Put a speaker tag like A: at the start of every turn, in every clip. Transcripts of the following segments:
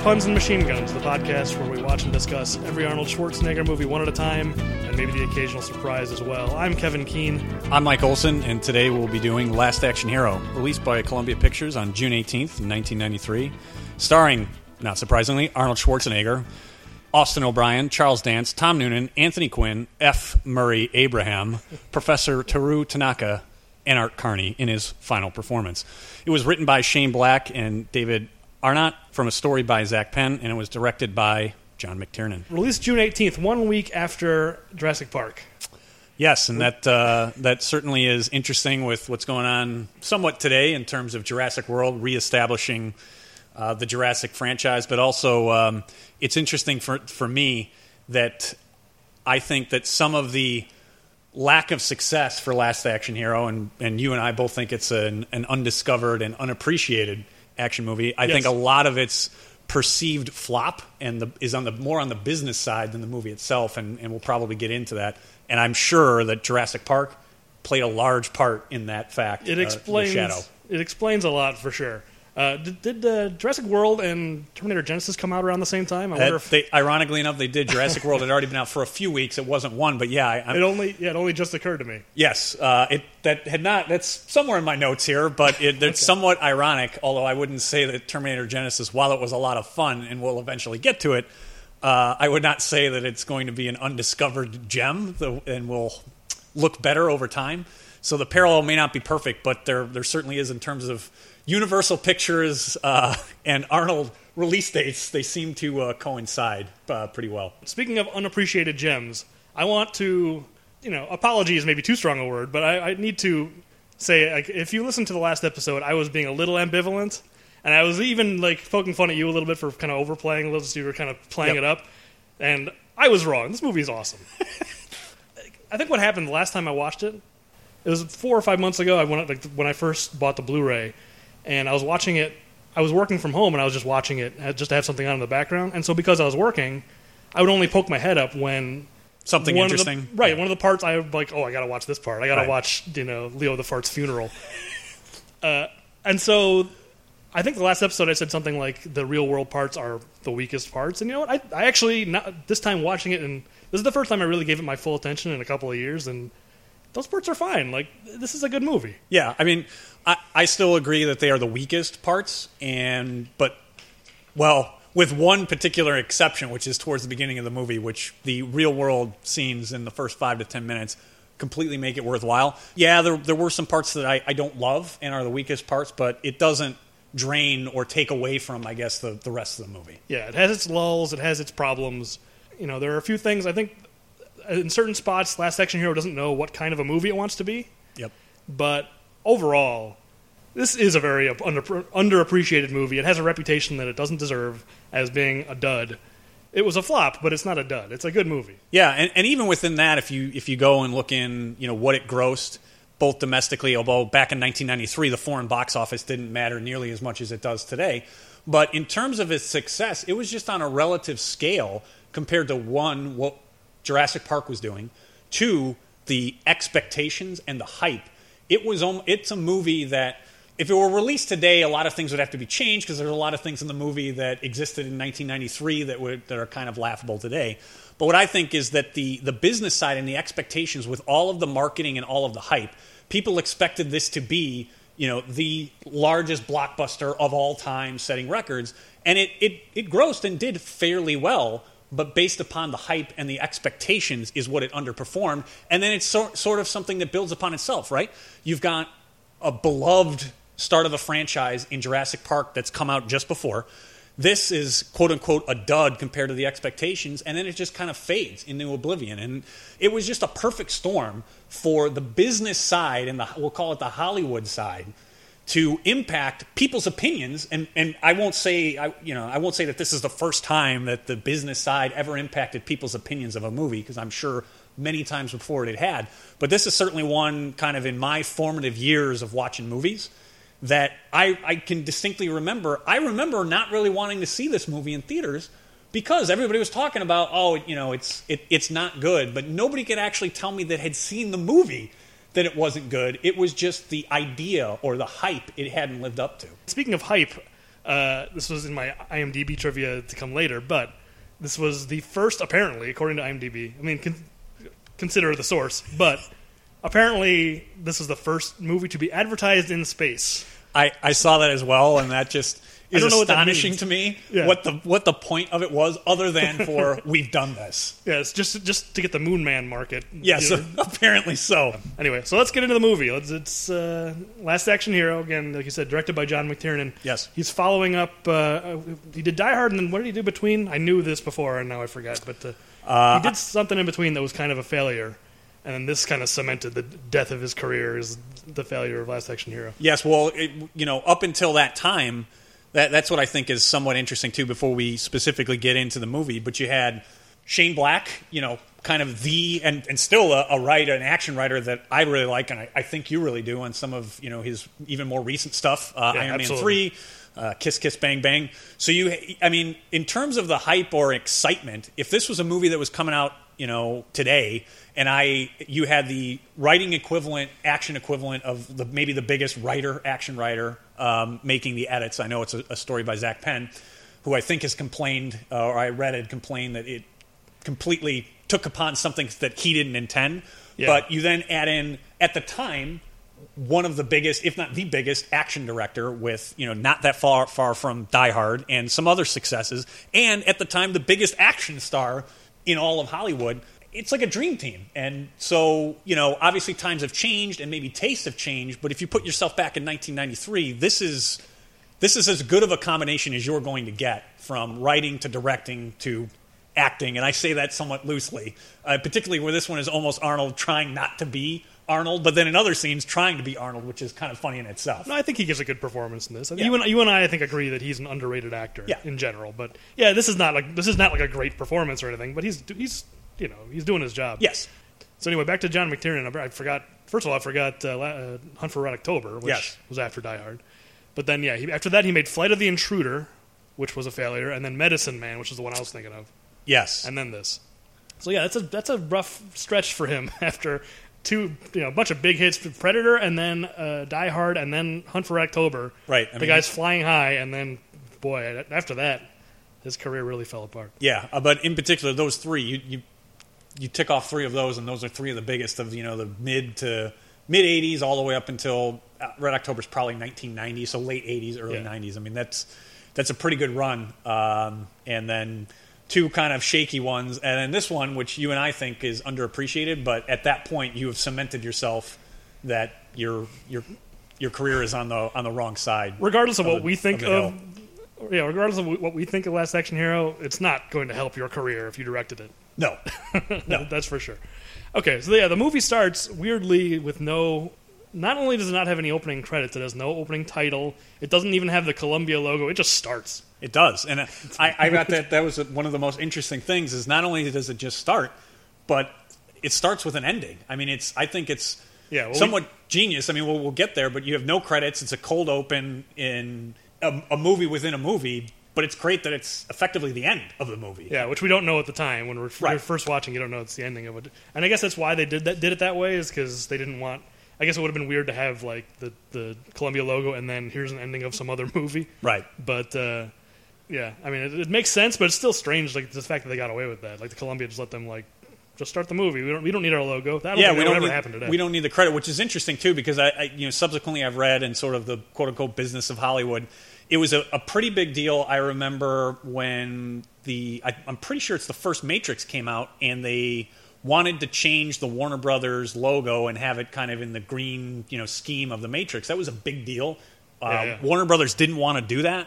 A: Puns and Machine Guns, the podcast where we watch and discuss every Arnold Schwarzenegger movie one at a time, and maybe the occasional surprise as well. I'm Kevin Keene.
B: I'm Mike Olson, and today we'll be doing Last Action Hero, released by Columbia Pictures on June 18th, 1993, starring, not surprisingly, Arnold Schwarzenegger, Austin O'Brien, Charles Dance, Tom Noonan, Anthony Quinn, F. Murray Abraham, Professor Teru Tanaka, and Art Carney in his final performance. It was written by Shane Black and David Arnott from a story by Zach Penn, and it was directed by John McTiernan.
A: Released June 18th, one week after Jurassic Park.
B: Yes, and that uh, that certainly is interesting with what's going on somewhat today in terms of Jurassic World reestablishing uh, the Jurassic franchise, but also um, it's interesting for for me that I think that some of the lack of success for Last Action Hero, and, and you and I both think it's an, an undiscovered and unappreciated action movie. I
A: Yes.
B: think a lot of its perceived flop and the, is on the more on the business side than the movie itself, and, and we'll probably get into that. And I'm sure that Jurassic Park played a large part in that fact. uh,
A: It
B: the
A: explains
B: shadow.
A: it explains a lot for sure. Uh, did did uh, Jurassic World and Terminator Genesis come out around the same time? I wonder
B: That-
A: if
B: they, ironically enough, they did. Jurassic World had already been out for a few weeks. It wasn't one, but yeah, I, I'm,
A: it only yeah, it only just occurred to me.
B: Yes, uh, it that had not. That's somewhere in my notes here, but it, it's somewhat ironic. Although I wouldn't say that Terminator Genesis, while it was a lot of fun, and we'll eventually get to it, uh, I would not say that it's going to be an undiscovered gem, though, and will look better over time. So the parallel may not be perfect, but there there certainly is in terms of Universal Pictures uh, and Arnold release dates. They seem to uh, coincide uh, pretty well.
A: Speaking of unappreciated gems, I want to, you know, apology is maybe too strong a word, but I, I need to say, like, if you listen to the last episode, I was being a little ambivalent, and I was even like poking fun at you a little bit for kind of overplaying a little, so you were kind of playing
B: Yep.
A: it up, and I was wrong. This movie is awesome. I think what happened the last time I watched it, it was four or five months ago. I went like when I first bought the Blu-ray, and I was watching it. I was working from home, and I was just watching it uh, just to have something on in the background. And so because I was working, I would only poke my head up when
B: Something
A: one
B: interesting,
A: Of the, right, one of the parts I would like. Oh, I gotta watch this part. I gotta
B: Right.
A: watch you know Leo the Fart's funeral. uh, and so I think the last episode I said something like the real world parts are the weakest parts, and you know what? I, I actually not, this time watching it, and this is the first time I really gave it my full attention in a couple of years, and those parts are fine. Like this is a good movie.
B: Yeah, I mean, I, I still agree that they are the weakest parts, and but well, with one particular exception, which is towards the beginning of the movie, which the real world scenes in the first five to ten minutes completely make it worthwhile. Yeah, there there were some parts that I, I don't love and are the weakest parts, but it doesn't drain or take away from, I guess, the, the rest of the movie.
A: Yeah, it has its lulls, it has its problems. You know, there are a few things I think in certain spots, Last Action Hero doesn't know what kind of a movie it wants to be.
B: Yep.
A: but overall, this is a very up- under, underappreciated movie. It has a reputation that it doesn't deserve as being a dud. It was a flop, but it's not a dud. It's a good movie.
B: Yeah, and, and even within that, if you if you go and look in, you know what it grossed both domestically, although back in 1993 the foreign box office didn't matter nearly as much as it does today. But in terms of its success, it was just on a relative scale compared to one what Jurassic Park was doing, two the expectations and the hype. It was om- it's a movie that if it were released today, a lot of things would have to be changed because there's a lot of things in the movie that existed in 1993 that would, that are kind of laughable today. But what I think is that the the business side and the expectations with all of the marketing and all of the hype, people expected this to be you know the largest blockbuster of all time, setting records, and it it it grossed and did fairly well. But based upon the hype and the expectations is what it underperformed, and then it's so, sort of something that builds upon itself, right? You've got a beloved start of the franchise in Jurassic Park that's come out just before. This is quote unquote a dud compared to the expectations, and then it just kind of fades into oblivion. And it was just a perfect storm for the business side and the we'll call it the Hollywood side to impact people's opinions. And and I won't say I you know I won't say that this is the first time that the business side ever impacted people's opinions of a movie because I'm sure many times before it had. But this is certainly one kind of in my formative years of watching movies that I, I can distinctly remember. I remember not really wanting to see this movie in theaters because everybody was talking about, oh, you know, it's it, it's not good. But nobody could actually tell me that had seen the movie that it wasn't good. It was just the idea or the hype it hadn't lived up to.
A: Speaking of hype, Uh, this was in my IMDb trivia to come later, but this was the first, apparently, according to IMDb. I mean, con- consider the source, but apparently, this was the first movie to be advertised in space.
B: I, I saw that as well, and that just is
A: don't know what that
B: astonishing
A: means.
B: to me.
A: Yeah.
B: What the what the point of it was, other than for we've done this.
A: Yeah, it's just just to get the Moon Man market.
B: Yes,
A: You know,
B: apparently so.
A: Anyway, so let's get into the movie. It's, it's uh, Last Action Hero again, like you said, directed by John McTiernan.
B: Yes.
A: he's following up. Uh, uh, he did Die Hard, and then what did he do between? I knew this before, and now I forgot. But uh, he did something in between that was kind of a failure, and then this kind of cemented the death of his career is the failure of Last Action Hero.
B: Yes, well, it, you know, up until that time, that that's what I think is somewhat interesting too. Before we specifically get into the movie, but you had Shane Black, you know, kind of the and and still a, a writer, an action writer that I really like, and I, I think you really do on some of you know his even more recent stuff, uh,
A: Yeah,
B: Iron Man
A: absolutely.
B: three. uh, Kiss Kiss Bang Bang. So you, I mean, in terms of the hype or excitement, if this was a movie that was coming out, you know, today, and I, you had the writing equivalent, action equivalent of the maybe the biggest writer, action writer, um, making the edits. I know it's a, a story by Zach Penn, who I think has complained, uh, or I read had complained that it completely took upon something that he didn't intend.
A: Yeah.
B: But you then add in at the time one of the biggest, if not the biggest, action director with you know not that far far from Die Hard and some other successes, and at the time the biggest action star in all of Hollywood. It's like a dream team, and so you know obviously times have changed and maybe tastes have changed. But if you put yourself back in 1993, this is this is as good of a combination as you're going to get from writing to directing to acting and i say that somewhat loosely uh, particularly where this one is almost arnold trying not to be arnold but then in other scenes trying to be arnold which is kind of funny in itself
A: No, I think he gives a good performance in this. I think
B: Yeah.
A: You and you and I, I think, agree that he's an underrated actor
B: Yeah.
A: in general. But yeah, this is not like this is not like a great performance or anything. But he's he's you know he's doing his job.
B: yes
A: So anyway, back to John McTiernan. I I forgot. First of all, I forgot uh, La- uh, Hunt for Red October, which
B: Yes.
A: was after Die Hard. But then, yeah, he, after that, he made Flight of the Intruder, which was a failure, and then Medicine Man, which is the one I was thinking of,
B: yes
A: and then this. So yeah, that's a that's a rough stretch for him after two you know a bunch of big hits, Predator, and then uh, Die Hard, and then Hunt for Red October.
B: Right, I
A: the
B: mean-
A: guy's flying high, and then boy, after that, his career really fell apart.
B: Yeah, uh, but in particular, those three you you you tick off three of those, and those are three of the biggest of you know the mid to mid '80s all the way up until uh, Red October's probably 1990, so late '80s, early
A: Yeah.
B: '90s. I mean that's that's a pretty good run, um, and then two kind of shaky ones, and then this one, which you and I think is underappreciated, but at that point you have cemented yourself that your your your career is on the on the wrong side.
A: regardless of
B: Of
A: what
B: the-
A: we think
B: of the
A: of, yeah, regardless of what we think of Last Action Hero, it's not going to help your career if you directed it.
B: No, no,
A: That's for sure. Okay, so yeah, the movie starts weirdly with no. Not only does it not have any opening credits, it has no opening title. It doesn't even have the Columbia logo. It just starts.
B: It does, and uh, I, I got that. That was one of the most interesting things. Is not only does it just start, but it starts with an ending. I mean, it's. I think it's.
A: Yeah, well, we-
B: somewhat genius. I mean, we'll, we'll get there, but you have no credits. It's a cold open in a, a movie within a movie, but it's great that it's effectively the end of the movie.
A: Yeah, which we don't know at the time when we're
B: Right.
A: you're first watching. You don't know it's the ending of it, and I guess that's why they did that. Did it that way is because they didn't want. I guess it would have been weird to have like the the Columbia logo and then here's an ending of some other movie.
B: Right.
A: But uh, yeah, I mean, it, it makes sense, but it's still strange. Like the fact that they got away with that. Like the Columbia just let them like just start the movie. We don't we don't need our logo. That
B: yeah, we don't
A: ever
B: need,
A: happen today.
B: We don't need the credit, which is interesting too, because I, I you know subsequently I've read in sort of the quote unquote business of Hollywood, it was a, a pretty big deal. I remember when the I, I'm pretty sure it's the first Matrix came out, and they wanted to change the Warner Brothers logo and have it kind of in the green you know scheme of the Matrix. That was a big deal. Uh,
A: Yeah, yeah.
B: Warner Brothers didn't want to do that.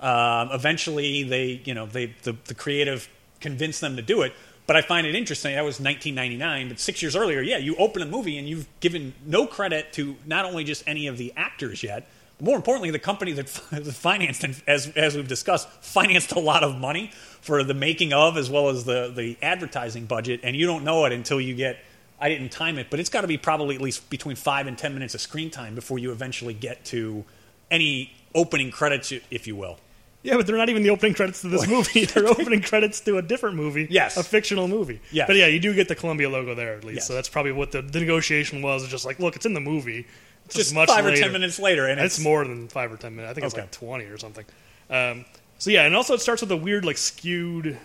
B: Um, eventually, they you know they the, the creative convinced them to do it. But I find it interesting. That was 1999, but six years earlier, yeah, you open a movie and you've given no credit to not only just any of the actors yet, but more importantly, the company that fi- that financed and as as we've discussed financed a lot of money for the making of as well as the the advertising budget, and you don't know it until you get. I didn't time it, but it's got to be probably at least between five and ten minutes of screen time before you eventually get to any opening credits, if you will.
A: Yeah, but they're not even the opening credits to this movie. They're opening credits to a different movie.
B: Yes.
A: A fictional movie.
B: Yes.
A: But yeah, you do get the Columbia logo there at least.
B: Yes.
A: So that's probably what the, the negotiation was. It's just like, look, it's in the movie. It's
B: Just
A: much
B: five or
A: later.
B: ten minutes later, and
A: It's
B: it's,
A: more than five or ten minutes. I think it's
B: Okay.
A: like 20 or something. Um, so yeah, and also it starts with a weird like skewed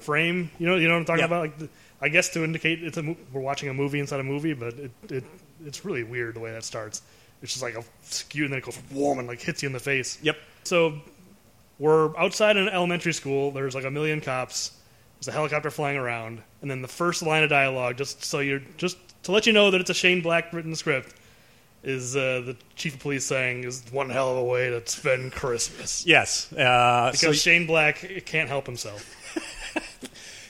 A: frame. You know, you know what I'm talking
B: Yeah.
A: about. Like, the, I guess to indicate it's a mo- we're watching a movie inside a movie, but it, it it's really weird the way that starts. It's just like a skew, and then it goes warm and like hits you in the face.
B: Yep.
A: So we're outside an elementary school. There's like a million cops. There's a helicopter flying around, and then the first line of dialogue, just so you're just to let you know that it's a Shane Black written script, is uh, the chief of police saying is one hell of a way to spend Christmas
B: Yes. Uh, so-
A: because Shane Black can't help himself.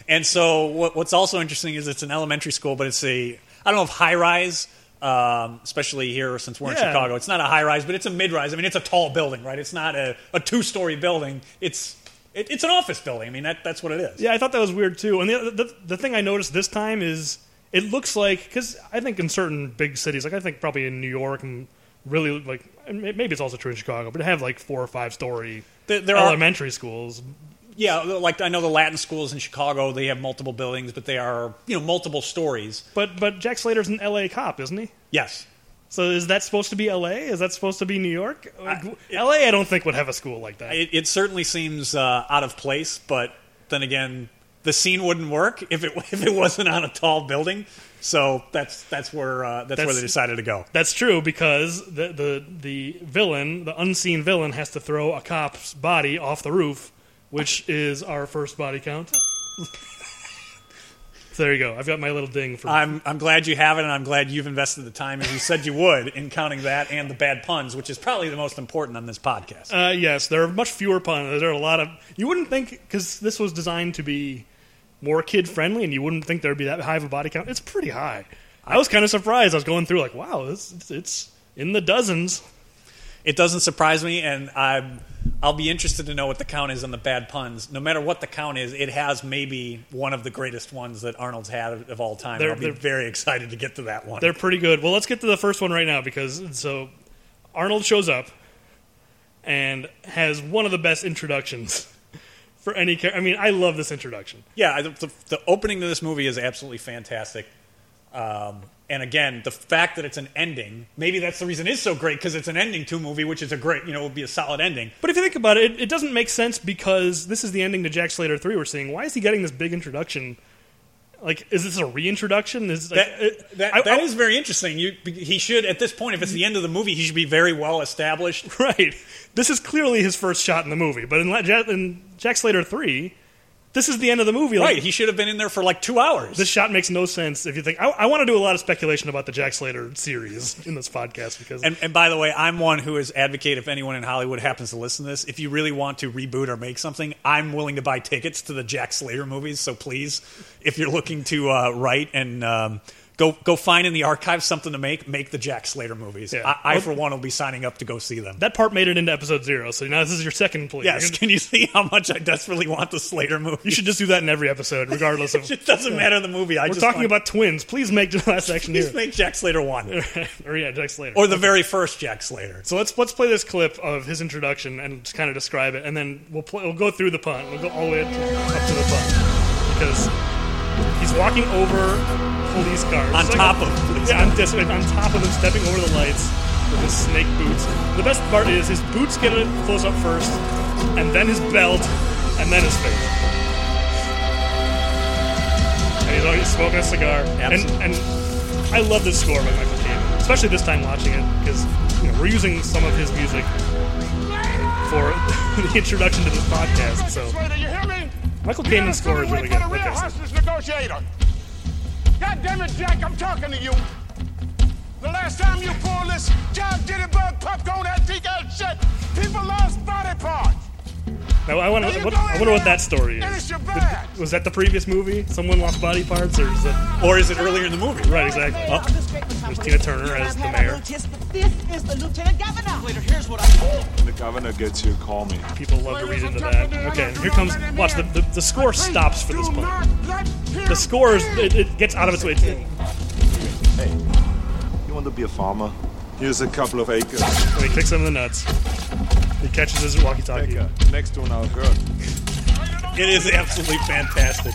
B: And so, what, what's also interesting is it's an elementary school, but it's a I don't know if high rise, um, especially here since we're in
A: Yeah.
B: Chicago. It's not a high rise, but it's a mid rise. I mean, it's a tall building, right? It's not a, a two story building. It's it, it's an office building. I mean, that that's what it is.
A: Yeah, I thought that was weird too. And the the, the thing I noticed this time is it looks like because I think in certain big cities, like I think probably in New York and really like and may- maybe it's also true in Chicago, but have like four or five story
B: There- there are-
A: elementary schools.
B: Yeah, like I know the Latin schools in Chicago, they have multiple buildings, but they are you know multiple stories.
A: But but Jack Slater's an L.A. cop, isn't he?
B: Yes.
A: So is that supposed to be L.A.? Is that supposed to be New York? Like, L.A. I don't think would have a school like that.
B: It, it certainly seems uh, out of place, but then again, the scene wouldn't work if it if it wasn't on a tall building. So that's that's where uh, that's, where
A: That's-
B: they decided to go.
A: That's true because the, the the villain, the unseen villain, has to throw a cop's body off the roof, which is our first body count. so there you go. I've got my little ding for.
B: I'm I'm glad you have it, and I'm glad you've invested the time as you said you would in counting that and the bad puns, which is probably the most important on this podcast.
A: uh, yes, there are much fewer puns. There are a lot of. You wouldn't think because this was designed to be more kid friendly, and you wouldn't think there'd be that high of a body count. It's pretty high. I was kind of surprised. I was going through like, wow, this, it's- it's in the dozens.
B: It doesn't surprise me, and I'm I'll be interested to know what the count is on the bad puns. No matter what the count is, it has maybe one of the greatest ones that Arnold's had of, of all time. and
A: They're-
B: I'll be
A: they're-
B: very excited to get to that one.
A: They're pretty good. Well, let's get to the first one right now because so Arnold shows up and has one of the best introductions for any char- I mean, I love this introduction.
B: Yeah, I- the, the opening to this movie is absolutely fantastic. Um, and again, the fact that it's an ending, maybe that's the reason it's so great because it's an ending to a movie, which is a great, you know, would be a solid ending.
A: But if you think about it, it, it doesn't make sense because this is the ending to Jack Slater 3 we're seeing. Why is he getting this big introduction? Like, is this a reintroduction? Is like,
B: That, uh,
A: it-
B: that,
A: I-
B: that
A: I-
B: is very interesting. You, he should, at this point, if it's the end of the movie, he should be very well established.
A: Right. This is clearly his first shot in the movie. But in, La- Jack- in Jack Slater 3, this is the end of the movie. Like,
B: Right, he should have been in there for like two hours.
A: This shot makes no sense if you think. I, I want to do a lot of speculation about the Jack Slater series in this podcast because
B: and, and by the way, I'm one who is advocate. If anyone in Hollywood happens to listen to this, if you really want to reboot or make something, I'm willing to buy tickets to the Jack Slater movies. So please, if you're looking to uh, write and um, go go find in the archives something to make, make the Jack Slater movies.
A: Yeah.
B: I, I for one will be signing up to go see them.
A: that part made it into episode zero. So now this is your second plea.
B: yes, can you see how much I desperately want the Slater
A: You
B: movie?
A: should just do that in every episode, regardless of.
B: It doesn't matter the movie. I
A: We're
B: just
A: talking
B: want-
A: about twins. Please make the last section
B: please
A: here,
B: make Jack Slater one
A: or yeah, Jack Slater.
B: or the very first Jack Slater.
A: so let's let's play this clip of his introduction and just kind of describe it, and then we'll play, we'll go through the punt. We'll go all the way up to, up to the punt because he's walking over police cars
B: On
A: It's like-
B: top of
A: Yeah, I'm just on top of him, stepping over the lights with his snake boots. The best part is his boots get it close up first, and then his belt, and then his face. And he's already smoking a cigar. And,
B: Absolutely.
A: and I love this score by Michael Caine, especially this time watching it because you know, we're using some of his music for the introduction to this podcast.
C: So.
A: So
C: You hear me?
A: Michael
C: You
A: Caine's score
C: gotta
A: is
C: sit
A: really
C: away
A: good.
C: for the
A: Like
C: real
A: I said.
C: hustler's negotiator. God damn it, Jack, I'm talking to you. The last time you pulled this John Dinnybug popcorn that decal shit, people lost body parts.
A: Now I wonder
C: Are you
A: what,
C: going
A: I wonder what
C: there?
A: that story
C: Finish
A: is.
C: your
A: Did-
C: badge.
A: was that the previous movie? Someone lost body parts, or is that
B: Or is it earlier in the movie?
A: right? Exactly.
D: Oh. There's
A: Tina Turner as the mayor.
D: This is the lieutenant governor. Later, here's what I
E: the governor gets here, call me.
A: People love to read into that. Okay, here comes. Watch the the, the score stops for this part. The score is it, it gets out of its way. It-
E: You want to be a farmer? Here's a couple of acres.
A: When he kicks him in the nuts, he catches his walkie-talkie.
E: Next to an hurt.
B: It is absolutely fantastic.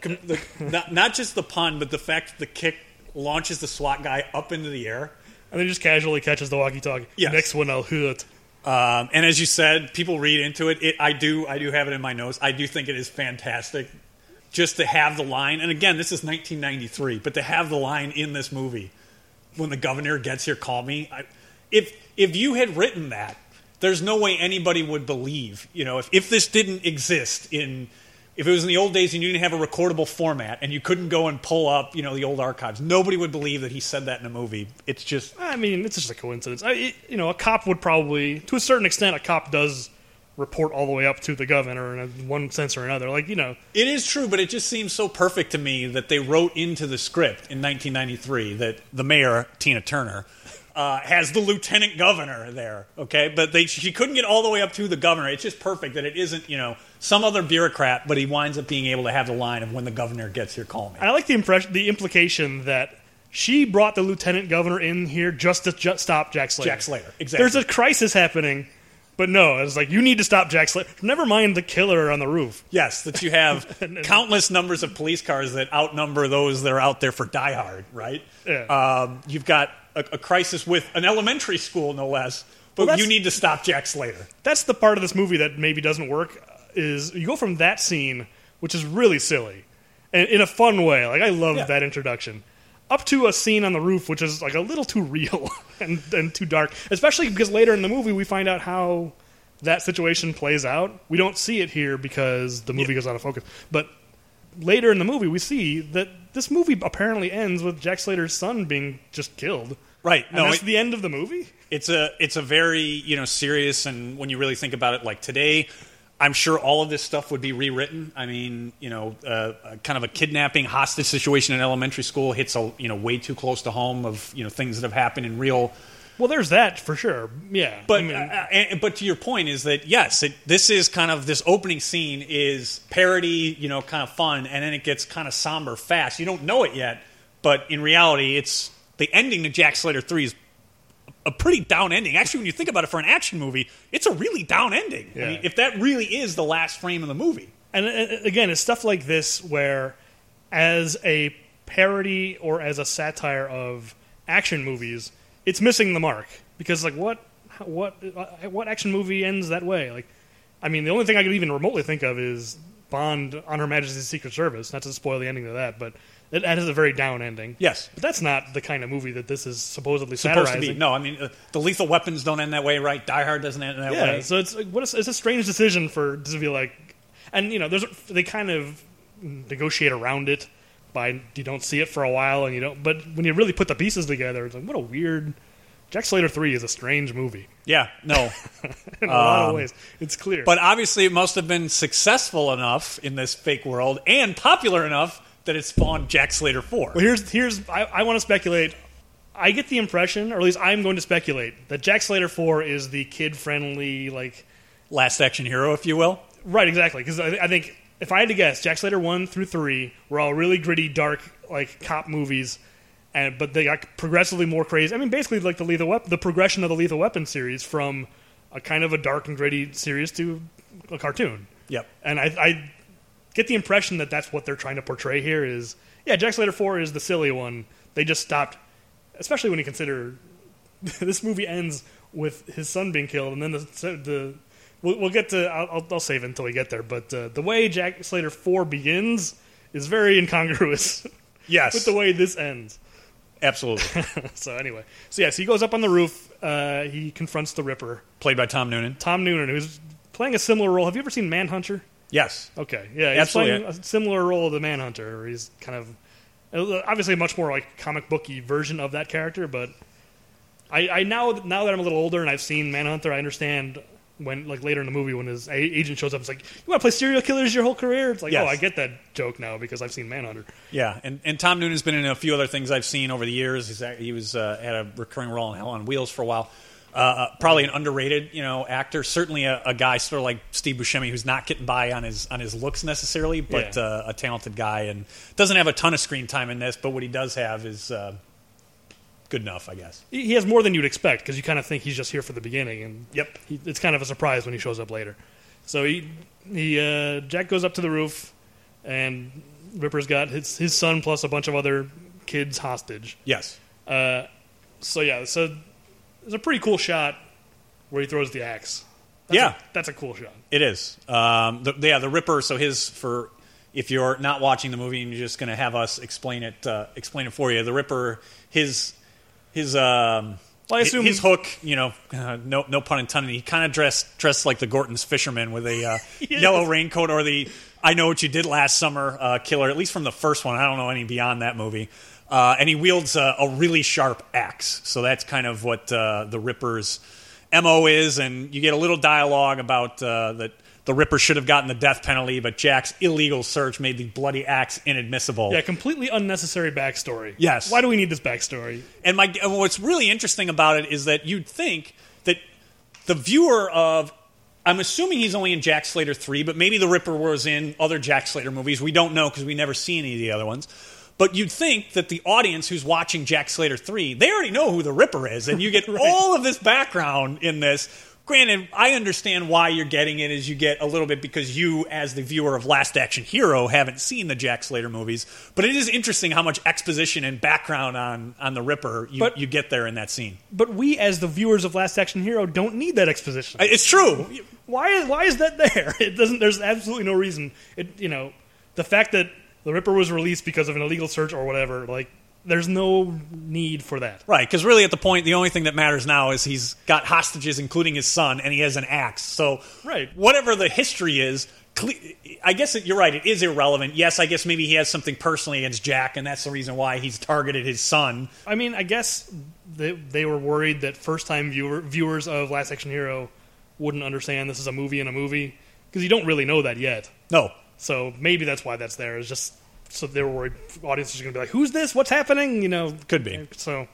B: Com- the- not, not just the pun, but the fact that the kick launches the SWAT guy up into the air.
A: And then just casually catches the walkie-talkie.
B: Yes.
A: Next one, I'll hurt.
B: Um, and as you said, people read into it. it. I do. I do have it in my notes. I do think it is fantastic, just to have the line. And again, this is 1993, but to have the line in this movie, when the governor gets here, call me. I, if if you had written that, there's no way anybody would believe. You know, if if this didn't exist in, if it was in the old days and you didn't have a recordable format and you couldn't go and pull up, you know, the old archives, nobody would believe that he said that in a movie. It's just
A: I mean, it's just a coincidence. I, it, you know, a cop would probably, to a certain extent, a cop does report all the way up to the governor in a- one sense or another. Like, you know,
B: It is true, but it just seems so perfect to me that they wrote into the script in 1993 that the mayor Tina Turner uh, has the lieutenant governor there. Okay, but they she couldn't get all the way up to the governor. It's just perfect that it isn't you know some other bureaucrat, but he winds up being able to have the line of when the governor gets here, call me.
A: I like the impression, the implication that she brought the lieutenant governor in here just to ju- stop Jack Slater.
B: Jack Slater, exactly.
A: There's a crisis happening, but no, it's like you need to stop Jack Slater. Never mind the killer on the roof.
B: Yes, that you have countless numbers of police cars that outnumber those that are out there for Die Hard, right?
A: Yeah.
B: Um, you've got a, a crisis with an elementary school, no less. But
A: Well, that's-
B: you need to stop Jack Slater.
A: That's the part of this movie that maybe doesn't work. uh, Is you go from that scene, which is really silly, and in a fun way. Like I love
B: Yeah.
A: that introduction. Up to a scene on the roof, which is like a little too real and, and too dark, especially because later in the movie we find out how that situation plays out. We don't see it here because the movie goes out of focus. But later in the movie, we see that this movie apparently ends with Jack Slater's son being just killed.
B: Right.
A: And
B: No,
A: that's
B: it-
A: the end of the movie.
B: it's a it's a very you know serious and when you really think about it like today i'm sure all of this stuff would be rewritten i mean you know uh, uh, kind of a kidnapping hostage situation in elementary school hits a you know way too close to home of you know things that have happened in real
A: Well, there's that for sure. Yeah,
B: but
A: I mean-
B: uh, uh, and- but to your point is that yes, it, this is kind of this opening scene is parody, you know, kind of fun, and then it gets kind of somber fast. You don't know it yet, but in reality, it's the ending to Jack Slater three is a pretty down ending. Actually, when you think about it, for an action movie, it's a really down ending. I
A: Yeah.
B: mean, if that really is the last frame of the movie,
A: and uh, again, it's stuff like this where, as a parody or as a satire of action movies, it's missing the mark because like what how- what uh, what action movie ends that way? Like, I mean, the only thing I could even remotely think of is Bond on Her Majesty's Secret Service. Not to spoil the ending of that, but it, that is a very down ending.
B: Yes.
A: but that's not the kind of movie that this is supposedly
B: supposed to
A: satirizing.
B: be no. I mean, uh, the Lethal Weapons don't end that way, right? Die Hard doesn't end that
A: Yeah,
B: way.
A: so it's like, what is, it's a strange decision for to be like, and you know, there's they kind of negotiate around it by you don't see it for a while and you don't, but when you really put the pieces together, it's like what a weird. Jack Slater Three is a strange movie
B: yeah, no.
A: in a lot of ways. It's clear,
B: But obviously, it must have been successful enough in this fake world and popular enough that it spawned Jack Slater 4.
A: Well, here's here's I, I want to speculate. I get the impression, or at least I'm going to speculate, that Jack Slater Four is the kid friendly like
B: Last action hero, if you will.
A: Right, exactly. Because I, I think if I had to guess, Jack Slater one through three were all really gritty, dark, like cop movies, and but they got progressively more crazy. I mean, basically like the lethal Wep- the progression of the Lethal Weapon series from a kind of a dark and gritty series to a cartoon.
B: Yep.
A: And I, I get the impression that that's what they're trying to portray here. Is yeah, Jack Slater four is the silly one. They just stopped, especially when you consider this movie ends with his son being killed, and then the the we'll, we'll get to I'll, I'll- I'll save it until we get there. But uh, the way Jack Slater four begins is very incongruous
B: Yes.
A: with the way this ends.
B: Absolutely.
A: So anyway, so yeah, so he goes up on the roof. Uh, he confronts the Ripper,
B: Played by Tom Noonan.
A: Tom Noonan, who's playing a similar role. Have you ever seen Manhunter?
B: Yes.
A: Okay, yeah, he's
B: Absolutely.
A: playing a similar role of the Manhunter. Where he's kind of obviously a much more like comic booky version of that character, but I, I now now that I'm a little older and I've seen Manhunter, I understand when like later in the movie when his a- agent shows up, it's like you want to play serial killers your whole career. It's like
B: Yes.
A: oh, I get that joke now because I've seen Manhunter.
B: Yeah. And, and Tom Noonan's been in a few other things I've seen over the years. He's, act- he was uh, had a recurring role in Hell on Wheels for a while. Uh, uh, probably an underrated, you know, actor. Certainly a, a guy sort of like Steve Buscemi, who's not getting by on his on his looks necessarily, but
A: Yeah.
B: uh, a talented guy and doesn't have a ton of screen time in this. But what he does have is uh, good enough, I guess.
A: He he has more than you'd expect because you kind of think he's just here for the beginning, and
B: Yep.
A: he, it's kind of a surprise when he shows up later. So he he uh, Jack goes up to the roof, and Ripper's got his his son plus a bunch of other kids hostage.
B: Yes.
A: So yeah, so it's a pretty cool shot where he throws the axe.
B: yeah,
A: That's a cool shot.
B: It is. Um, the, yeah, the Ripper. So his for if you're not watching the movie and you're just going to have us explain it, uh, explain it for you. The Ripper, his his um,
A: Well, I assume-
B: his hook. You know, uh, no no pun intended. He kind of dressed dressed like the Gorton's fisherman with a uh, yellow raincoat or the I know what you did last summer uh, killer. At least from the first one. I don't know any beyond that movie. Uh, and he wields a, a really sharp axe. So that's kind of what uh, the Ripper's mo is, and you get a little dialogue about uh, that the Ripper should have gotten the death penalty, but Jack's illegal search made the bloody axe inadmissible.
A: Yeah, completely unnecessary backstory.
B: Yes.
A: Why do we need this backstory?
B: And my and what's really interesting about it is that you'd think that the viewer of I'm assuming he's only in Jack Slater 3, but maybe the Ripper was in other Jack Slater movies. We don't know because we never see any of the other ones. But you'd think that the audience who's watching Jack Slater 3, they already know who the Ripper is and you get all of this background in this. Granted, I understand why you're getting it is you get a little bit because you as the viewer of Last Action Hero haven't seen the Jack Slater movies, but it is interesting how much exposition and background on on the Ripper you,
A: But-
B: you get there in that scene.
A: But we, as the viewers of Last Action Hero, don't need that exposition.
B: It's true.
A: why is why is that there? It doesn't. There's absolutely no reason. It you know, the fact that the Ripper was released because of an illegal search or whatever. Like, there's no need for that.
B: Right, because really at the point, the only thing that matters now is he's got hostages, including his son, and he has an axe. So,
A: Right.
B: whatever the history is, cle- I guess that you're right. It is irrelevant. Yes, I guess maybe he has something personally against Jack, and that's the reason why he's targeted his son.
A: I mean, I guess they they were worried that first time viewer, viewers of Last Action Hero wouldn't understand this is a movie in a movie because you don't really know that yet.
B: No,
A: So maybe that's why that's there. It's just so they were worried audiences are going to be like, "Who's this? What's happening?" You know.
B: could be.
A: So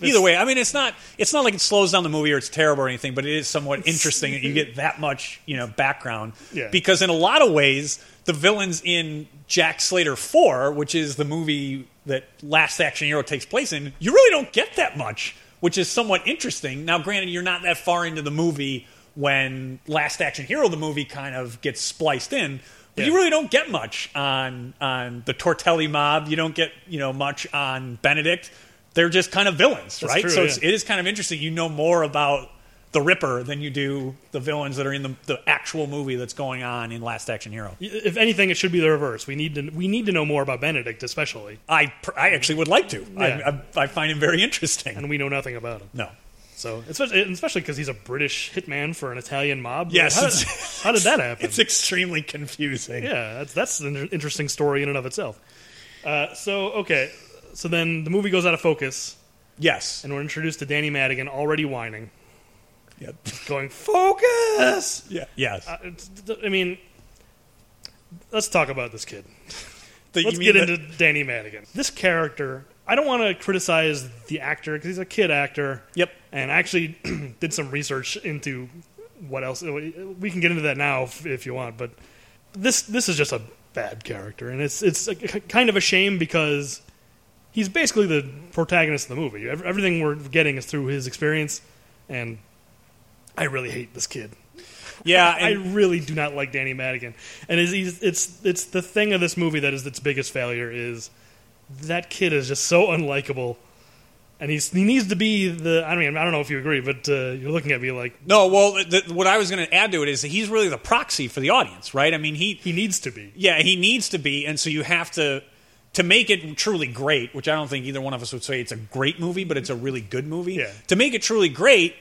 B: Either way, I mean, it's not it's not like it slows down the movie or it's terrible or anything, but it is somewhat interesting that you get that much you know background.
A: Yeah.
B: Because in a lot of ways, the villains in Jack Slater Four, which is the movie that Last Action Hero takes place in, you really don't get that much, which is somewhat interesting. Now, granted, you're not that far into the movie when Last Action Hero, the movie, kind of gets spliced in. But you
A: Yeah.
B: really don't get much on on the Tortelli mob. You don't get you know much on Benedict. They're just kind of villains, right?
A: true,
B: so it's,
A: yeah.
B: it is kind of interesting. You know more about the Ripper than you do the villains that are in the, the actual movie that's going on in Last Action Hero.
A: if anything, it should be the reverse. We need to we need to know more about Benedict, especially,
B: I pr- I actually would like to.
A: Yeah.
B: I, I, I find him very interesting.
A: and we know nothing about him.
B: no.
A: So especially especially because he's a British hitman for an Italian mob.
B: Yes,
A: How did,
B: it's-
A: how did that happen?
B: It's extremely confusing.
A: yeah, that's that's an inter- interesting story in and of itself. Uh, so okay, so then the movie goes out of focus,
B: Yes.
A: and we're introduced to Danny Madigan already whining,
B: Yep.
A: going focus. Uh,
B: Yeah. Yes.
A: It's- I mean, let's talk about this kid.
B: The- you
A: Let's
B: mean
A: get
B: the-
A: into Danny Madigan. This character, I don't want to criticize the actor because he's a kid actor.
B: Yep.
A: And I actually did some research into what else. We can get into that now if, if you want, but this this is just a bad character, and it's it's a, kind of a shame because he's basically the protagonist of the movie. Ev- Everything we're getting is through his experience, and I really hate this kid.
B: Yeah.
A: I
B: and-
A: really do not like Danny Madigan, and it's, he's- it's it's the thing of this movie that is its biggest failure is that kid is just so unlikable, and he's he needs to be the I mean I don't know if you agree, but uh, you're looking at me like
B: no. Well, the, what I was going to add to it is that he's really the proxy for the audience, right? I mean, he
A: he needs to be.
B: yeah, he needs to be, and so you have to to make it truly great, which I don't think either one of us would say it's a great movie, but it's a really good movie.
A: Yeah.
B: To make it truly great,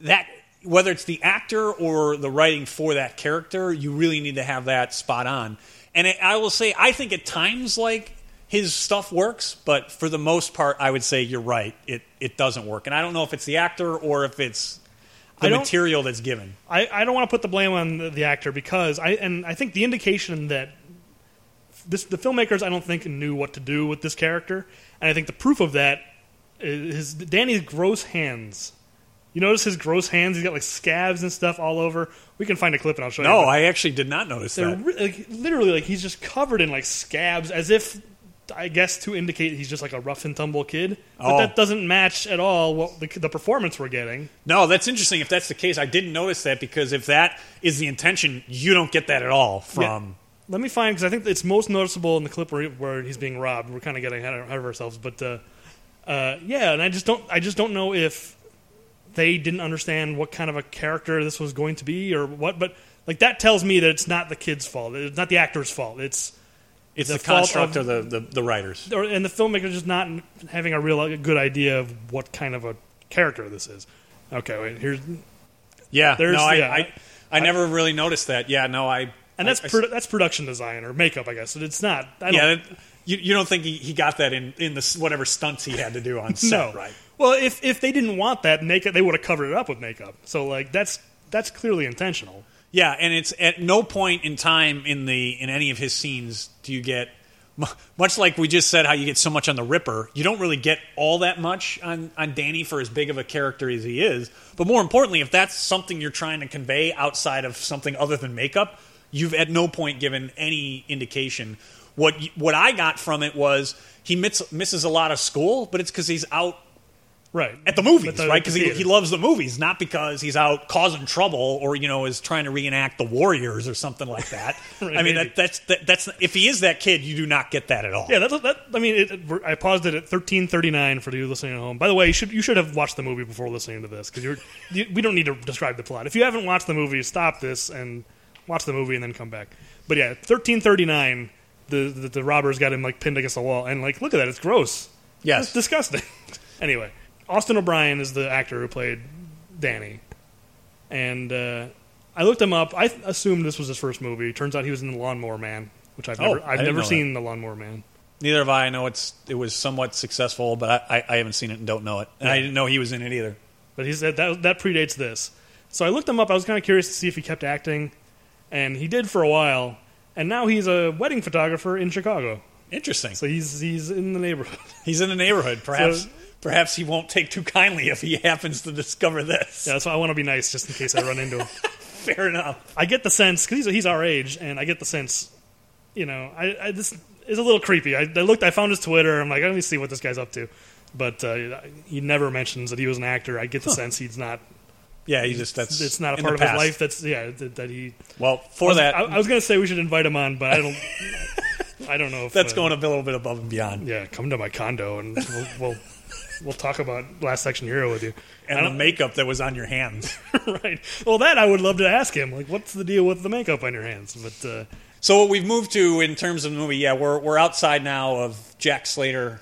B: that whether it's the actor or the writing for that character, you really need to have that spot on. And I I will say, I think at times like his stuff works, but for the most part, I would say you're right. It it doesn't work, and I don't know if it's the actor or if it's
A: I
B: the
A: don't-
B: material that's given.
A: I, I don't want to put the blame on the, the actor because I and I think the indication that this the filmmakers I don't think knew what to do with this character, and I think the proof of that is Danny's gross hands. You notice his gross hands? He's got like scabs and stuff all over. We can find a clip and I'll show
B: No,
A: you.
B: I actually did not notice
A: They're
B: that.
A: re- like, literally like he's just covered in like scabs, as if I guess to indicate he's just like a rough and tumble kid. But
B: Oh.
A: that doesn't match at all what the, the performance we're getting.
B: No, that's interesting. If that's the case, I didn't notice that because if that is the intention, you don't get that at all from.
A: Let me find because I think it's most noticeable in the clip where, where he's being robbed. We're kind of getting ahead of ahead of ourselves, but uh, uh, yeah, and I just don't, I just don't know if they didn't understand what kind of a character this was going to be or what. But like that tells me that it's not the kid's fault. It's not the actor's fault. It's
B: It's
A: The
B: the,
A: fault
B: construct
A: of-
B: or the, the, the writers.
A: or, and the filmmaker just not having a real a good idea of what kind of a character this is. Okay, wait, here's
B: Yeah,
A: There's-
B: no, I,
A: yeah.
B: I, I never really noticed that. Yeah, no, I.
A: and that's
B: I- I-
A: produ- that's production design or makeup, I guess. It's not. I don't,
B: yeah, that- you, you don't think he, he got that in in the s- whatever stunts he had to do on set,
A: no.
B: right?
A: Well, if if they didn't want that makeup, they would have covered it up with makeup. So like that's that's clearly intentional.
B: Yeah, and it's at no point in time in the in any of his scenes do you get mu- much like we just said how you get so much on the Ripper. You don't really get all that much on on Danny for as big of a character as he is. But more importantly, if that's something you're trying to convey outside of something other than makeup, you've at no point given any indication. What y- what I got from it was he mits, misses a lot of school, but it's because he's out
A: Right.
B: at the movies,
A: At the- at
B: right?
A: the
B: Because he,
A: theater.
B: he loves the movies, not because he's out causing trouble or you know is trying to reenact the Warriors or something like that.
A: Right,
B: I mean,
A: maybe.
B: that, that's that, that's if he is that kid, you do not get that at all.
A: Yeah, that's that. I mean, it, it- we're- I paused it at thirteen thirty nine for you listening at home. By the way, you should you should have watched the movie before listening to this because you're you, we don't need to describe the plot. If you haven't watched the movie, stop this and watch the movie and then come back. But yeah, thirteen thirty nine, the, the the robbers got him like pinned against the wall and like look at that, it's gross.
B: Yes.
A: it's disgusting. anyway, Austin O'Brien is the actor who played Danny, and uh, I looked him up. I th- assumed this was his first movie. Turns out he was in The Lawnmower Man, which I've never
B: Oh, I
A: I've
B: didn't
A: never
B: know that.
A: seen The Lawnmower Man.
B: Neither have I. I know it's it was somewhat successful, but I, I, I haven't seen it and don't know it, and I didn't know he was in it either.
A: But he said that that predates this. So I looked him up. I was kind of curious to see if he kept acting, and he did for a while. And now he's a wedding photographer in Chicago.
B: Interesting.
A: So he's he's in the neighborhood.
B: he's in the neighborhood. Perhaps
A: So-
B: perhaps he won't take too kindly if he happens to discover this.
A: Yeah, so I want to be nice just in case I run into him.
B: Fair enough.
A: I get the sense because he's he's our age, and I get the sense, you know, I, I this is a little creepy. I, I looked, I found his Twitter. I'm like, let me see what this guy's up to. But uh, he never mentions that he was an actor. I get the sense he's not.
B: Yeah, he just that's
A: It's not a
B: in
A: part
B: the
A: of his
B: past.
A: life. That's yeah. That, that he
B: Well, for
A: I was-
B: that,
A: I, I was going to say we should invite him on, but I don't. I don't know if
B: that's
A: uh,
B: going a little bit above and beyond.
A: Yeah, come to my condo and we'll we'll, we'll talk about Last Section Hero with you. I
B: and the
A: don't-
B: makeup that was on your hands.
A: right. Well, that I would love to ask him. Like, what's the deal with the makeup on your hands? But uh,
B: so what we've moved to in terms of the movie, yeah, we're we're outside now of Jack Slater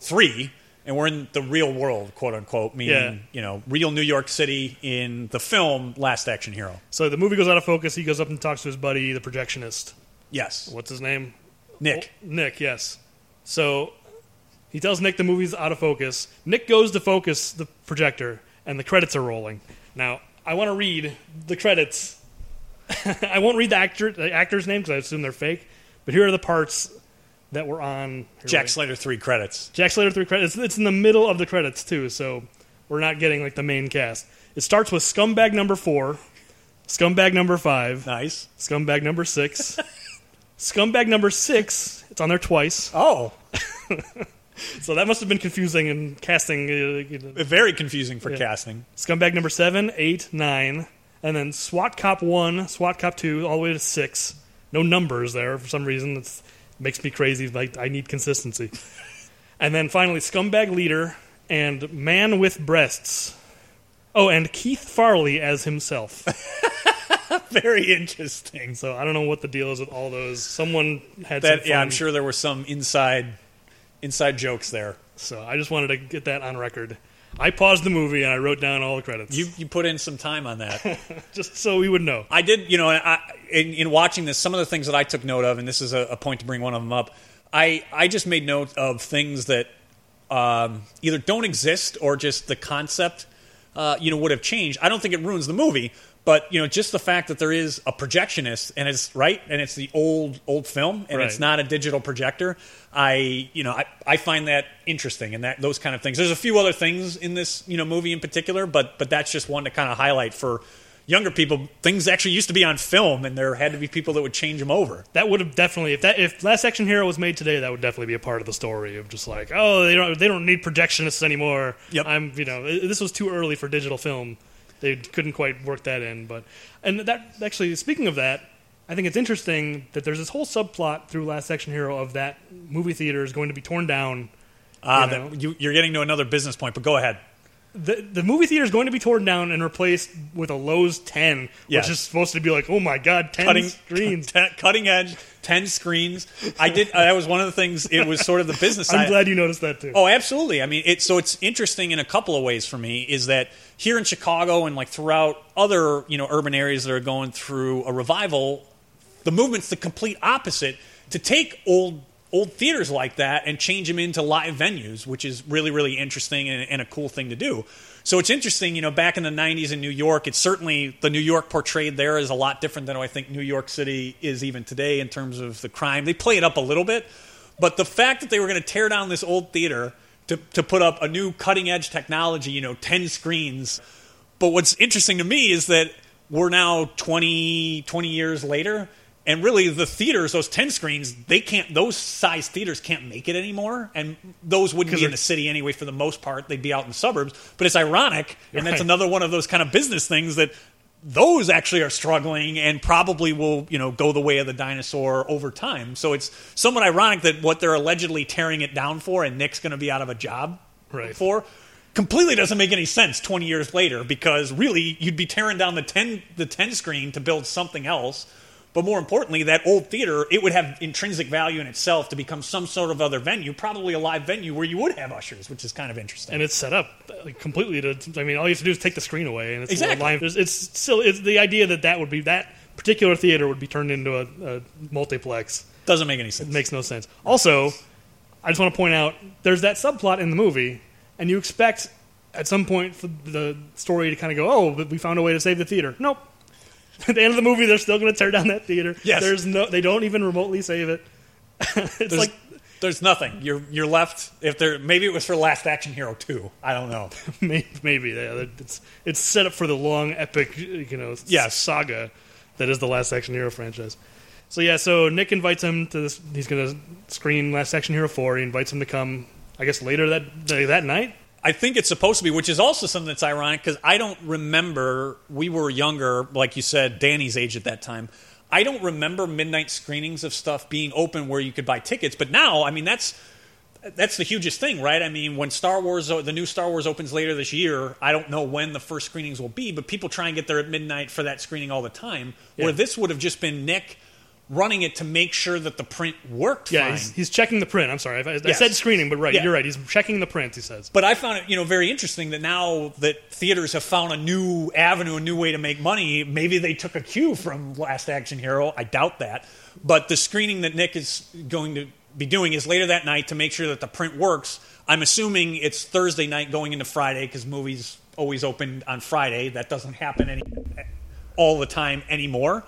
B: three, and we're in the real world, quote unquote, meaning
A: Yeah.
B: you know real New York City in the film Last Action Hero.
A: so the movie goes out of focus. He goes up and talks to his buddy, the projectionist.
B: Yes,
A: What's his name? Oh,
B: Nick.
A: Nick. Yes. So he tells Nick the movie's out of focus. Nick goes to focus the projector, and the credits are rolling. Now I want to read the credits. I won't read the actor the actor's name because I assume they're fake. But here are the parts that were on here,
B: Jack
A: wait.
B: Slater three credits.
A: Jack Slater three credits. It's in the middle of the credits too, so we're not getting like the main cast. It starts with scumbag number four, scumbag number five,
B: Nice.
A: scumbag number six, scumbag number six. It's on there twice,
B: Oh,
A: so that must have been confusing in casting. uh, you know.
B: very confusing for casting.
A: Scumbag number seven, eight, nine, and then SWAT cop one, SWAT cop two, all the way to six. No numbers there for some reason. That's makes me crazy. Like I need consistency. and then finally, scumbag leader and man with breasts. Oh, and Keith Farley as himself.
B: Very interesting.
A: so I don't know what the deal is with all those. Someone had some
B: That
A: fun,
B: yeah, I'm sure there were some inside inside jokes there.
A: So I just wanted to get that on record. I paused the movie and I wrote down all the credits,
B: You you put in some time on that.
A: just so we would know.
B: I did, you know, I, in, in watching this, some of the things that I took note of, and this is a, a point to bring one of them up. I, I just made note of things that um, either don't exist or just the concept, uh, you know, would have changed. I don't think it ruins the movie, but you know, just the fact that there is a projectionist and it's right and it's the old old film and
A: Right.
B: it's not a digital projector. I you know I, I find that interesting and that those kind of things. There's a few other things in this you know movie in particular, but but that's just one to kind of highlight for younger people. Things actually used to be on film, and there had to be people that would change them over.
A: That would have definitely if that if Last Action Hero was made today, that would definitely be a part of the story of just like oh they don't they don't need projectionists anymore.
B: Yep.
A: I'm you know i- this was too early for digital film. They couldn't quite work that in, but and that actually speaking of that, I think it's interesting that there's this whole subplot through Last Action Hero of that movie theater is going to be torn down.
B: Ah,
A: You know.
B: that, you, you're getting to another business point, but go ahead.
A: the the movie theater is going to be torn down and replaced with a Lowe's ten,
B: Yes.
A: which is supposed to be like, oh my god, ten
B: cutting
A: screens.
B: te- cutting edge, ten screens. I did. that was one of the things. It was sort of the business.
A: I'm
B: side.
A: glad you noticed that too.
B: Oh, absolutely. I mean, it, so it's interesting in a couple of ways for me is that here in Chicago and like throughout other you know urban areas that are going through a revival, the movement's the complete opposite to take old old theaters like that and change them into live venues, which is really really interesting and, and a cool thing to do. So it's interesting, you know, back in the '90s in New York, it's certainly the New York portrayed there is a lot different than I think New York City is even today in terms of the crime. They play it up a little bit. But the fact that they were going to tear down this old theater to, to put up a new cutting edge technology, you know, 10 screens. But what's interesting to me is that we're now 20, 20 years later, and really the theaters, those 10 screens, they can't, those size theaters can't make it anymore. And those wouldn't be in
A: they're-
B: the city anyway for the most part. They'd be out in the suburbs. But it's ironic, and that's
A: Right.
B: another one of those kind of business things that those actually are struggling and probably will you know go the way of the dinosaur over time so it's somewhat ironic that what they're allegedly tearing it down for and nick's going to be out of a job
A: Right.
B: for completely doesn't make any sense 20 years later because really you'd be tearing down the 10 the 10 screen to build something else but more importantly that old theater it would have intrinsic value in itself to become some sort of other venue probably a live venue where you would have ushers which is kind of interesting
A: and it's set up like, completely to. I mean, all you have to do is take the screen away, and it's
B: Exactly.
A: line. It's, it's still it's the idea that that would be that particular theater would be turned into a, a multiplex.
B: doesn't make any sense
A: It makes no sense. Also, I just want to point out there's that subplot in the movie, and you expect at some point for the story to kind of go, "Oh, but we found a way to save the theater." Nope. At the end of the movie, they're still going to tear down that theater.
B: Yes.
A: There's no. They don't even remotely save it. it's
B: There's,
A: like
B: there's nothing. You're you're left if there. Maybe it was for Last Action Hero two. I don't know.
A: May- Maybe yeah, it's it's set up for the long epic you know s-
B: Yes.
A: saga that is the Last Action Hero franchise. So yeah, so Nick invites him to this. He's gonna screen Last Action Hero four. He invites him to come. I guess later that day, that night.
B: I think it's supposed to be, which is also something that's ironic because I don't remember. We were younger, like you said, Danny's age at that time. I don't remember midnight screenings of stuff being open where you could buy tickets. But now, I mean, that's that's the hugest thing, right? I mean, when Star Wars, uh, the new Star Wars opens later this year, I don't know when the first screenings will be, but people try and get there at midnight for that screening all the time. Where
A: Yeah.
B: this would have just been Nick running it to make sure that the print worked
A: Yeah,
B: fine.
A: he's, he's checking the print. I'm sorry, I, I
B: Yes.
A: said screening, but right,
B: Yeah.
A: you're right. He's checking the print. He says.
B: But I found it, you know, very interesting that now that theaters have found a new avenue, a new way to make money. Maybe they took a cue from Last Action Hero. I doubt that. But the screening that Nick is going to be doing is later that night to make sure that the print works. I'm assuming it's Thursday night going into Friday because movies always open on Friday. That doesn't happen any all the time anymore.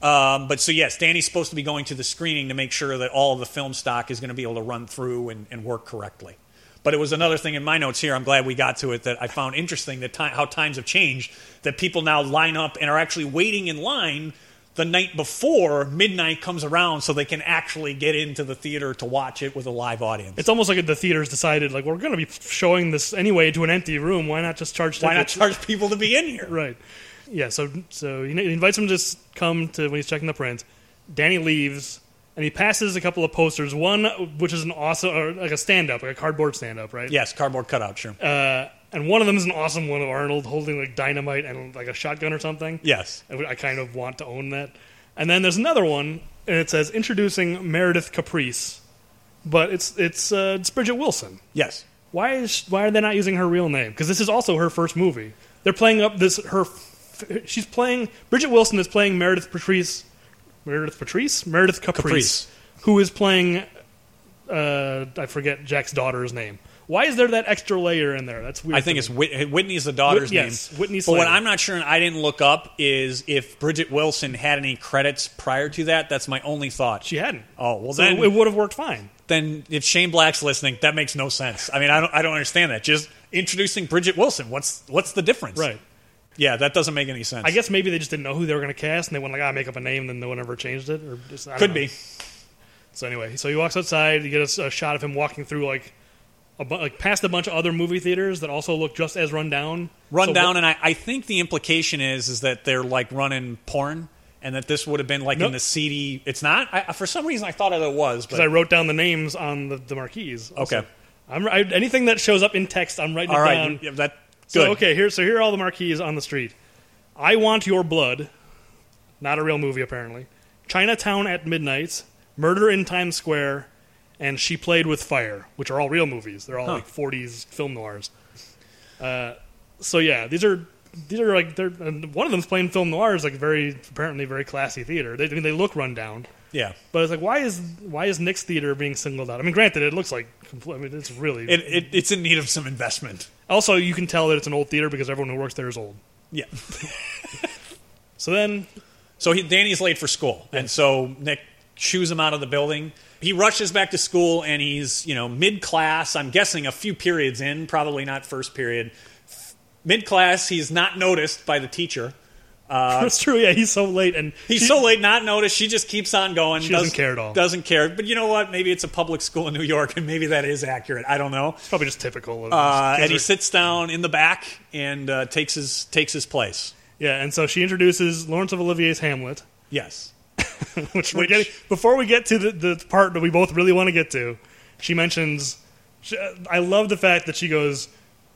B: Um, but so yes, Danny's supposed to be going to the screening to make sure that all of the film stock is going to be able to run through and, and work correctly. But it was another thing in my notes here. I'm glad we got to it that I found interesting that time, how times have changed. That people now line up and are actually waiting in line the night before midnight comes around so they can actually get into the theater to watch it with a live audience.
A: It's almost like the theaters decided, like, we're going to be showing this anyway to an empty room. Why not just charge?
B: Why not
A: tickets?
B: charge people to be in here?
A: Right. Yeah. So so he he invites him to just come to when he's checking the print. Danny leaves, and he passes a couple of posters. One which is an awesome, or like a stand up, like a cardboard stand up, right?
B: Yes, cardboard cutout, sure.
A: Uh, and one of them is an awesome one of Arnold holding like dynamite and like a shotgun or something.
B: yes.
A: I would- I kind of want to own that. And then there's another one, and it says introducing Meredith Caprice, but it's it's uh, it's Bridget Wilson
B: Yes.
A: why is why are they not using her real name? Because this is also her first movie. They're playing up this her. f- She's playing Bridget Wilson is playing Meredith Patrice, Meredith Patrice, Meredith Caprice,
B: Caprice.
A: who is playing. Uh, I forget Jack's daughter's name. Why is there that extra layer in there? That's weird.
B: I think
A: to
B: it's
A: me.
B: Whit- Whitney's the daughter's
A: Whit- yes,
B: name.
A: Whitney
B: But what
A: Slater.
B: I'm not sure, and I didn't look up, is if Bridget Wilson had any credits prior to that. That's my only thought.
A: she hadn't.
B: Oh well,
A: So
B: then
A: it would have worked fine.
B: then if Shane Black's listening, that makes no sense. I mean, I don't I don't understand that. Just introducing Bridget Wilson. What's what's the difference?
A: Right.
B: Yeah, that doesn't make any sense.
A: I guess maybe they just didn't know who they were going to cast, and they went like, "I make up a name," then no one ever changed it, or just I don't
B: could
A: know.
B: be.
A: So anyway, so he walks outside. You get a, a shot of him walking through like, a bu- like past a bunch of other movie theaters that also look just as run down.
B: Run
A: So
B: down,
A: what-
B: and I, I think the implication is is that they're like running porn, and that this would have been like
A: Nope.
B: in the CD. It's not. I, for some reason, I thought it was, but
A: I wrote down the names on the, the marquees. also.
B: Okay.
A: I'm, I, anything that shows up in text, I'm writing
B: all
A: it
B: right,
A: down.
B: yeah, that
A: So
B: Good.
A: okay, here so here are all the marquees on the street. I want your blood. Not a real movie apparently. Chinatown at midnight, Murder in Times Square, and She Played with Fire, which are all real movies. They're all
B: Huh.
A: like 40s film noirs. Uh, so yeah, these are these are like they're and one of them's playing film noirs like very apparently very classy theater. They, I mean they look run down.
B: Yeah.
A: But it's like, why is why is Nick's theater being singled out? I mean, granted, it looks like compl- I mean, it's really.
B: It, it, it's in need of some investment.
A: also, you can tell that it's an old theater because everyone who works there is old.
B: Yeah.
A: So then,
B: So he, Danny's late for school, and so Nick shoos him out of the building. He rushes back to school, and he's you know mid class. I'm guessing a few periods in, probably not first period. Mid class, he's not noticed by the teacher.
A: that's true. Yeah, he's so late, and
B: uh, He's
A: she-
B: so late, not noticed. She just keeps on going.
A: She doesn't
B: does-
A: care at all.
B: Doesn't care. But you know what? Maybe it's a public school in New York, and maybe that is accurate. I don't know.
A: probably just typical. Of
B: Uh,
A: kids
B: and he
A: are-
B: sits down in the back and uh, takes his takes his place.
A: yeah, and so she introduces Lawrence of Olivier's Hamlet,
B: Yes.
A: which we're
B: Which-
A: getting before we get to the, the part that we both really want to get to. She mentions. She, uh, I love the fact that she goes.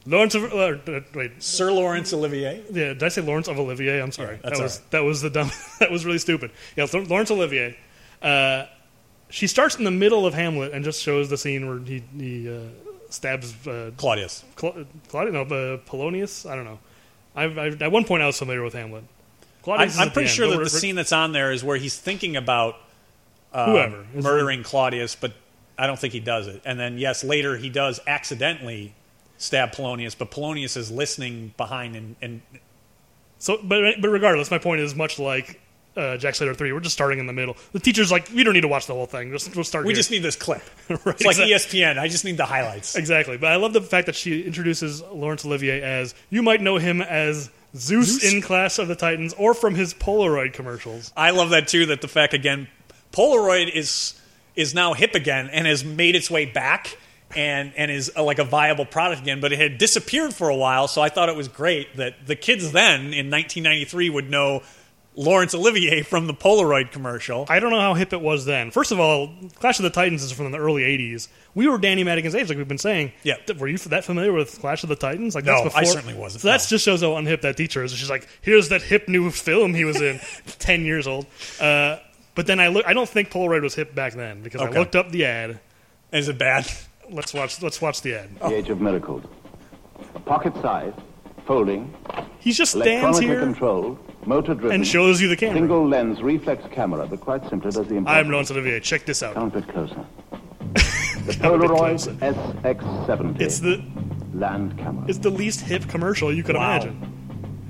A: Lawrence of uh, uh, wait,
B: Sir Lawrence Olivier.
A: Yeah, did I say Lawrence of Olivier? I'm sorry. that
B: that's all
A: was that was the dumb. that was really stupid. Yeah, Th- Lawrence Olivier. Uh, she starts in the middle of Hamlet and just shows the scene where he he uh, stabs uh,
B: Claudius.
A: Cla- Claudius. No, uh, Polonius. I don't know. I, I, at one point, I was familiar with Hamlet. Claudius. is
B: I, I'm
A: at
B: pretty
A: end,
B: sure
A: but
B: that
A: we're-
B: the
A: we're-
B: scene that's on there is where he's thinking about um,
A: Whoever. Is-
B: murdering Claudius, but I don't think he does it. And then, yes, later he does accidentally stab Polonius, but Polonius is listening behind and, and
A: So, but but regardless, my point is much like uh, Jack Slater three. We're just starting in the middle. The teacher's like, we don't need to watch the whole thing. Just we'll start.
B: we
A: here."
B: just need this clip.
A: Right,
B: It's like E
A: exactly.
B: ESPN. I just need the highlights.
A: Exactly. But I love the fact that she introduces Laurence Olivier as you might know him as Zeus, in Clash of the Titans or from his Polaroid commercials.
B: I love that too. That the fact again, Polaroid is is now hip again and has made its way back and and is uh like a viable product again. But it had disappeared for a while, so I thought it was great that the kids then in 1993 would know Laurence Olivier from the Polaroid commercial.
A: I don't know how hip it was then. First of all, Clash of the Titans is from the early 80s. We were Danny Madigan's age, like we've been saying.
B: Yeah.
A: Th- Were you f- that familiar with Clash of the Titans? Like,
B: No,
A: that's
B: I
A: before-
B: certainly wasn't,
A: So that
B: no.
A: just shows how unhip that teacher is. She's like, here's that hip new film he was in, 10 years old. Uh, but then I look. I don't think Polaroid was hip back then because
B: Okay.
A: I looked up the ad.
B: Is it bad?
A: Let's watch. Let's watch the ad.
F: The age of miracles. Pocket sized, folding,
A: He just stands
F: electronically
A: here
F: controlled, motor driven,
A: and shows you the camera.
F: single lens reflex camera that quite simply does the
A: I'm
F: impossible.
A: Lawrence Olivier. Check this out.
F: Come a bit closer. The
A: Come a bit
F: Polaroid
A: closer.
F: SX70
A: It's the
F: land camera.
A: it's the least hip commercial you could
B: Wow.
A: imagine.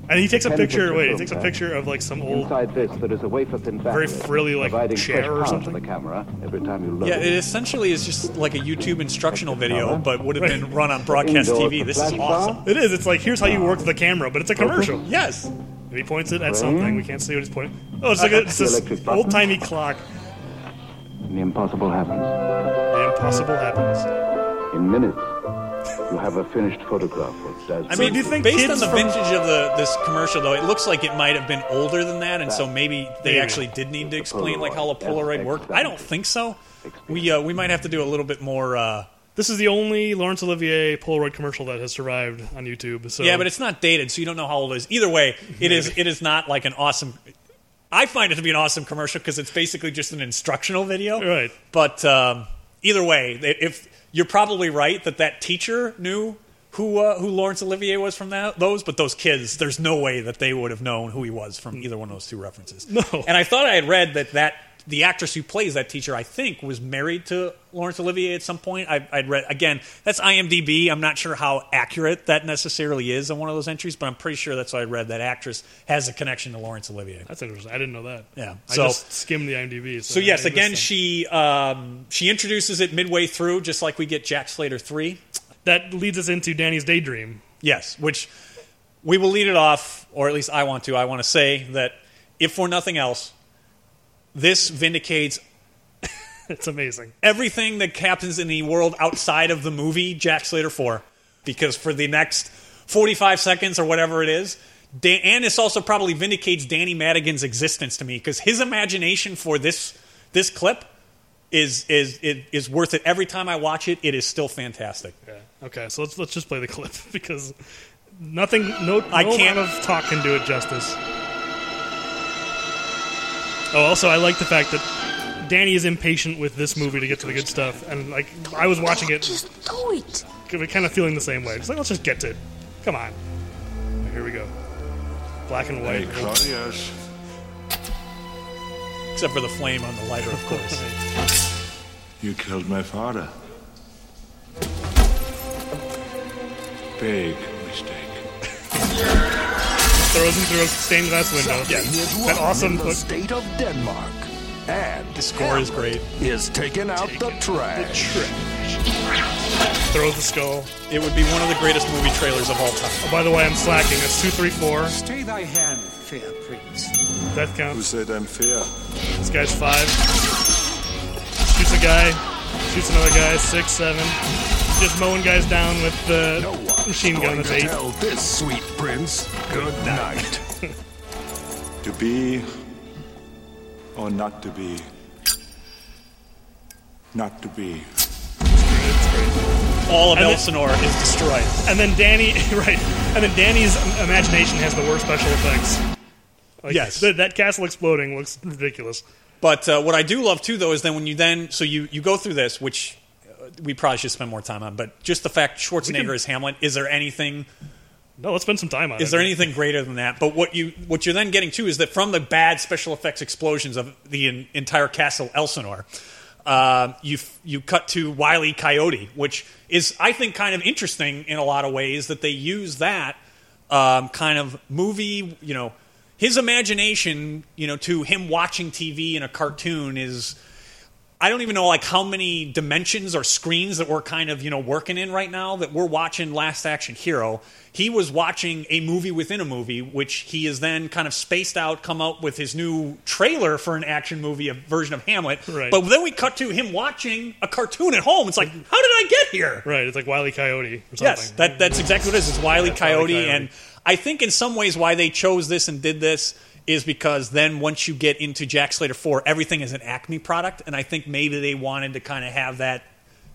A: And he takes a
F: Ten
A: picture.
F: pictures
A: Wait, he
F: of
A: takes a
F: that.
A: picture of like some old.
F: Inside this, there is a wafer thin battery.
A: frilly, like,
F: providing
A: chair
F: fresh
A: or
F: power to
A: something?
F: the camera every time you look.
B: Yeah, it essentially is just like a YouTube instructional video, but would have been run on broadcast
F: Indoors,
B: TV.
F: the
B: This is
F: flash
B: awesome.
F: bar.
A: It is. It's like here's how you work the camera, but it's a commercial. And
B: Yes.
A: he points it at something. We can't see what he's pointing. Oh, it's like a, it's
F: The
A: this
F: electric button.
A: old timey clock.
F: The impossible happens.
A: The impossible happens.
F: In minutes, you have a finished photograph of dazzling.
B: I mean,
A: do you think
B: based
A: kids
B: on the
A: from-
B: vintage of the this commercial, though, it looks like it might have been older than that, and so maybe they
A: Maybe.
B: actually did need to explain like how a Polaroid worked. I don't think so.
F: Experience.
B: We uh, we might have to do a little bit more. Uh,
A: This is the only Laurence Olivier Polaroid commercial that has survived on YouTube. So
B: yeah, but it's not dated, so you don't know how old it is. Either way, it is it is not like an awesome. I find it to be an awesome commercial because it's basically just an instructional video.
A: Right.
B: But um, either way, they- if you're probably right that that teacher knew who uh, who Laurence Olivier was from that those, but those kids, there's no way that they would have known who he was from either one of those two references. No. And I thought I had read that that the actress who plays that teacher, I think, was married to Laurence Olivier at some point. I, I'd read again. That's IMDb. I'm not sure how accurate that necessarily is in one of those entries, but I'm pretty sure that's what I read. That actress has a connection to Laurence Olivier.
A: that's interesting. I didn't know that.
B: Yeah.
A: I
B: So-
A: just skimmed the IMDb. So,
B: So yes,
A: I missed
B: again,
A: them.
B: she um, she introduces it midway through, just like we get Jack Slater three.
A: that leads us into Danny's daydream.
B: Yes, which we will lead it off, or at least I want to. I want to say that if for nothing else, this vindicates
A: It's amazing.
B: everything that happens in the world outside of the movie Jack Slater 4 because for the next 45 seconds or whatever it is Dan- and this also probably vindicates Danny Madigan's existence to me because his imagination for this this clip is is it is worth it every time I watch it it is still fantastic
A: Okay, so let's let's just play the clip because Nothing. No.
B: I
A: no
B: can't-
A: amount of talk can do it justice. Oh, also, I like the fact that Danny is impatient with this movie to get to the good stuff, and like I was watching it,
G: Just do it.
A: kind of feeling the same way. It's like let's just get to it. Come on. Here we go. Black and
E: Hey,
A: white.
E: Claudius.
B: Except for the flame on the lighter, of course.
E: You killed my father. Big mistake.
A: Throws him through a stained glass window. That awesome.
H: in the state of Denmark. And
B: The score is great.
H: is taking out the trash.
A: Throws the skull.
B: It would be one of the greatest movie trailers of all time.
A: Oh, by the way, I'm slacking. That's two, three, four.
I: Stay thy hand, fair prince.
A: Death
E: Who
A: count.
E: said I'm fair?
A: This guy's five. Shoots a guy. Shoots another guy. Six, seven. Just mowing guys down with the
H: No one's
A: machine gun.
H: going
A: That's
H: to
A: eight.
H: tell this sweet prince good night.
E: To be or not to be? Not to be.
B: All of
A: And
B: El
A: it-
B: Sonora is destroyed.
A: And then Danny, right? And then Danny's imagination has the worst special effects. Like,
B: Yes.
A: th- that castle exploding looks ridiculous.
B: But uh, what I do love too, though, is then when you then so you you go through this, which uh, we probably should spend more time on. But just the fact Schwarzenegger is Hamlet. Is there anything?
A: No, let's spend some time on it.
B: Is there anything greater than that? But what you what you're then getting too is that from the bad special effects explosions of the en- entire castle Elsinore, uh, you f- you cut to Wiley Coyote, which is I think kind of interesting in a lot of ways that they use that um, kind of movie. You know, his imagination, you know, to him watching TV in a cartoon is. I don't even know like how many dimensions or screens that we're kind of you know working in right now that we're watching Last Action Hero. He was watching a movie within a movie, which he is then kind of spaced out, come out with his new trailer for an action movie, a version of Hamlet.
A: Right.
B: But then we cut to him watching a cartoon at home. It's like, how did I get here?
A: Right, it's like Wiley Coyote or something.
B: Yes, that, that's exactly what it is. It's Wiley
A: That's Wile E.
B: Coyote,
A: Coyote.
B: and I think in some ways why they chose this and did this is because then once you get into Jack Slater four, everything is an Acme product, and I think maybe they wanted to kind of have that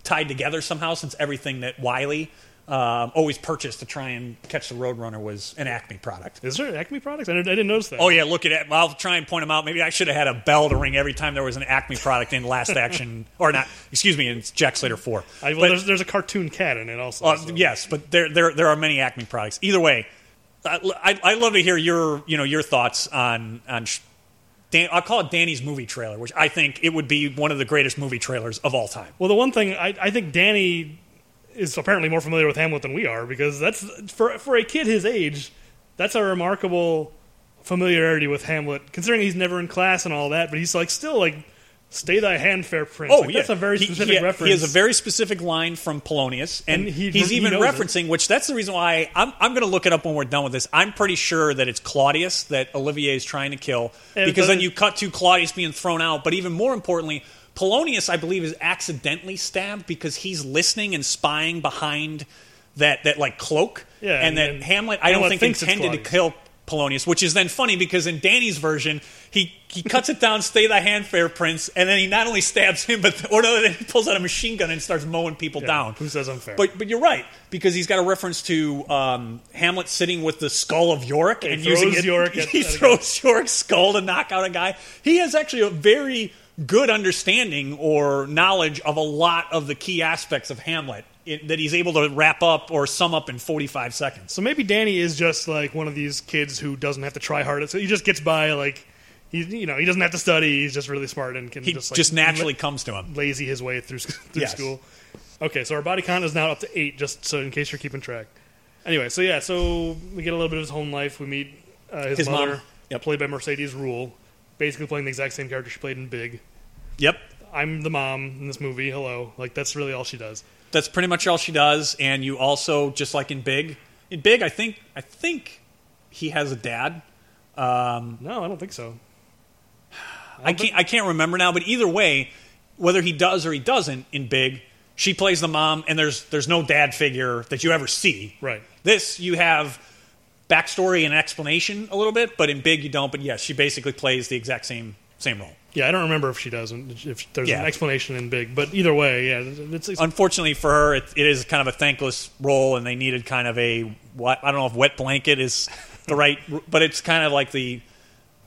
B: tied together somehow, since everything that Wiley um, always purchased to try and catch the Roadrunner was an Acme product.
A: Is there Acme products? I didn't, I didn't notice that.
B: Oh yeah, look at it. I'll try and point them out. Maybe I should have had a bell to ring every time there was an Acme product in Last Action, or not? Excuse me, in Jack Slater four.
A: I, well,
B: But-
A: there's, there's a cartoon cat in it also.
B: uh,
A: so.
B: Yes, but there, there there are many Acme products. Either way, I, I, I'd love to hear your you know your thoughts on on. Sh- Dan, I'll call it Danny's movie trailer, which I think it would be one of the greatest movie trailers of all time.
A: Well, the one thing I, I think Danny is apparently more familiar with Hamlet than we are because that's for for a kid his age, that's a remarkable familiarity with Hamlet. Considering he's never in class and all that, but he's like still like, "Stay thy hand, fair prince."
B: Oh,
A: Like,
B: yeah.
A: that's a very
B: He-
A: specific
B: he, he,
A: reference.
B: has a very specific line from Polonius, and,
A: And he-
B: he's
A: he
B: even
A: knows it.
B: referencing, which that's the reason why I'm, I'm going to look it up when we're done with this. I'm pretty sure that it's Claudius that Olivier is trying to kill,
A: And
B: because then
A: the-
B: you cut to Claudius being thrown out. But even more importantly, Polonius, I believe, is accidentally stabbed because he's listening and spying behind that that like cloak,
A: Yeah,
B: and,
A: and-
B: that
A: and
B: Hamlet. I don't
A: Hamlet
B: think
A: thinks it's
B: intended to
A: Claudius.
B: kill Polonius, which is then funny because in Danny's version, he, he cuts it down, stay the hand, fair prince, and then he not only stabs him, but or no, then he pulls out a machine gun and starts mowing people down.
A: who says I'm fair?
B: But but you're right because he's got a reference to um, Hamlet sitting with the skull of Yorick and
A: throws
B: using it.
A: Yorick at-
B: he
A: at a guy.
B: throws Yorick's skull to knock out a guy. He has actually a very good understanding or knowledge of a lot of the key aspects of Hamlet it, that he's able to wrap up or sum up in 45 seconds.
A: so maybe Danny is just like one of these kids who doesn't have to try hard. So he just gets by like. He, you know, he doesn't have to study. He's just really smart and can
B: He
A: just
B: just,
A: like
B: naturally comes to him.
A: lazy his way through sc- through
B: Yes.
A: school. Okay, so our body count is now up to eight, just so in case you're keeping track. Anyway, so yeah, so we get a little bit of his home life. We meet uh, his,
B: His mom.
A: mother,
B: Yep.
A: played by Mercedes Rule, basically playing the exact same character she played in Big.
B: Yep.
A: I'm the mom in this movie. Hello, like that's really all she does.
B: That's pretty much all she does. And you also, just like in Big, in Big, I think I think he has a dad.
A: No, I don't think so.
B: I can't I can't remember now, but either way, whether he does or he doesn't in Big, she plays the mom, and there's there's no dad figure that you ever see.
A: Right.
B: This you have backstory and explanation a little bit, but in Big you don't. But yes, she basically plays the exact same same role.
A: Yeah, I don't remember if she does, and if there's
B: Yeah.
A: an explanation in Big, but either way, yeah, it's, it's
B: Unfortunately for her, it, it is kind of a thankless role, and they needed kind of a what I don't know if wet blanket is the right, but it's kind of like the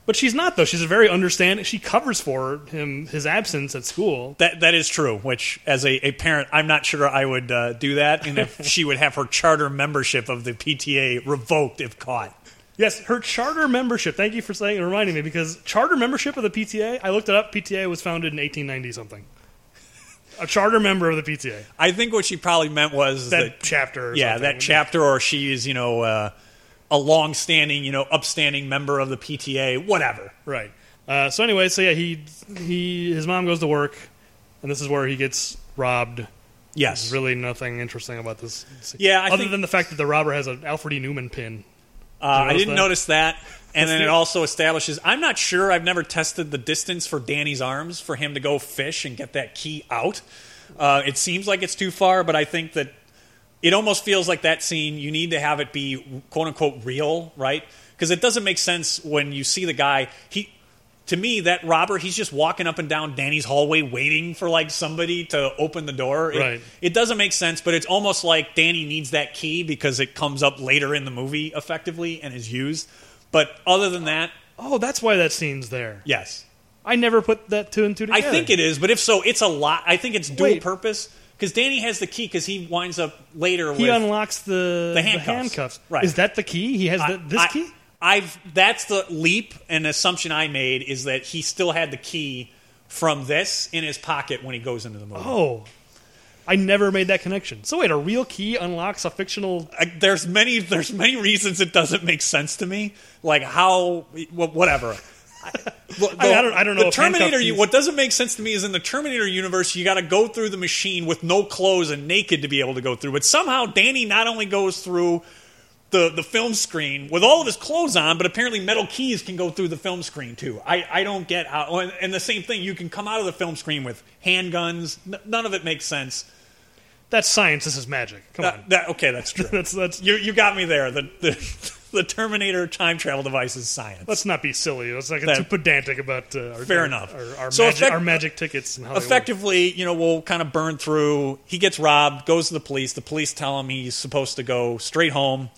A: But she's not though. She's a very understanding. She covers for him his absence at school.
B: That that is true. Which, as a, a parent, I'm not sure I would uh, do that, and if she would have her charter membership of the PTA revoked if caught.
A: Yes, her charter membership. Thank you for saying reminding me because charter membership of the PTA. I looked it up. PTA was founded in 1890 something. A charter member of the PTA.
B: I think what she probably meant was
A: That
B: that,
A: chapter. Or
B: yeah,
A: something.
B: that chapter, or she is, you know, uh, a long-standing, you know, upstanding member of the PTA, whatever.
A: Right. Uh, so anyway, so yeah, he he his mom goes to work, and this is where he gets robbed.
B: Yes,
A: There's really nothing interesting about this.
B: Yeah, I
A: other
B: think-
A: than the fact that the robber has an Alfred E. Newman pin.
B: Uh, I
A: notice
B: didn't
A: that?
B: notice that. And then
A: do
B: it
A: it.
B: also establishes. I'm not sure. I've never tested the distance for Danny's arms for him to go fish and get that key out. Uh, it seems like it's too far, but I think that it almost feels like that scene. You need to have it be quote unquote real, right? Because it doesn't make sense when you see the guy. He to me that robber. He's just walking up and down Danny's hallway, waiting for like somebody to open the door. It-
A: Right.
B: it doesn't make sense, but it's almost like Danny needs that key because it comes up later in the movie effectively and is used. But other than that,
A: Oh, that's why that scene's there.
B: yes.
A: I never put that two and two
B: I
A: together.
B: think it is, but if so, it's a lot. I think it's dual
A: Wait.
B: purpose because Danny has the key because he winds up later
A: He
B: with
A: unlocks the,
B: The handcuffs. Right.
A: Is that the key? He has
B: I-
A: the, this
B: I-
A: key?
B: I've that's the leap and assumption I made is that he still had the key from this in his pocket when he goes into the movie.
A: Oh. I never made that connection. So wait, a real key unlocks a fictional
B: I, there's many there's many reasons it doesn't make sense to me. Like how wha- whatever. I- the-
A: I don't- I don't know
B: The
A: if handcuff
B: Terminator. You,
A: keys-
B: what doesn't make sense to me is in the Terminator universe, you got to go through the machine with no clothes and naked to be able to go through. But somehow Danny not only goes through the the film screen with all of his clothes on, but apparently metal keys can go through the film screen too. I, I don't get how. oh, And, and the same thing, you can come out of the film screen with handguns. N- none of it makes sense.
A: that's science, this is magic. Come
B: That-
A: on.
B: that- okay, that's true.
A: That's that's
B: You, you got me there. The, the, the Terminator time travel device is science.
A: let's not be silly. Let's not get
B: That-
A: too pedantic about uh, our,
B: Fair
A: our-
B: enough.
A: Our, our,
B: So
A: magic,
B: effect-
A: our magic tickets and how they work.
B: Effectively, you know, we'll kind of burn through. He gets robbed, goes to the police. The police tell him he's supposed to go straight home.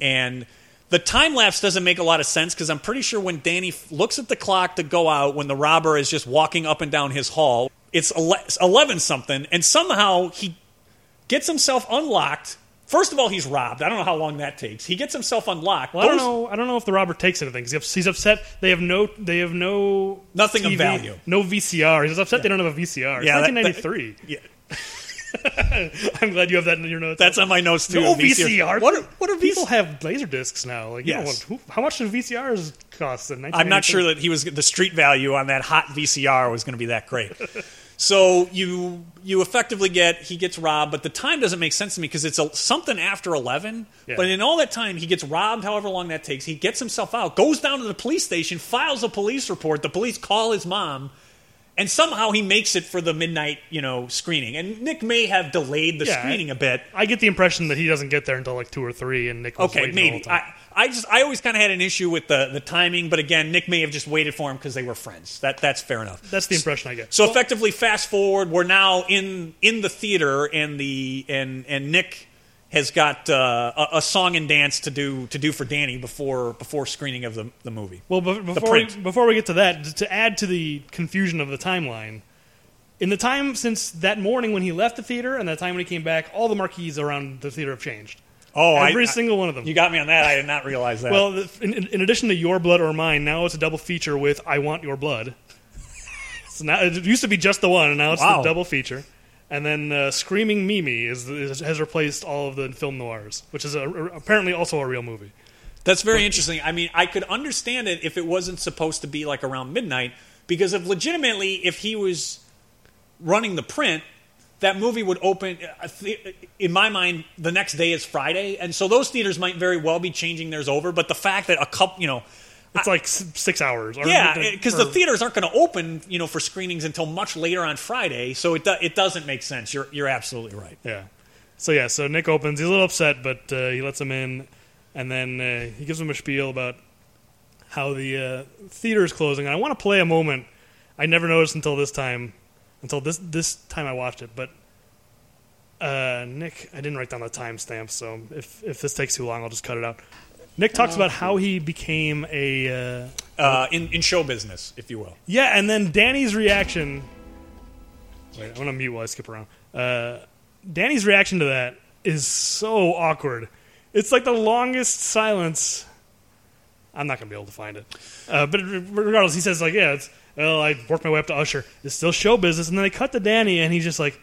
B: And the time lapse doesn't make a lot of sense because I'm pretty sure when Danny f- looks at the clock to go out, when the robber is just walking up and down his hall, it's ele- 11 something. And somehow he gets himself unlocked. First of all, he's robbed. I don't know how long that takes. He gets himself unlocked.
A: Well, I don't
B: Goes-
A: know. I don't know if the robber takes anything. 'cause He's he's upset. They have no. They have no
B: Nothing of
A: TV,
B: value.
A: No VCR. He's upset they don't have a VCR.
B: Yeah,
A: it's
B: that- that-
A: 1993.
B: Yeah.
A: I'm glad you have that in your notes.
B: That's on my notes too.
A: No
B: VCR.
A: VCR.
B: What are, what are
A: People
B: VCR?
A: have laser discs now. Like, you don't
B: Yes.
A: want- who, how much do VCRs cost? In
B: I'm not sure that he was the street value on that hot VCR was going to be that great. so you you effectively get he gets robbed, but the time doesn't make sense to me because it's a, something after eleven.
A: Yeah.
B: But in all that time, he gets robbed, however long that takes. He gets himself out, goes down to the police station, files a police report. The police call his mom. And somehow he makes it for the midnight, you know, screening. And Nick may have delayed the
A: Yeah, I-
B: screening a bit,
A: I get the impression that he doesn't get there until like two or three, and Nick. Was
B: Okay,
A: waiting
B: maybe.
A: The whole time.
B: I, I just I always kind of had an issue with the the timing, but again, Nick may have just waited for him because they were friends. That that's fair enough.
A: That's the impression I get.
B: So effectively, fast forward, we're now in in the theater, and the and and Nick has got uh, a, a song and dance to do to do for Danny before before screening of the the movie.
A: Well, be- before we,
B: print.
A: before we get to that, t- to add to the confusion of the timeline, in the time since that morning when he left the theater and the time when he came back, all the marquees around the theater have changed.
B: oh, I-
A: every
B: I-
A: single one of them.
B: You got me on that. I did not realize that.
A: Well, the- in, in- in addition to Your Blood or Mine, now it's a double feature with I Want Your Blood. so now it used to be just the one, and now it's
B: Wow.
A: the double feature. And then uh, Screaming Mimi is, is has replaced all of the film noirs, which is a, apparently also a real movie.
B: That's very interesting. I mean, I could understand it if it wasn't supposed to be like around midnight, because if legitimately, if he was running the print, that movie would open. uh, th- In my mind, the next day is Friday, and so those theaters might very well be changing theirs over. But the fact that a couple, you know,
A: It's like s- six hours. or-
B: yeah, because the
A: or-
B: theaters aren't going to open, you know, for screenings until much later on Friday, so it do- it doesn't make sense. You're you're absolutely right.
A: Yeah. So yeah, so Nick opens. He's a little upset, but uh, he lets him in, and then uh, he gives him a spiel about how the uh, theater is closing. And I want to play a moment. I never noticed until this time, until this this time I watched it. But uh, Nick, I didn't write down the timestamp, so if if this takes too long, I'll just cut it out. Nick talks about how he became a uh,
B: uh, in in show business, if you will.
A: yeah, and then Danny's reaction. Wait, I'm gonna mute while I skip around. Uh, Danny's reaction to that is so awkward. It's like the longest silence. I'm not gonna be able to find it, uh, but re- regardless, he says like, "Yeah, it's well, I worked my way up to usher. It's still show business." And then they cut to Danny, and he's just like,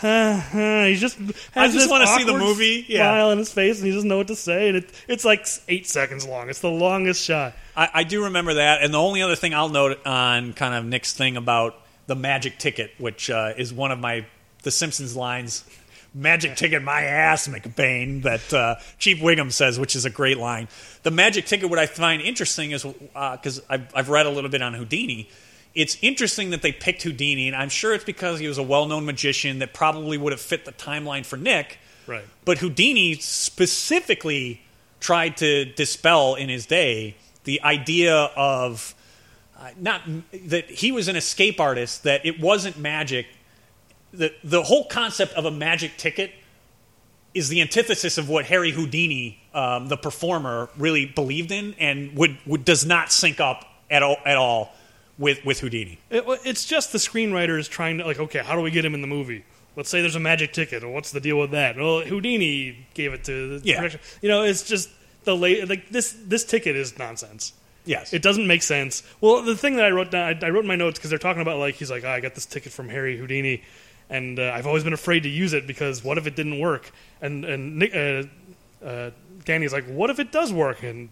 A: huh, huh. "He just has
B: I just
A: this
B: wanna see the
A: awkward
B: movie, yeah.
A: smile on his face, and he doesn't know what to say, and it, it's like eight seconds long. It's the longest shot.
B: I, I do remember that. And the only other thing I'll note on kind of Nick's thing about the magic ticket, which uh, is one of my The Simpsons lines. Magic ticket, my ass, McBain, that uh, Chief Wiggum says, which is a great line. The magic ticket, what I find interesting is because I've, I've read a little bit on Houdini. It's interesting that they picked Houdini, and I'm sure it's because he was a well known magician that probably would have fit the timeline for Nick.
A: Right.
B: But Houdini specifically tried to dispel in his day the idea of uh, not that he was an escape artist, that it wasn't magic. The, the whole concept of a magic ticket is the antithesis of what Harry Houdini, um, the performer, really believed in and would, would does not sync up at all, at all with, with Houdini.
A: It, it's just the screenwriter is trying to like, okay, how do we get him in the movie? Let's say there's a magic ticket. Or what's the deal with that? Well, Houdini gave it to the
B: Yeah.
A: production. You know, it's just the late like this. This ticket is nonsense.
B: Yes.
A: It doesn't make sense. Well, the thing that I wrote down, I, I wrote in my notes because they're talking about like he's like, "Ah, I got this ticket from Harry Houdini, and uh, I've always been afraid to use it because what if it didn't work? And and Nick, uh, uh, Danny's like, what if it does work? And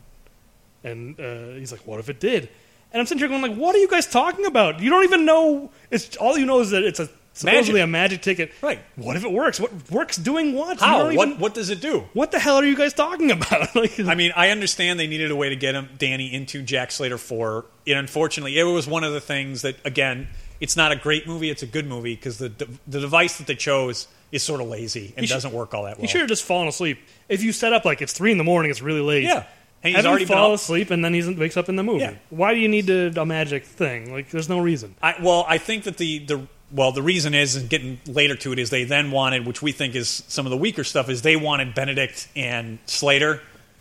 A: and uh, he's like, what if it did? And I'm sitting here going like, what are you guys talking about? You don't even know. It's all you know is that it's a supposedly
B: Magic.
A: a magic ticket.
B: Right.
A: What if it works? What works doing what? You
B: How?
A: don't
B: what,
A: even-
B: what does it do?
A: what the hell are you guys talking about? like,
B: I mean, I understand they needed a way to get him, Danny into Jack Slater 4. And unfortunately, it was one of the things that, again, it's not a great movie, it's a good movie because the, the, device that they chose is sort of lazy and
A: He should-
B: doesn't work all that well.
A: He should have just fallen asleep. If you set up like it's three in the morning, it's really late.
B: Yeah. Hey, he's
A: Have him
B: already been
A: fall
B: up.
A: asleep and then he wakes up in the movie.
B: Yeah.
A: Why do you need to, a magic thing? Like, there's no reason.
B: I, well, I think that the, the well, the reason is, and getting later to it, is they then wanted, which we think is some of the weaker stuff, is they wanted Benedict and Slater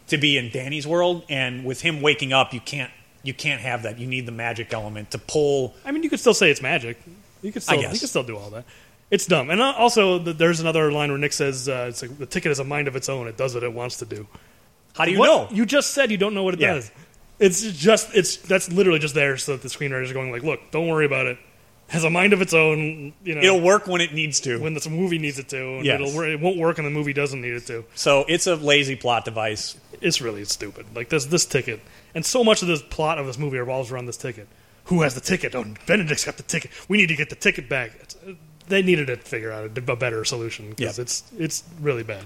B: to be in Danny's world, and with him waking up, you can't you can't have that. You need the magic element to pull.
A: I mean, you could still say it's magic. You could still,
B: I guess.
A: you could still do all that. It's dumb. And uh, also, th- there's another line where Nick says, uh, "It's like the ticket has a mind of its own. It does what it wants to do."
B: How do you
A: What?
B: know?
A: You just said you don't know what it
B: Yeah.
A: does. It's just it's that's literally just there so that the screenwriters are going like, "Look, don't worry about it. Has a mind of its own. You know,
B: It'll work when it needs to.
A: when this movie needs it to, and
B: Yes.
A: it'll, wor- it won't work, and the movie doesn't need it to.
B: So it's a lazy plot device.
A: It's really stupid. Like this, this ticket, and so much of this plot of this movie revolves around this ticket. Who has the ticket? Oh, Benedict's got the ticket. We need to get the ticket back. It's, uh, they needed to figure out a, a better solution because
B: Yeah.
A: it's it's really bad.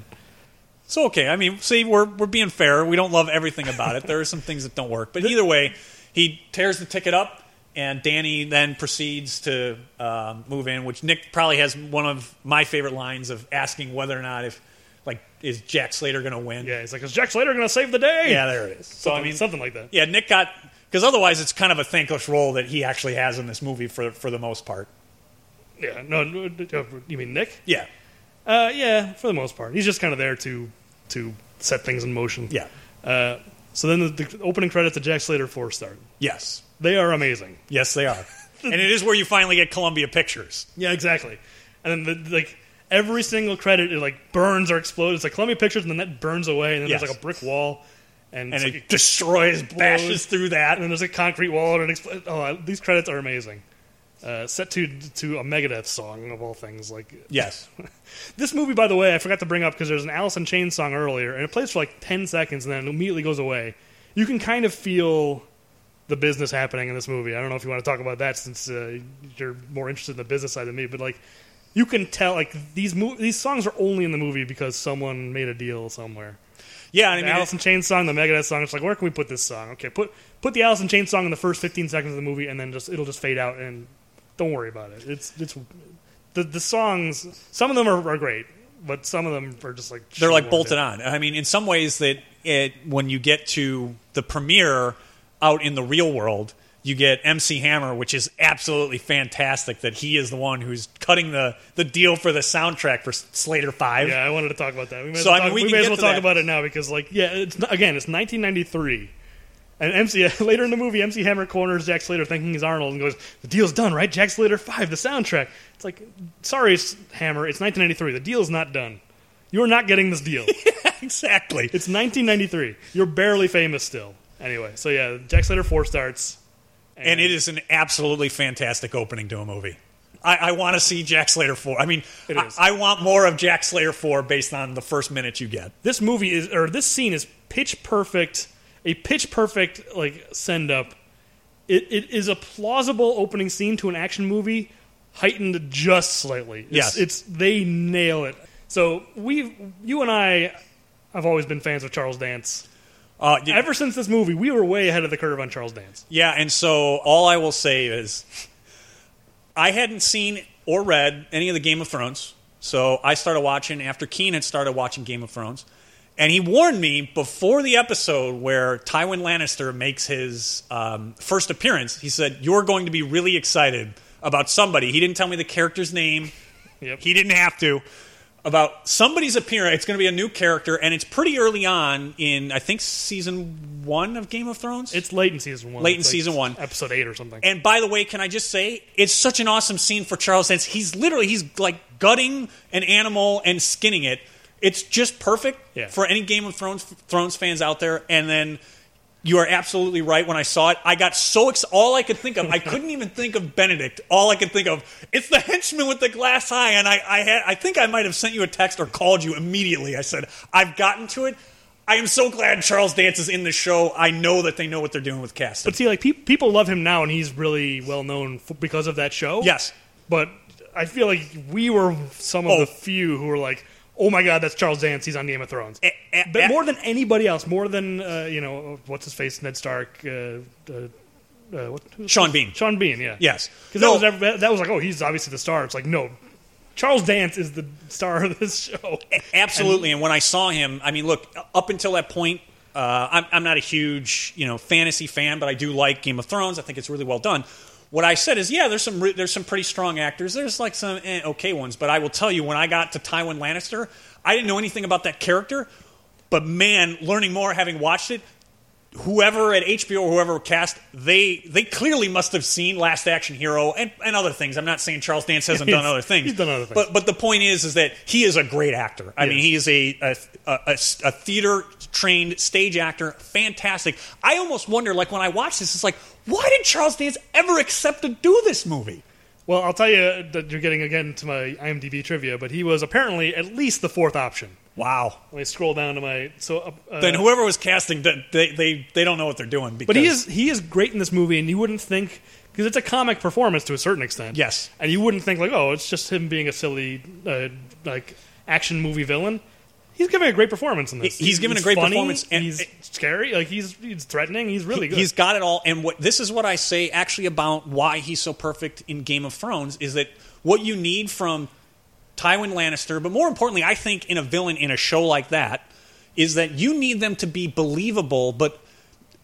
B: So okay, I mean, see, we're we're being fair. We don't love everything about it. There are some things that don't work, but either way, he tears the ticket up, and Danny then proceeds to um, move in. Which Nick probably has one of my favorite lines of asking whether or not if like is Jack Slater going to win?
A: Yeah, it's like is Jack Slater going to save the day?
B: yeah, there it is. So
A: something,
B: I mean,
A: something like that.
B: yeah, Nick got because otherwise it's kind of a thankless role that he actually has in this movie for for the most part.
A: Yeah, no, no, no, you mean Nick?
B: Yeah,
A: Uh, yeah, for the most part, he's just kind of there to to set things in motion.
B: yeah,
A: Uh, so then the, the opening credits to Jack Slater four start.
B: yes,
A: They are amazing.
B: yes, they are. and it is where you finally get Columbia Pictures.
A: Yeah, exactly. And then the, like every single credit, it like burns or explodes. It's like Columbia Pictures, and then that burns away, and then
B: Yes.
A: there's like a brick wall, and,
B: and
A: it's
B: it
A: like,
B: destroys,
A: blows.
B: bashes through that.
A: and then there's a concrete wall, and it explodes. Oh, I- these credits are amazing. Uh, set to to a Megadeth song of all things. Like
B: Yes,
A: this movie, by the way, I forgot to bring up because there's an Allison Chain song earlier, and it plays for like ten seconds, and then it immediately goes away. You can kind of feel the business happening in this movie. I don't know if you want to talk about that since uh, you're more interested in the business side than me, but like you can tell like these mo- these songs are only in the movie because someone made a deal somewhere.
B: yeah. I
A: The
B: mean,
A: Alice in Chains song, the Megadeth song. It's like where can we put this song? Okay, put put the Alice in Chains song in the first 15 seconds of the movie, and then just it'll just fade out, and don't worry about it. It's it's the the songs. Some of them are, are great, but some of them are just like
B: they're like
A: shoehorned
B: bolted
A: in.
B: on. I mean, in some ways, that it when you get to the premiere out in the real world, You get MC Hammer, which is absolutely fantastic. That he is the one who's cutting the, the deal for the soundtrack for Slater Five.
A: Yeah, I wanted to talk about that. We may as
B: So,
A: well
B: I mean,
A: talk,
B: we
A: we
B: can
A: may as
B: get
A: well
B: to
A: talk
B: that.
A: about it now because, like, yeah, it's not, again, it's 1993. And MC later in the movie, MC Hammer corners Jack Slater, thinking he's Arnold, and goes, "The deal's done, right? Jack Slater Five, the soundtrack." It's like, sorry, S- Hammer, it's 1993. The deal's not done. You're not getting this deal.
B: exactly.
A: it's 1993. You're barely famous still. Anyway, so yeah, Jack Slater Four starts,
B: and it is an absolutely fantastic opening to a movie. I, I want to see Jack Slater four. I mean,
A: It
B: I,
A: is.
B: I want more of Jack Slater four based on the first minute you get.
A: this movie is or this scene is pitch perfect a pitch perfect like send up it, it is a plausible opening scene to an action movie heightened just slightly it's,
B: Yes.
A: it's they nail it so we you and i have always been fans of charles dance
B: Uh, y-
A: ever since this movie we were way ahead of the curve on charles dance
B: yeah, and so all I will say is, I hadn't seen or read any of the Game of Thrones, so I started watching after Keenan started watching Game of Thrones, and he warned me before the episode where Tywin Lannister makes his um, first appearance. He said, "You're going to be really excited about somebody." He didn't tell me the character's name.
A: Yep.
B: He didn't have to. About somebody's appearance. It's going to be a new character, and it's pretty early on in I think season one of Game of Thrones.
A: it's late in season one
B: Late in
A: It's
B: season one.
A: episode eight or something
B: And by the way, can I just say it's such an awesome scene for Charles Dance. He's literally he's like gutting an animal and skinning it. It's just perfect
A: Yeah.
B: for any Game of Thrones Thrones fans out there. And then you are absolutely right. When I saw it, I got so ex- all I could think of. I couldn't even think of Benedict. All I could think of it's the henchman with the glass eye. And I I had I think I might have sent you a text or called you immediately. I said I've gotten to it. I am so glad Charles Dance is in the show. I know that they know what they're doing with casting.
A: But see, like pe- people love him now, and he's really well known f- because of that show.
B: Yes.
A: but I feel like we were some of
B: Oh.
A: the few who were like, "Oh my God, that's Charles Dance. He's on Game of Thrones."
B: A- a-
A: but
B: a-
A: more than anybody else, more than uh, you know, what's his face, Ned Stark. Uh, uh, uh, what, who's-
B: Sean Bean.
A: Sean Bean, yeah,
B: Yes.
A: because
B: No.
A: that was ever, that was like, oh, he's obviously the star. It's like, no, Charles Dance is the star of this show.
B: Eh. Absolutely. And, when I saw him, I mean, look, up until that point, uh, I'm, I'm not a huge you know fantasy fan, but I do like Game of Thrones. I think it's really well done. What I said is, yeah, there's some re- there's some pretty strong actors. There's like some eh, okay ones, but I will tell you, when I got to Tywin Lannister, I didn't know anything about that character. But man, learning more, having watched it, whoever at HBO or whoever cast, they they clearly must have seen Last Action Hero and, and other things. I'm not saying Charles Dance hasn't done
A: He's-
B: other things.
A: he's done other things.
B: But but the point is is that he is a great actor. I
A: Yes.
B: mean, he is a a, a, a theater trained stage actor, fantastic. I almost wonder like when I watch this it's like why did Charles Dance ever accept to do this movie?
A: Well, I'll tell you that you're getting again to my IMDb trivia, but he was apparently at least the fourth option.
B: Wow.
A: Let me scroll down to my so. Uh, uh,
B: Then whoever was casting they they they, they don't know what they're doing because
A: but he is he is great in this movie, and you wouldn't think because it's a comic performance to a certain extent.
B: Yes.
A: and you wouldn't think like, oh, it's just him being a silly uh, like action movie villain. He's giving a great performance in this.
B: He- he's giving a great performance, and-
A: he's scary. Like he's he's threatening. He's really good.
B: He's got it all. And what this is what I say actually about why he's so perfect in Game of Thrones is that what you need from Tywin Lannister, but more importantly, I think in a villain in a show like that, is that you need them to be believable, but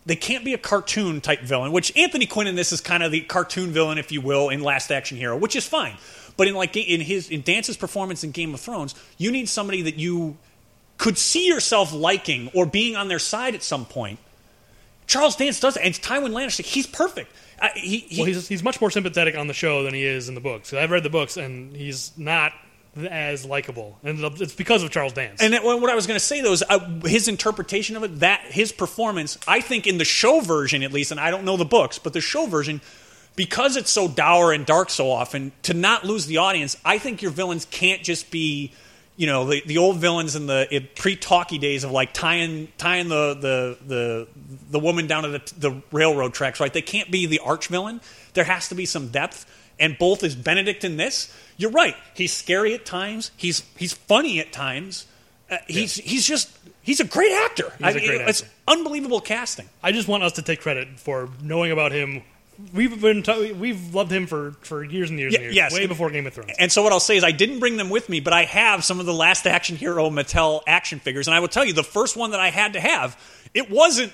B: they can't be a cartoon type villain, which Anthony Quinn in this is kind of the cartoon villain, if you will, in Last Action Hero, which is fine. But in like in his in Dance's performance in Game of Thrones, you need somebody that you could see yourself liking or being on their side at some point. Charles Dance does it, and Tywin Lannister, he's perfect. I he, he,
A: well, he's he's much more sympathetic on the show than he is in the books. I've read the books, and he's not as likable, and it's because of Charles Dance.
B: And that, what I was going to say though is uh, his interpretation of it, that his performance, I think in the show version at least, and I don't know the books, but the show version, because it's so dour and dark so often, to not lose the audience, I think your villains can't just be, you know, the, the old villains in the in pre-talkie days of like tying tying the the the, the woman down to the, the railroad tracks, right? They can't be the arch villain. There has to be some depth and both is Benedict in this. You're right. He's scary at times. He's he's funny at times. Uh, he's he's just he's a great actor.
A: He's a great
B: It's
A: actor.
B: unbelievable casting.
A: I just want us to take credit for knowing about him. We've been t- we've loved him for, for years and years and
B: Ye-
A: years,
B: yes.
A: way before Game of Thrones.
B: And so what I'll say is I didn't bring them with me, but I have some of the last action hero Mattel action figures, and I will tell you the first one that I had to have, it wasn't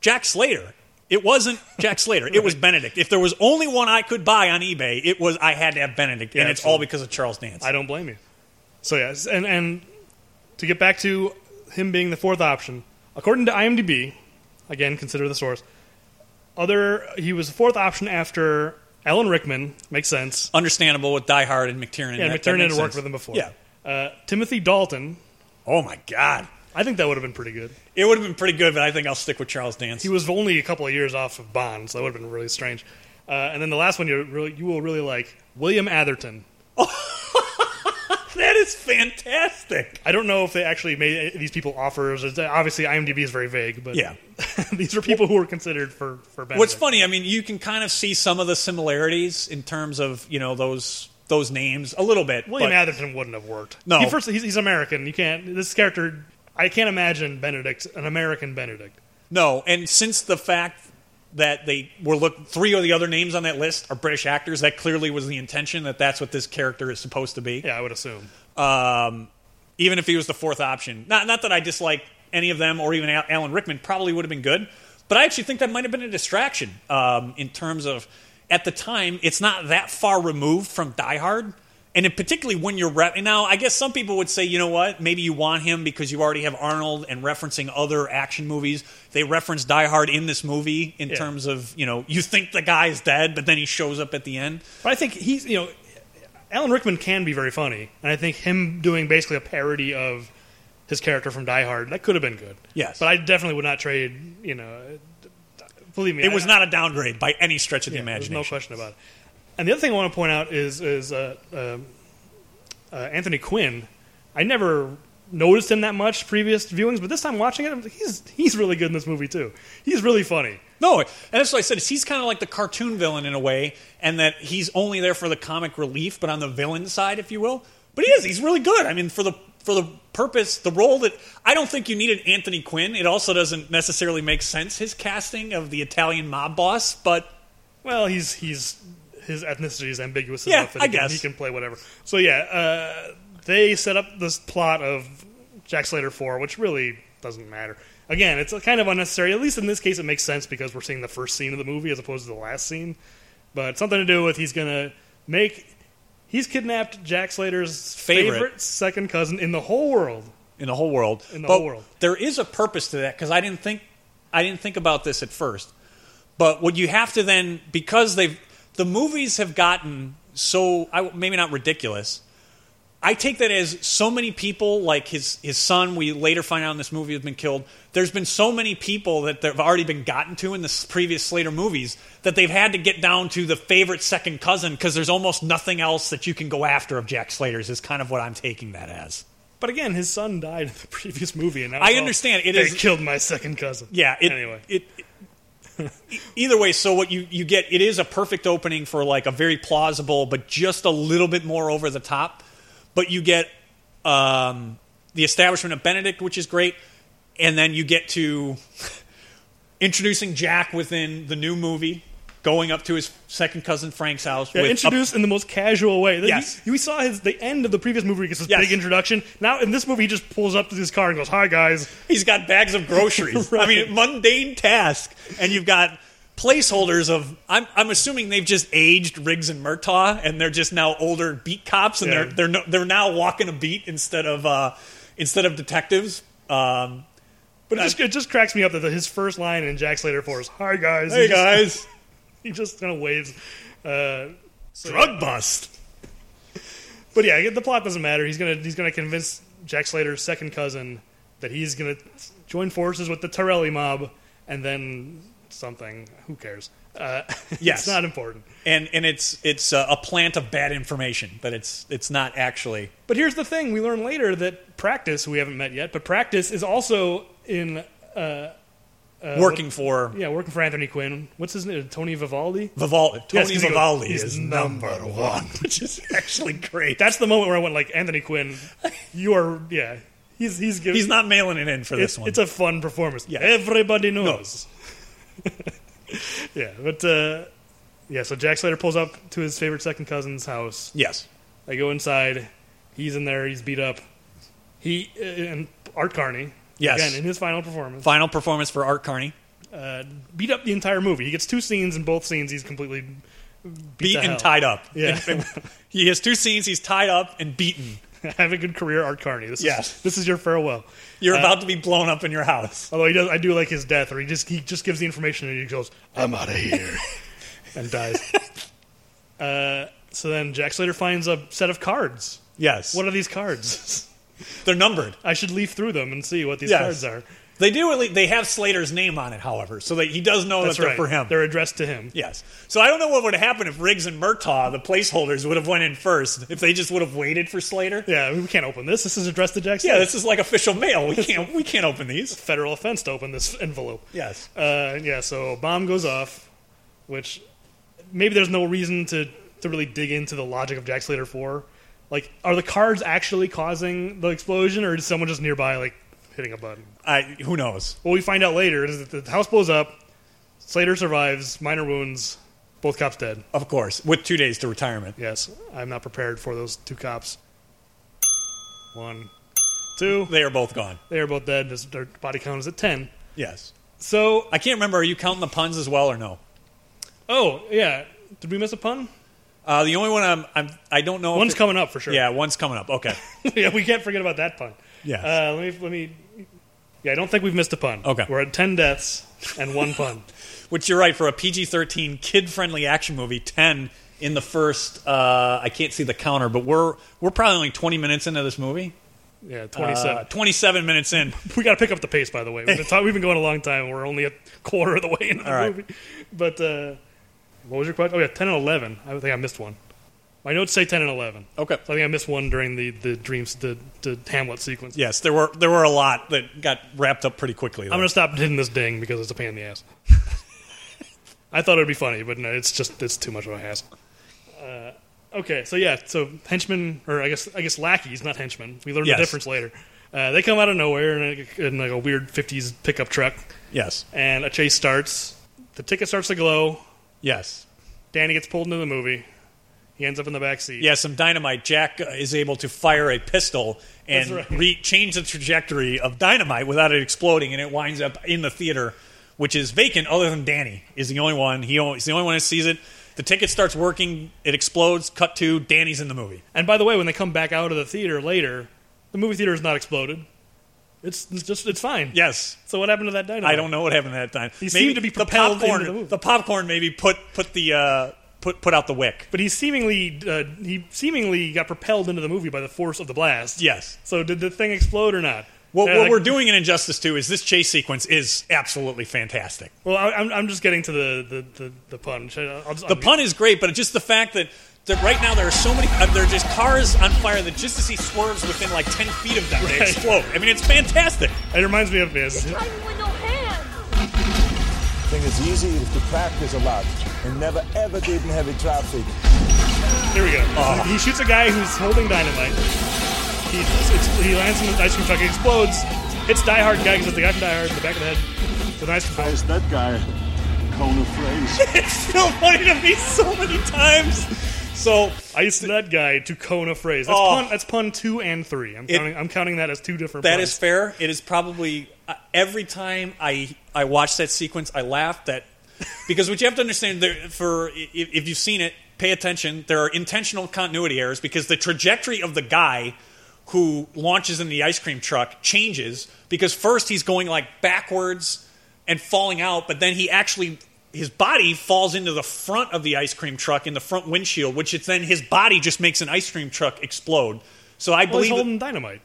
B: Jack Slater. It wasn't Jack Slater. It was Benedict. If there was only one I could buy on eBay, it was I had to have Benedict, and it's all
A: absolutely.
B: because of Charles Dance.
A: I don't blame you. So yes, and and to get back to him being the fourth option, according to IMDb, again consider the source. Other, he was the fourth option after Alan Rickman. Makes sense.
B: Understandable with Die Hard and McTiernan.
A: Yeah,
B: Oh, that- that
A: McTiernan had
B: makes
A: worked
B: sense.
A: with him before.
B: Yeah.
A: Uh, Timothy Dalton.
B: Oh my God,
A: I think that would have been pretty good.
B: it would have been pretty good, but I think I'll stick with Charles Dance.
A: He was only a couple of years off of Bond, so that would have been really strange. Uh, and then the last one you really you will really like William Atherton.
B: that is fantastic.
A: I don't know if they actually made these people offers. It's- uh, Obviously, IMDb is very vague, but
B: Yeah.
A: these are people who were considered for for Benedict.
B: What's funny, I mean, you can kind of see some of the similarities in terms of you know those those names a little bit.
A: William
B: but-
A: Atherton wouldn't have worked.
B: No.
A: he first he's, he's American. You can't this character. I can't imagine Benedict, an American Benedict.
B: No, and since the fact that they were look three of the other names on that list are British actors, that clearly was the intention that that's what this character is supposed to be.
A: Yeah, I would assume.
B: Um, even if he was the fourth option, not not that I dislike any of them or even Al- Alan Rickman probably would have been good, but I actually think that might have been a distraction um, in terms of at the time it's not that far removed from Die Hard. And in particularly when you're rep, and now I guess some people would say, you know what, maybe you want him because you already have Arnold and referencing other action movies. They reference Die Hard in this movie in
A: Yeah.
B: terms of you know you think the guy's dead, but then he shows up at the end.
A: But I think he's you know, Alan Rickman can be very funny, and I think him doing basically a parody of his character from Die Hard that could have been good.
B: Yes.
A: but I definitely would not trade. You know, believe me,
B: It was not a downgrade by any stretch of the
A: Yeah,
B: imagination.
A: There's no question about it. And the other thing I want to point out is is uh, um uh, Anthony Quinn. I never noticed him that much previous viewings, but this time watching it, he's he's really good in this movie too. He's really funny.
B: No, and that's what I said. Is he's kind of like the cartoon villain in a way, and that he's only there for the comic relief, but on the villain side, if you will. But he is. He's really good. I mean, for the for the purpose, the role that I don't think you needed Anthony Quinn. It also doesn't necessarily make sense his casting of the Italian mob boss, but
A: Well, he's he's his ethnicity is ambiguous
B: Yeah,
A: enough that
B: I
A: he can-
B: guess.
A: he can play whatever. So yeah, uh, they set up this plot of Jack Slater four, which really doesn't matter. Again, it's kind of unnecessary. At least in this case, it makes sense because we're seeing the first scene of the movie as opposed to the last scene. But something to do with he's gonna make he's kidnapped Jack Slater's
B: Favorite.
A: favorite second cousin in the whole world.
B: in the whole world.
A: In the
B: But
A: whole world.
B: there is a purpose to that because I didn't think I didn't think about this at first. But what you have to then because they've the movies have gotten so I, maybe not ridiculous. I take that as so many people, like his his son. We later find out in this movie has been killed. There's been so many people that they've already been gotten to in the s- previous Slater movies that they've had to get down to the favorite second cousin because there's almost nothing else that you can go after of Jack Slater's. Is kind of what I'm taking that as.
A: But again, his son died in the previous movie, and now
B: I
A: it's all,
B: understand. It
A: they
B: is-
A: killed my second cousin.
B: Yeah. It,
A: anyway,
B: It, it- e- either way, so what you, you get, it is a perfect opening for like a very plausible, but just a little bit more over the top. But you get um, the establishment of Benedict, which is great. And then you get to introducing Jack within the new movie, going up to his second cousin Frank's house.
A: Yeah,
B: with a-
A: introduced in the most casual way. That
B: Yes.
A: You, you saw his the end of the previous movie because his
B: Yes.
A: big introduction. Now in this movie, he just pulls up to his car and goes, "Hi guys."
B: He's got bags of groceries. I mean, mundane task, and you've got placeholders of. I'm I'm assuming they've just aged Riggs and Murtaugh, and they're just now older beat cops, and
A: Yeah.
B: they're they're no, they're now walking a beat instead of uh, instead of detectives. Um,
A: But it just, it just cracks me up that the, his first line in Jack Slater Four is, "Hi guys."
B: hey
A: he just,
B: guys,
A: He just kind of waves. Uh, so,
B: drug bust.
A: But yeah, the plot doesn't matter. He's gonna he's gonna convince Jack Slater's second cousin that he's gonna join forces with the Torelli mob, and then something. Who cares? Uh,
B: Yes.
A: it's not important.
B: And and it's it's uh, a plant of bad information, but it's it's not actually.
A: But here's the thing: we learn later that Practice, who we haven't met yet, but Practice is also in
B: working for
A: Uh, yeah working for Anthony Quinn. What's his name? Tony Vivaldi.
B: Vivaldi.
A: Yes,
B: Tony
A: 'cause he goes,
B: Vivaldi
A: "He's
B: is
A: number
B: number one, which is actually great.
A: That's the moment where I went like Anthony Quinn. You are yeah. He's he's giving.
B: He's not mailing it in for
A: It's,
B: this one.
A: it's a fun performance.
B: Yes.
A: Everybody knows. yeah, but uh, yeah. So Jack Slater pulls up to his favorite second cousin's house.
B: yes.
A: They go inside. He's in there. He's beat up. He uh, and Art Carney.
B: Yes.
A: Again, in his final performance.
B: Final performance for Art Carney.
A: uh, beat up the entire movie. He gets two scenes, and both scenes he's completely beat
B: Beat
A: to
B: and
A: hell.
B: tied up.
A: Yeah.
B: he has two scenes. He's tied up and beaten.
A: Have a good career, Art Carney. This
B: Yeah.
A: is this is your farewell.
B: You're
A: Uh,
B: about to be blown up in your house.
A: Although he does, I do like his death, or he just he just gives the information and he goes, "I'm out of here," and dies. uh, so then Jack Slater finds a set of cards.
B: Yes.
A: What are these cards?
B: They're numbered.
A: I should leaf through them and see what these
B: Yes.
A: cards are.
B: They do at least, they have Slater's name on it, however, so that he does know
A: That's
B: that they're
A: right.
B: for him.
A: They're addressed to him.
B: yes. So I don't know what would have happened if Riggs and Murtaugh, the placeholders, would have went in first. If they just would have waited for Slater.
A: Yeah, we can't open this. This is addressed to Jack Slater.
B: Yeah, this is like official mail. We can't we can't open these.
A: federal offense to open this envelope.
B: Yes.
A: Uh, yeah, so a bomb goes off, which maybe there's no reason to, to really dig into the logic of Jack Slater 4. Like, are the cards actually causing the explosion, or is someone just nearby, like, hitting a button?
B: I who knows.
A: What we find out later is that the house blows up, Slater survives, minor wounds, both cops dead.
B: Of course, with 2 days to retirement.
A: Yes, I'm not prepared for those two cops. One, two.
B: They are both gone.
A: They are both dead. This- Their body count is at 10.
B: Yes.
A: So,
B: I can't remember are you counting the puns as well or no?
A: oh, yeah. Did we miss a pun?
B: Uh, the only one I'm, I'm I don't know if
A: One's
B: it-
A: coming up for sure.
B: Yeah, one's coming up. Okay.
A: yeah, we can't forget about that pun.
B: Yes.
A: Uh, let me let me. Yeah, I don't think we've missed a pun.
B: Okay.
A: We're at ten deaths and one pun.
B: Which you're right for a PG-13 kid-friendly action movie. Ten in the first. Uh, I can't see the counter, but we're we're probably only 20 minutes into this movie.
A: Yeah,
B: Uh,
A: twenty-seven.
B: 27 minutes in.
A: we got to pick up the pace, by the way. We've been, talk- we've been going a long time. We're only a quarter of the way into the
B: All right.
A: movie. But uh, what was your question? Oh yeah, ten and eleven. I think I missed one. My notes say ten and eleven.
B: Okay.
A: So I think I missed one during the the dreams the the Hamlet sequence.
B: Yes, there were there were a lot that got wrapped up pretty quickly.
A: I'm
B: though.
A: gonna stop hitting this ding because it's a pain in the ass. I thought it would be funny, but no, it's just it's too much of a hassle. Uh, okay, so yeah, so henchmen, or I guess I guess lackeys, not henchmen. We learn
B: Yes.
A: the difference later. Uh, they come out of nowhere in, a, in like a weird '50s pickup truck,
B: Yes,
A: and a chase starts. The ticket starts to glow.
B: yes,
A: Danny gets pulled into the movie. He ends up in the back seat.
B: yes. Some dynamite. Jack uh, is able to fire a pistol and
A: That's right.
B: re- change the trajectory of dynamite without it exploding, and it winds up in the theater, which is vacant. Other than Danny is the only one. He o- he's the only one that sees it. The ticket starts working. It explodes. Cut to Danny's in the movie.
A: And by the way, when they come back out of the theater later, the movie theater is not exploded. It's, it's just it's fine.
B: Yes.
A: So what happened to that dynamite?
B: I don't know what happened at that time.
A: He seemed to be
B: the
A: propelled into
B: popcorn.
A: the movie.
B: popcorn maybe put put the uh, put put out the wick.
A: But he seemingly uh, he seemingly got propelled into the movie by the force of the blast.
B: Yes.
A: So did the thing explode or not?
B: What,
A: They're
B: what
A: like-
B: we're doing an injustice to is this chase sequence is absolutely fantastic.
A: Well, I, I'm, I'm just getting to the the, the, the pun. Should I- I'll just-
B: The
A: I'll-
B: pun is great, but just the fact that, that right now there are so many, uh, there are just cars on fire that just as he swerves within like 10 feet of them, they
A: Right.
B: explode. I mean, it's fantastic.
A: It reminds me of this.
G: Thing is easy if you practice a lot and never ever did in heavy traffic.
A: Here we go.
B: Ah.
A: He shoots a guy who's holding dynamite. He it's, he lands in the ice cream truck. It explodes. Hits Die Hard guy because it's the guy from Die Hard in the back of the head. The ice cream truck.
E: Is that guy cone of phrase?
B: It's so funny to me so many times. So
A: Ice that guy to Kona phrase. That's,
B: Oh.
A: pun, that's pun two and three. I'm
B: It-
A: counting. I'm counting that as two different.
B: that
A: puns.
B: is fair. It is probably, uh, every time I, I watch that sequence, I laugh that, because what you have to understand there, for, if, if you've seen it, pay attention, there are intentional continuity errors because the trajectory of the guy who launches in the ice cream truck changes because first he's going like backwards and falling out, but then he actually his body falls into the front of the ice cream truck in the front windshield, which is then his body just makes an ice cream truck explode. So
A: Well,
B: I
A: he's
B: believe that-
A: holding dynamite.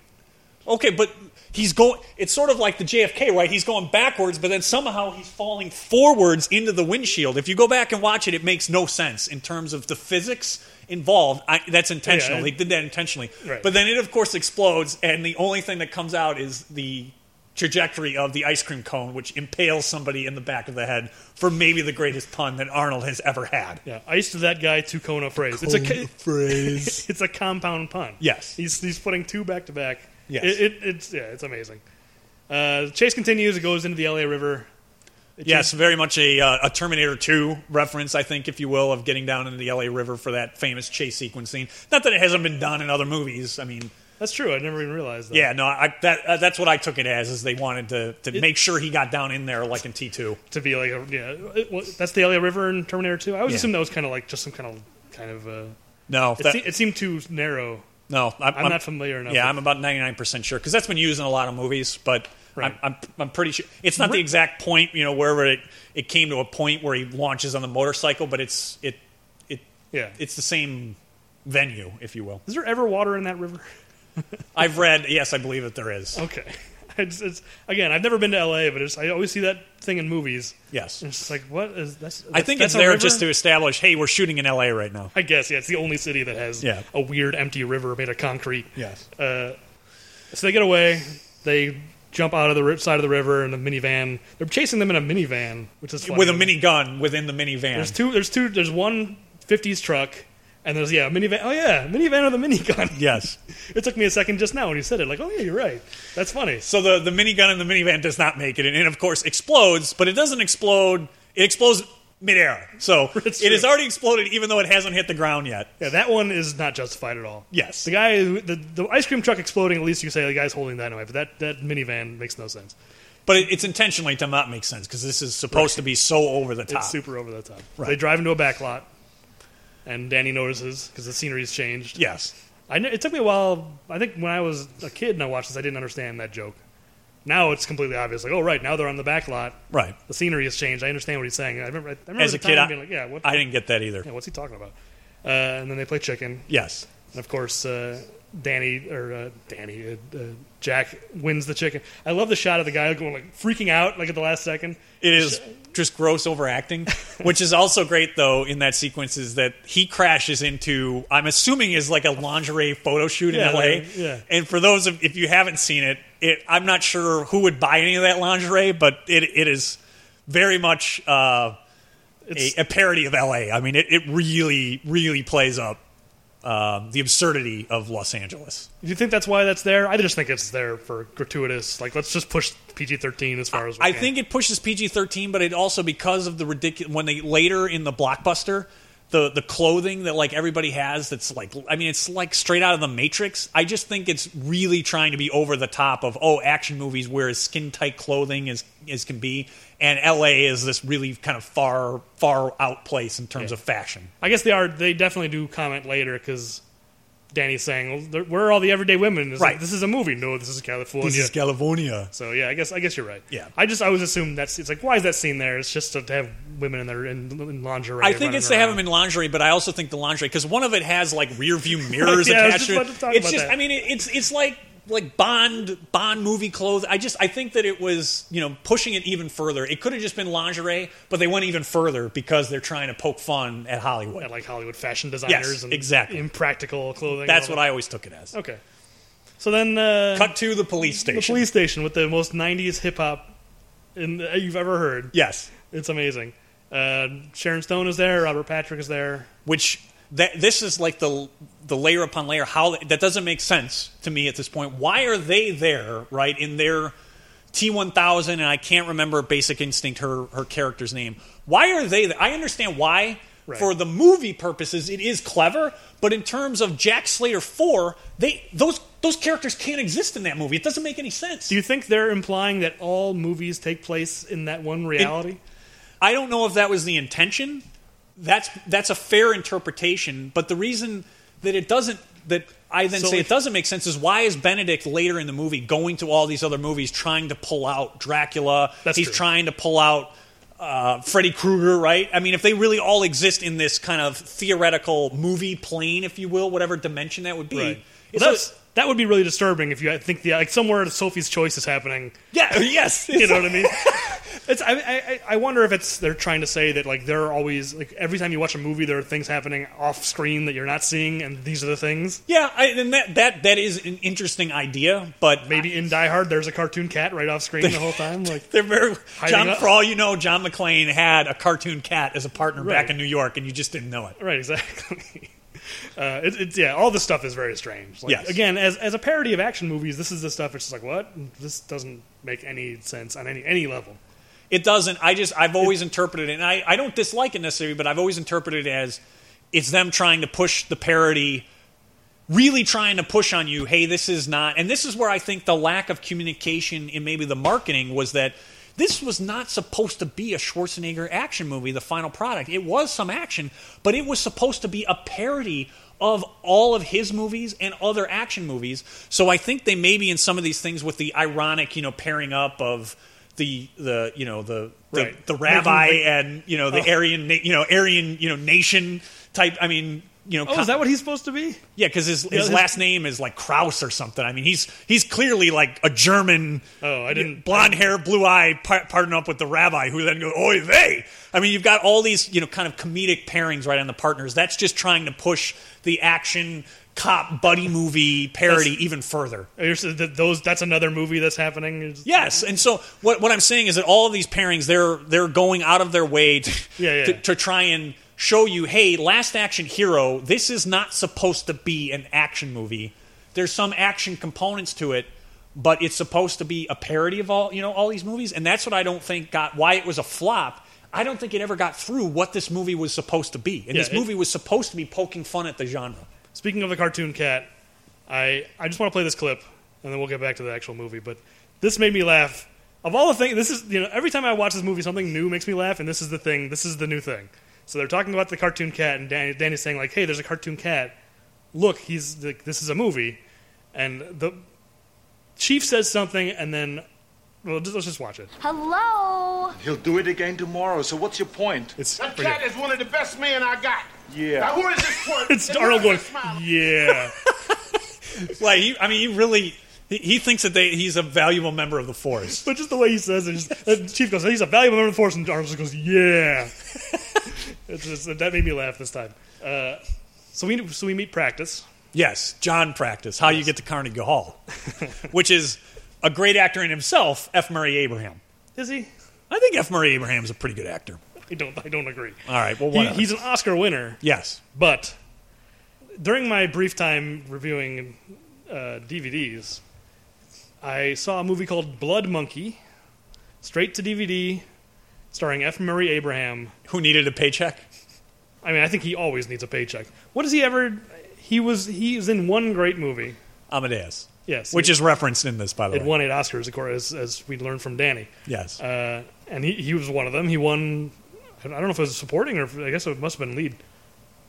B: Okay, but he's going. It's sort of like the JFK, right? He's going backwards, but then somehow he's falling forwards into the windshield. If you go back and watch it, it makes no sense in terms of the physics involved. I, that's intentional.
A: Yeah,
B: he
A: I-
B: did that intentionally.
A: Right.
B: But then it, of course, explodes, and the only thing that comes out is the trajectory of the ice cream cone, which impales somebody in the back of the head for maybe the greatest pun that Arnold has ever had.
A: Yeah, iced that guy to Kona phrase. it's a
B: phrase.
A: it's a compound pun.
B: Yes.
A: he's he's putting two back to back.
B: Yes.
A: it, it, it's yeah, it's amazing. Uh, chase continues. It goes into the LA River.
B: Yes, very much a, uh, a Terminator 2 reference, I think, if you will, of getting down into the LA River for that famous chase sequence scene. Not that it hasn't been done in other movies. I mean,
A: That's true. I never even realized that.
B: Yeah, no, I, that uh, that's what I took it as is they wanted to to make sure he got down in there like in T two.
A: to be like a yeah. it- well, that's the LA River in Terminator Two. I always
B: Yeah.
A: assumed that was kind of like just some kind of kind of. Uh,
B: No,
A: it,
B: that-
A: se- it seemed too narrow.
B: no, I'm,
A: I'm not familiar enough
B: Yeah,
A: with-
B: I'm about ninety nine percent sure because that's been used in a lot of movies, but.
A: Right.
B: I'm, I'm, I'm pretty sure it's not the exact point, you know, wherever it, it came to a point where he launches on the motorcycle, but it's it it
A: Yeah.
B: it's the same venue, if you will.
A: Is there ever water in that river?
B: I've read, yes, I believe that there is.
A: Okay. It's, it's again. I've never been to LA, but it's, I always see that thing in movies.
B: Yes,
A: And it's just like what is that's,
B: I think
A: that's
B: it's
A: a
B: there
A: river?
B: just to establish, hey, we're shooting in L.A. right now.
A: I guess yeah. It's the only city that has
B: Yeah.
A: a weird empty river made of concrete. Uh,
B: Yes,
A: So they get away. They jump out of the ri- side of the river in a minivan. They're chasing them in a minivan, which is funny.
B: with a minigun within the minivan.
A: There's two. There's two. There's one 50s truck, and there's yeah a minivan. Oh yeah, minivan with a minigun.
B: Yes.
A: It took me a second just now when you said it. Like oh yeah, you're right. That's funny.
B: So the, the minigun in the minivan does not make it, and it of course explodes, but it doesn't explode. It explodes midair. So
A: That's
B: it has
A: true.
B: already exploded, even though it hasn't hit the ground yet.
A: Yeah, that one is not justified at all.
B: Yes.
A: The guy, who- the, the ice cream truck exploding, at least you say the guy's holding that anyway, but that, that minivan makes no sense.
B: But it, it's intentionally to not make sense because this is supposed to be so over the
A: It's
B: top.
A: super over the top.
B: Right.
A: They drive into a back lot, and Danny notices because the scenery's changed.
B: Yes.
A: I kn- it took me a while. I think when I was a kid and I watched this, I didn't understand that joke. Now it's completely obvious. Like, oh, right, now they're on the back lot.
B: Right.
A: The scenery has changed. I understand what he's saying. I remember, I remember
B: As
A: the
B: a kid,
A: time
B: I,
A: being like, yeah, what,
B: I didn't get that either.
A: yeah, what's he talking about? Uh, and then they play chicken.
B: Yes.
A: And of course, uh, Danny or uh, Danny uh, uh, Jack wins the chicken. I love the shot of the guy going like freaking out like at the last second.
B: It is just gross overacting, which is also great though in that sequence is that he crashes into I'm assuming is like a lingerie photo shoot
A: Yeah,
B: in LA.
A: like a- yeah.
B: And for those of if you haven't seen it, it I'm not sure who would buy any of that lingerie, but it it is very much uh, a,
A: It's
B: a parody of LA. I mean, it, it really really plays up um, the absurdity of Los Angeles.
A: do you think that's why that's there? I just think it's there for gratuitous. Like let's just push PG thirteen as far as we
B: I
A: can.
B: think it pushes PG thirteen, but it also because of the ridiculous when they later in the blockbuster. The, the clothing that like everybody has that's like I mean it's like straight out of the Matrix. I just think it's really trying to be over the top of oh action movies wear as skin tight clothing as as can be, and L.A. is this really kind of far far out place in terms of fashion.
A: I guess they are. They definitely do comment later because Danny's saying, well, there- "Where are all the everyday women?" It's like,
B: Right.
A: this is a movie. No, this is California.
B: California.
A: so yeah, I guess I guess you're right.
B: Yeah.
A: I just I always assumed that's it's like why is that scene there? It's just to have women in their in, in lingerie.
B: I think
A: running
B: it's to have
A: around.
B: them in lingerie, but I also think the lingerie because one of it has like rear view mirrors
A: Yeah, I was
B: attached
A: just
B: to it.
A: about to talk
B: it's
A: about
B: just,
A: that.
B: I mean, it, it's it's like like Bond Bond movie clothes. I just I think that it was you know pushing it even further. It could have just been lingerie, but they went even further because they're trying to poke fun at Hollywood.
A: at like Hollywood fashion designers and
B: exactly.
A: impractical clothing.
B: That's what I always took it as.
A: I. Okay. So then, uh,
B: Cut to the police station.
A: the police station with the most '90s hip hop in uh, you've ever heard.
B: Yes.
A: It's amazing. Uh, Sharon Stone is there. Robert Patrick is there.
B: which that this is like the the layer upon layer how that doesn't make sense to me at this point why are they there right in their t1000 and i can't remember basic instinct her her character's name why are they there? i understand why
A: Right.
B: for the movie purposes it is clever but in terms of jack slater 4 they those those characters can't exist in that movie it doesn't make any sense
A: Do you think they're implying that all movies take place in that one reality?
B: I don't know if that was the intention. That's that's a fair interpretation, but the reason that it doesn't that I then
A: So
B: say
A: if-
B: it doesn't make sense is why is Benedict later in the movie going to all these other movies trying to pull out Dracula?
A: That's
B: He's
A: true.
B: trying to pull out uh, Freddy Krueger, right? I mean, if they really all exist in this kind of theoretical movie plane, if you will, whatever dimension that would be,
A: Right. Well,
B: it's
A: that's,
B: a-
A: that would be really disturbing if you I think the like somewhere Sophie's Choice is happening.
B: yeah, yes,
A: You know what I mean? It's I, I I- I wonder if it's they're trying to say that like there are always like every time you watch a movie there are things happening off screen that you're not seeing and these are the things.
B: yeah, I, and that that that is an interesting idea, but
A: Maybe in Die Hard there's a cartoon cat right off screen the whole time. Like
B: They're very John.
A: up.
B: For all you know, John McClane had a cartoon cat as a partner
A: Right.
B: back in New York, and you just didn't know it.
A: right, exactly. Uh, it, it's yeah, all this stuff is very strange. Like,
B: Yes.
A: Again, as as a parody of action movies, this is the stuff. It's just like what this doesn't make any sense on any any level.
B: It doesn't. I just I've always interpreted it, and I I don't dislike it necessarily, but I've always interpreted it as it's them trying to push the parody really trying to push on you, hey, this is not. And this is where I think the lack of communication in maybe the marketing was that this was not supposed to be a Schwarzenegger action movie, the final product. It was some action, but it was supposed to be a parody of all of his movies and other action movies. So I think they maybe in some of these things with the ironic, you know, pairing up of the the you know the the,
A: Right.
B: the rabbi
A: Making-
B: and you know the
A: Oh.
B: Aryan na- you know Aryan you know nation type. I mean you know
A: Oh, is that what he's supposed to be?
B: yeah, because his, his
A: his-
B: last name is like Kraus or something. I mean, he's he's clearly like a German.
A: Oh, I didn't-
B: Blonde hair, blue eye, par- partnered up with the rabbi, who then goes, "Oy vey." I mean, you've got all these you know kind of comedic pairings right on the partners. That's just trying to push the action cop buddy movie parody
A: That's-
B: even further.
A: Oh, You're, saying that those that's another movie that's happening. It's-
B: Yes, and so what what I'm saying is that all of these pairings they're they're going out of their way to,
A: Yeah, yeah.
B: to, to try and show you, hey, Last Action Hero, this is not supposed to be an action movie. There's some action components to it, but it's supposed to be a parody of all you know all these movies, and that's what I don't think got why it was a flop. I don't think it ever got through what this movie was supposed to be, and
A: Yeah,
B: this
A: it-
B: movie was supposed to be poking fun at the genre.
A: Speaking of the cartoon cat, I I just want to play this clip and then we'll get back to the actual movie. But this made me laugh. Of all the things, this is you know every time I watch this movie, something new makes me laugh, and this is the thing. This is the new thing. So they're talking about the cartoon cat, and Danny, Danny's saying like, "Hey, there's a cartoon cat. Look, he's like, this is a movie." And the chief says something, and then well, just, let's just watch it.
J: Hello?
E: He'll do it again tomorrow, so what's your point?
A: It's
C: That cat is one of the best men I got.
E: Yeah.
C: Now who is this for?
A: it's
C: And
A: Arnold
C: who
A: going,
C: is this smiling?
A: "Yeah."
B: Like, he, I mean, he really he, he thinks that they, he's a valuable member of the force.
A: But just the way he says it, just, the chief goes, "He's a valuable member of the force," and Arnold just goes, "Yeah." it's just, that made me laugh this time. Uh, so we so we meet practice.
B: Yes, John Practice, How You Get to Carnegie Hall, which is a great actor in himself, F. Murray Abraham.
A: Is he?
B: I think F. Murray Abraham's a pretty good actor.
A: I don't I don't agree.
B: All right, well,
A: He,
B: whatever.
A: he's an Oscar winner,
B: yes.
A: but during my brief time reviewing uh, DVDs, I saw a movie called Blood Monkey, straight to DVD, starring F. Murray Abraham.
B: Who needed a paycheck?
A: I mean, I think he always needs a paycheck. What does he ever? He was he was in one great movie.
B: Amadeus.
A: Yes,
B: Which
A: it,
B: is referenced in this, by the
A: it
B: way.
A: won eight Oscars, of course, as, as we learned from Danny.
B: yes.
A: Uh, and he, he was one of them. He won. I don't know if it was supporting or if- I guess it must have been lead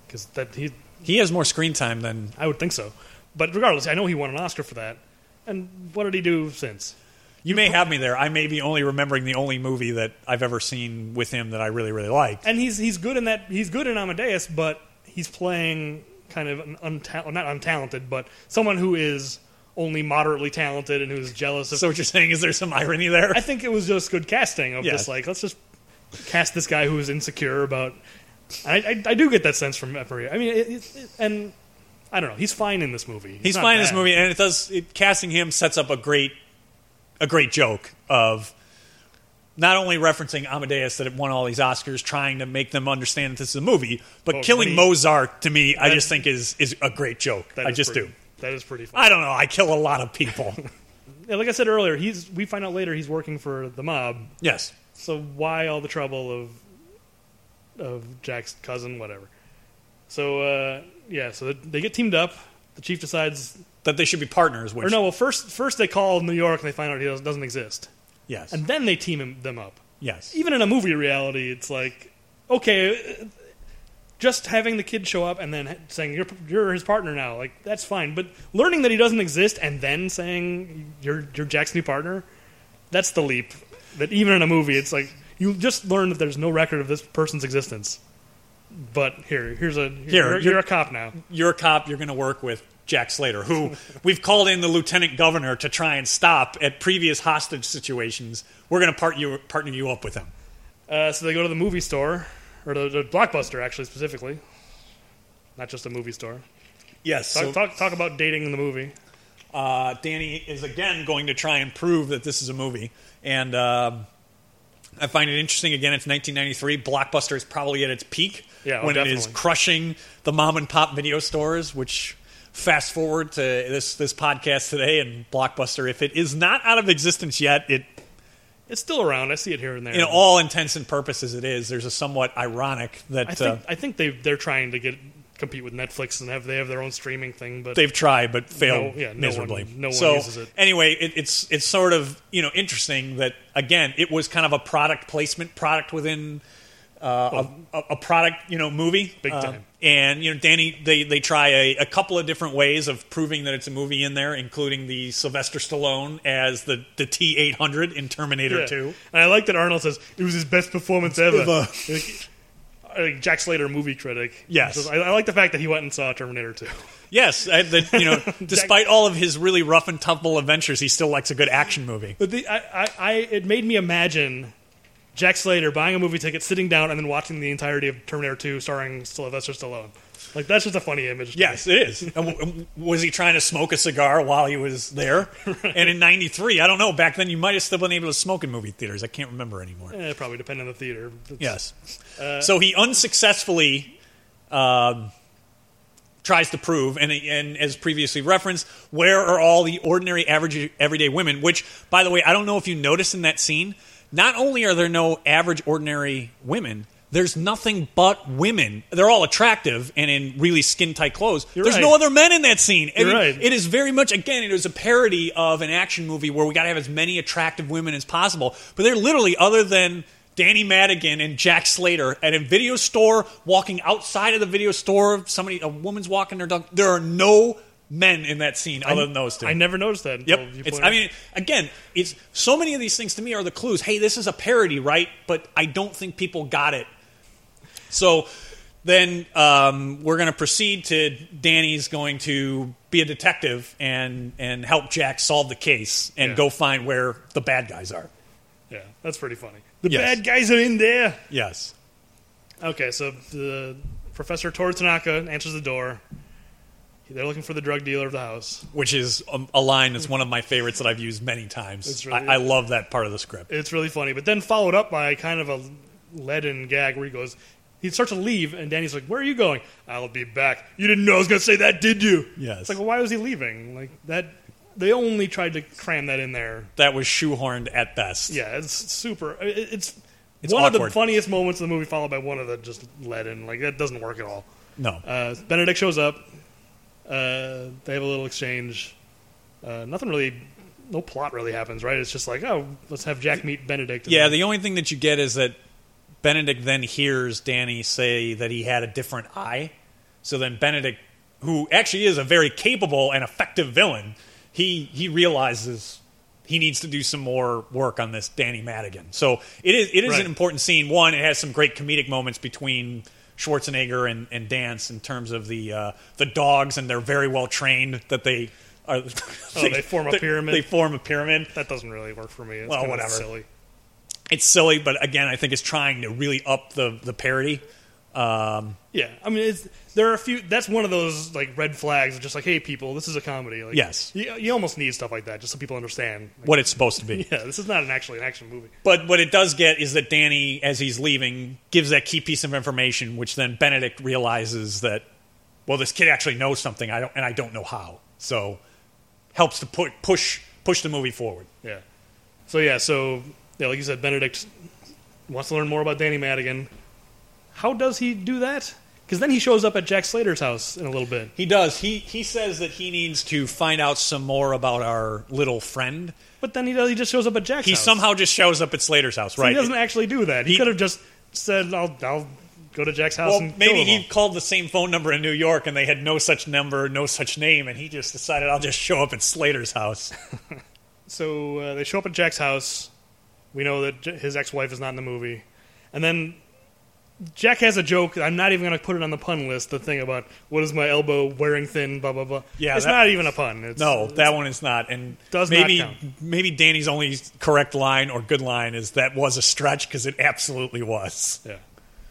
A: because that he
B: he has more screen time than.
A: I would think so. But regardless, I know he won an Oscar for that. And what did he do since?
B: You may have me there. I may be only remembering the only movie that I've ever seen with him that I really, really liked.
A: And he's he's good in that he's good in Amadeus, but he's playing kind of an untal- not untalented, but someone who is only moderately talented and who's jealous of
B: So what you're saying is there's some irony there?
A: I think it was just good casting of
B: Yes.
A: just like let's just cast this guy who is insecure about. I, I, I do get that sense from Emery. I mean, it, it, it- and I don't know. He's fine in this movie.
B: He's
A: not
B: fine in this
A: bad.
B: movie, and it does it, casting him sets up a great a great joke of not only referencing Amadeus that it won all these Oscars, trying to make them understand that this is a movie, but
A: Well, when
B: killing
A: he-
B: Mozart to me, I just think is is a great joke.
A: That
B: I
A: is
B: just
A: pretty-
B: do.
A: That is pretty. Fun.
B: I don't know. I kill a lot of people.
A: Yeah, like I said earlier, he's. We find out later he's working for the mob.
B: yes,
A: So why all the trouble of of Jack's cousin, whatever? So uh, yeah, so they get teamed up. The chief decides,
B: that they should be partners. Which
A: or no, well first first they call New York and they find out he doesn't- doesn't exist,
B: yes,
A: and e- then they team him, them up.
B: yes,
A: even in a movie reality, it's like, okay, uh, just having the kid show up and then saying you're you're his partner now, like that's fine. But learning that he doesn't exist and then saying you're you're Jack's new partner, that's the leap. That even in a movie, it's like you just learn that there's no record of this person's existence. But here, here's a
B: Here,
A: here, you're,
B: you're-
A: you're a cop now.
B: you're a cop. You're going to work with. Jack Slater, who we've called in the lieutenant governor to try and stop at previous hostage situations, we're going to part you, partner you up with him.
A: Uh, so they go to the movie store or the, the blockbuster actually specifically, not just a movie store.
B: Yes,
A: Talk,
B: so-
A: talk talk about dating in the movie.
B: uh, Danny is again going to try and prove that this is a movie. And um I find it interesting. Again, it's 1993. Blockbuster is probably at its peak
A: Yeah, oh,
B: when it is
A: definitely.
B: crushing the mom and pop video stores. Which fast forward to this this podcast today and Blockbuster, if it is not out of existence yet, it
A: It's still around. I see it here and there.
B: in all intents and purposes it is. There's a somewhat ironic that
A: I think
B: uh,
A: I think they they're trying to get compete with Netflix and have they have their own streaming thing. But
B: they've tried but failed
A: No- yeah, no
B: miserably.
A: one- no one
B: so
A: uses it.
B: anyway, it, it's it's sort of you know interesting that again it was kind of a product placement product within uh, a, a, a product you know movie
A: Big
B: Uh,
A: time.
B: and you know Danny they they try a, a couple of different ways of proving that it's a movie in there, including the Sylvester Stallone as the the T eight hundred in Terminator
A: Yeah.
B: two.
A: And I like that Arnold says it was his best performance ever.
B: Ever.
A: Like, like Jack Slater, movie critic.
B: Yes.
A: says, I, I like the fact that he went and saw Terminator 2.
B: Yes, I, the, you know, despite all of his really rough and tumble adventures, he still likes a good action movie.
A: But the, I, I, I, it made me imagine Jack Slater buying a movie ticket, sitting down, and then watching the entirety of Terminator 2 starring Sylvester Stallone. Like, that's just a funny image. to me.
B: Yes, it is. And w- and was he trying to smoke a cigar while he was there? And in '93, I don't know. Back then, you might have still been able to smoke in movie theaters. I can't remember anymore.
A: Eh, probably depending on the theater. It's-
B: Yes.
A: Uh,
B: so he unsuccessfully um, tries to prove, and, and as previously referenced, where are all the ordinary, average, everyday women? Which, by the way, I don't know if you noticed in that scene. Not only are there no average, ordinary women. There's nothing but women. They're all attractive and in really skin tight clothes. There's
A: right.
B: no other men in that scene. And
A: You're
B: it-
A: right.
B: it is very much again. It was a parody of an action movie where we got to have as many attractive women as possible. But they're literally other than Danny Madigan and Jack Slater at a video store, walking outside of the video store. Somebody, a woman's walking their dog. There are no men in that scene other than those two.
A: I never noticed that.
B: Yep.
A: until you
B: It's,
A: pointed
B: I mean, again, it's so many of these things to me are the clues. Hey, this is a parody, right? But I don't think people got it. So then um, we're going to proceed to Danny's going to be a detective and and help Jack solve the case and
A: Yeah.
B: go find where the bad guys are.
A: Yeah, that's pretty funny. The
B: Yes.
A: bad guys are in there.
B: Yes.
A: Okay, so the Professor Toru Tanaka answers the door. They're looking for the drug dealer of the house.
B: Which is a, a line that's one of my favorites that I've used many times.
A: It's really-
B: I, I love that part of the script.
A: It's really funny, but then followed up by kind of a leaden gag where he goes, he starts to leave, and Danny's like, "Where are you going?" "I'll be back." You didn't know I was going to say that, did you?
B: Yes.
A: It's like, well, why was he leaving? Like that, they only tried to cram that in there.
B: That was shoehorned at best.
A: Yeah, it's super. it- It's,
B: It's
A: one of the
B: awkward.
A: funniest moments of the movie, followed by one of the just leaden. Like that doesn't work at all.
B: No.
A: Uh, Benedict shows up. Uh, they have a little exchange. Uh, nothing really, no plot really happens, right? It's just like, oh, let's have Jack meet Benedict. and
B: Yeah, the only thing that you get is that Benedict then hears Danny say that he had a different eye. So then Benedict, who actually is a very capable and effective villain, he he realizes he needs to do some more work on this Danny Madigan. So it is it is
A: Right.
B: an important scene. One, it has some great comedic moments between Schwarzenegger and, and Dance in terms of the uh, the dogs and they're very well trained that they are.
A: Oh, they form a
B: they-
A: pyramid.
B: They form a pyramid.
A: that doesn't really work for me. It's
B: Well,
A: kinda
B: whatever.
A: Silly.
B: it's silly, but again, I think it's trying to really up the the parody. Um,
A: Yeah, I mean, it's, there are a few. That's one of those like red flags. Just like, hey, people, this is a comedy. Like,
B: Yes.
A: you, you almost need stuff like that just so people understand. Like,
B: what it's supposed to be.
A: yeah, this is not an actually an action movie.
B: But what it does get is that Danny, as he's leaving, gives that key piece of information, which then Benedict realizes that, well, this kid actually knows something, I don't, and I don't know how. So, helps to put, push push the movie forward.
A: Yeah. So yeah, so yeah, like you said, Benedict wants to learn more about Danny Madigan. How does he do that? Because then he shows up at Jack Slater's house in a little bit.
B: He does. He he says that he needs to find out some more about our little friend.
A: But then he does. He just shows up at Jack's.
B: He
A: house.
B: somehow just shows up at Slater's house, right?
A: He doesn't actually do that. He,
B: He-
A: could have just said, "I'll, I'll go to Jack's house
B: Well,
A: and kill
B: maybe
A: them
B: he
A: all."
B: called the same phone number in New York, and they had no such number, no such name, and he just decided I'll just show up at Slater's house.
A: So uh, they show up at Jack's house. We know that J- his ex-wife is not in the movie, and then Jack has a joke. I'm not even going to put it on the pun list. The thing about what is my elbow wearing thin, blah blah blah.
B: Yeah,
A: it's
B: that-
A: not even a pun. It's,
B: No, that one is not. And
A: Does not
B: maybe
A: count.
B: maybe Danny's only correct line or good line is that was a stretch because it absolutely was.
A: Yeah.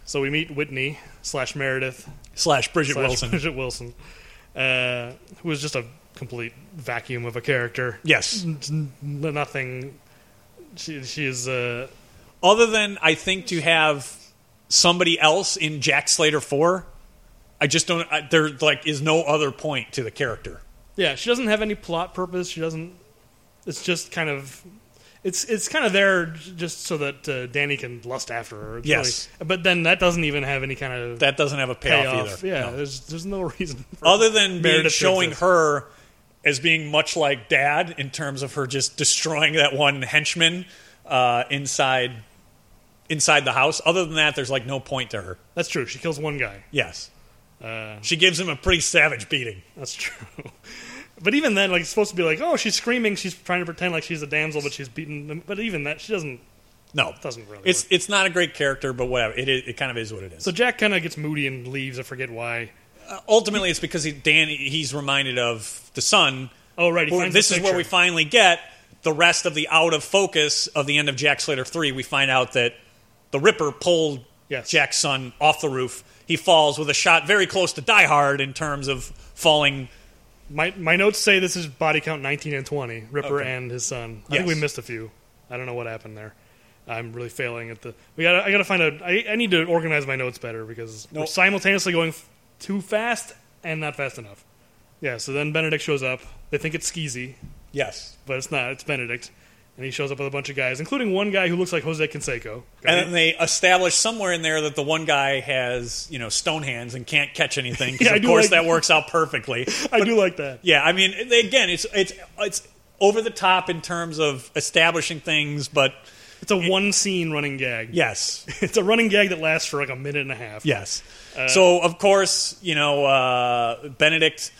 A: So we meet Whitney slash Meredith
B: Slash Bridget
A: slash
B: Wilson.
A: Bridget Wilson, uh, who is just a complete vacuum of a character.
B: Yes.
A: N- nothing. She she is uh,
B: Other than I think to have somebody else in Jack Slater four, I just don't. I, there like is no other point to the character.
A: yeah. She doesn't have any plot purpose. She doesn't. It's just kind of. It's it's kind of there j- just so that uh, Danny can lust after her. It's
B: Yes.
A: really- but then that doesn't even have any kind of
B: That doesn't have a payoff,
A: payoff.
B: either.
A: Yeah,
B: No.
A: there's there's no reason for
B: Other than being
A: Meredith to
B: showing
A: exist.
B: her as being much like dad in terms of her just destroying that one henchman uh, inside inside the house. Other than that, there's like no point to her.
A: That's true. She kills one guy.
B: Yes.
A: Uh.
B: she gives him a pretty savage beating.
A: That's true. But even then, like it's supposed to be like, oh, she's screaming, she's trying to pretend like she's a damsel, but she's beaten. Them. But even that, she doesn't.
B: No,
A: Doesn't really
B: It's it's not a great character, but whatever. It is, it kind of is what it is.
A: So Jack kind of gets moody and leaves. I forget why.
B: ultimately, it's because he, Dan he's reminded of the son.
A: Oh, right, he
B: Well,
A: finds
B: this
A: the
B: is where
A: picture.
B: we finally get the rest of the out of focus of the end of Jack Slater three. We find out that the Ripper pulled
A: Yes.
B: Jack's son off the roof. He falls with a shot very close to Die Hard in terms of falling.
A: My my notes say this is body count 19 and 20. Ripper
B: Okay.
A: and his son. I
B: Yes.
A: think we missed a few. I don't know what happened there. I'm really failing at the. We got. to I got to find out. I, I need to organize my notes better because we're
B: Nope.
A: simultaneously going f- too fast and not fast enough. Yeah. So then Benedict shows up. They think it's Skeezy,
B: Yes,
A: but it's not. It's Benedict, and he shows up with a bunch of guys, including one guy who looks like Jose Canseco.
B: and then they establish somewhere in there that the one guy has you know stone hands and can't catch anything. 'cause
A: Yeah, I
B: of
A: do
B: course
A: like-
B: that works out perfectly.
A: I do like that.
B: Yeah, I mean, they- again, it's it's it's over the top in terms of establishing things, but
A: It's a one scene running gag.
B: yes,
A: It's a running gag that lasts for like a minute and a half.
B: yes.
A: Uh,
B: so of course, you know, uh, Benedict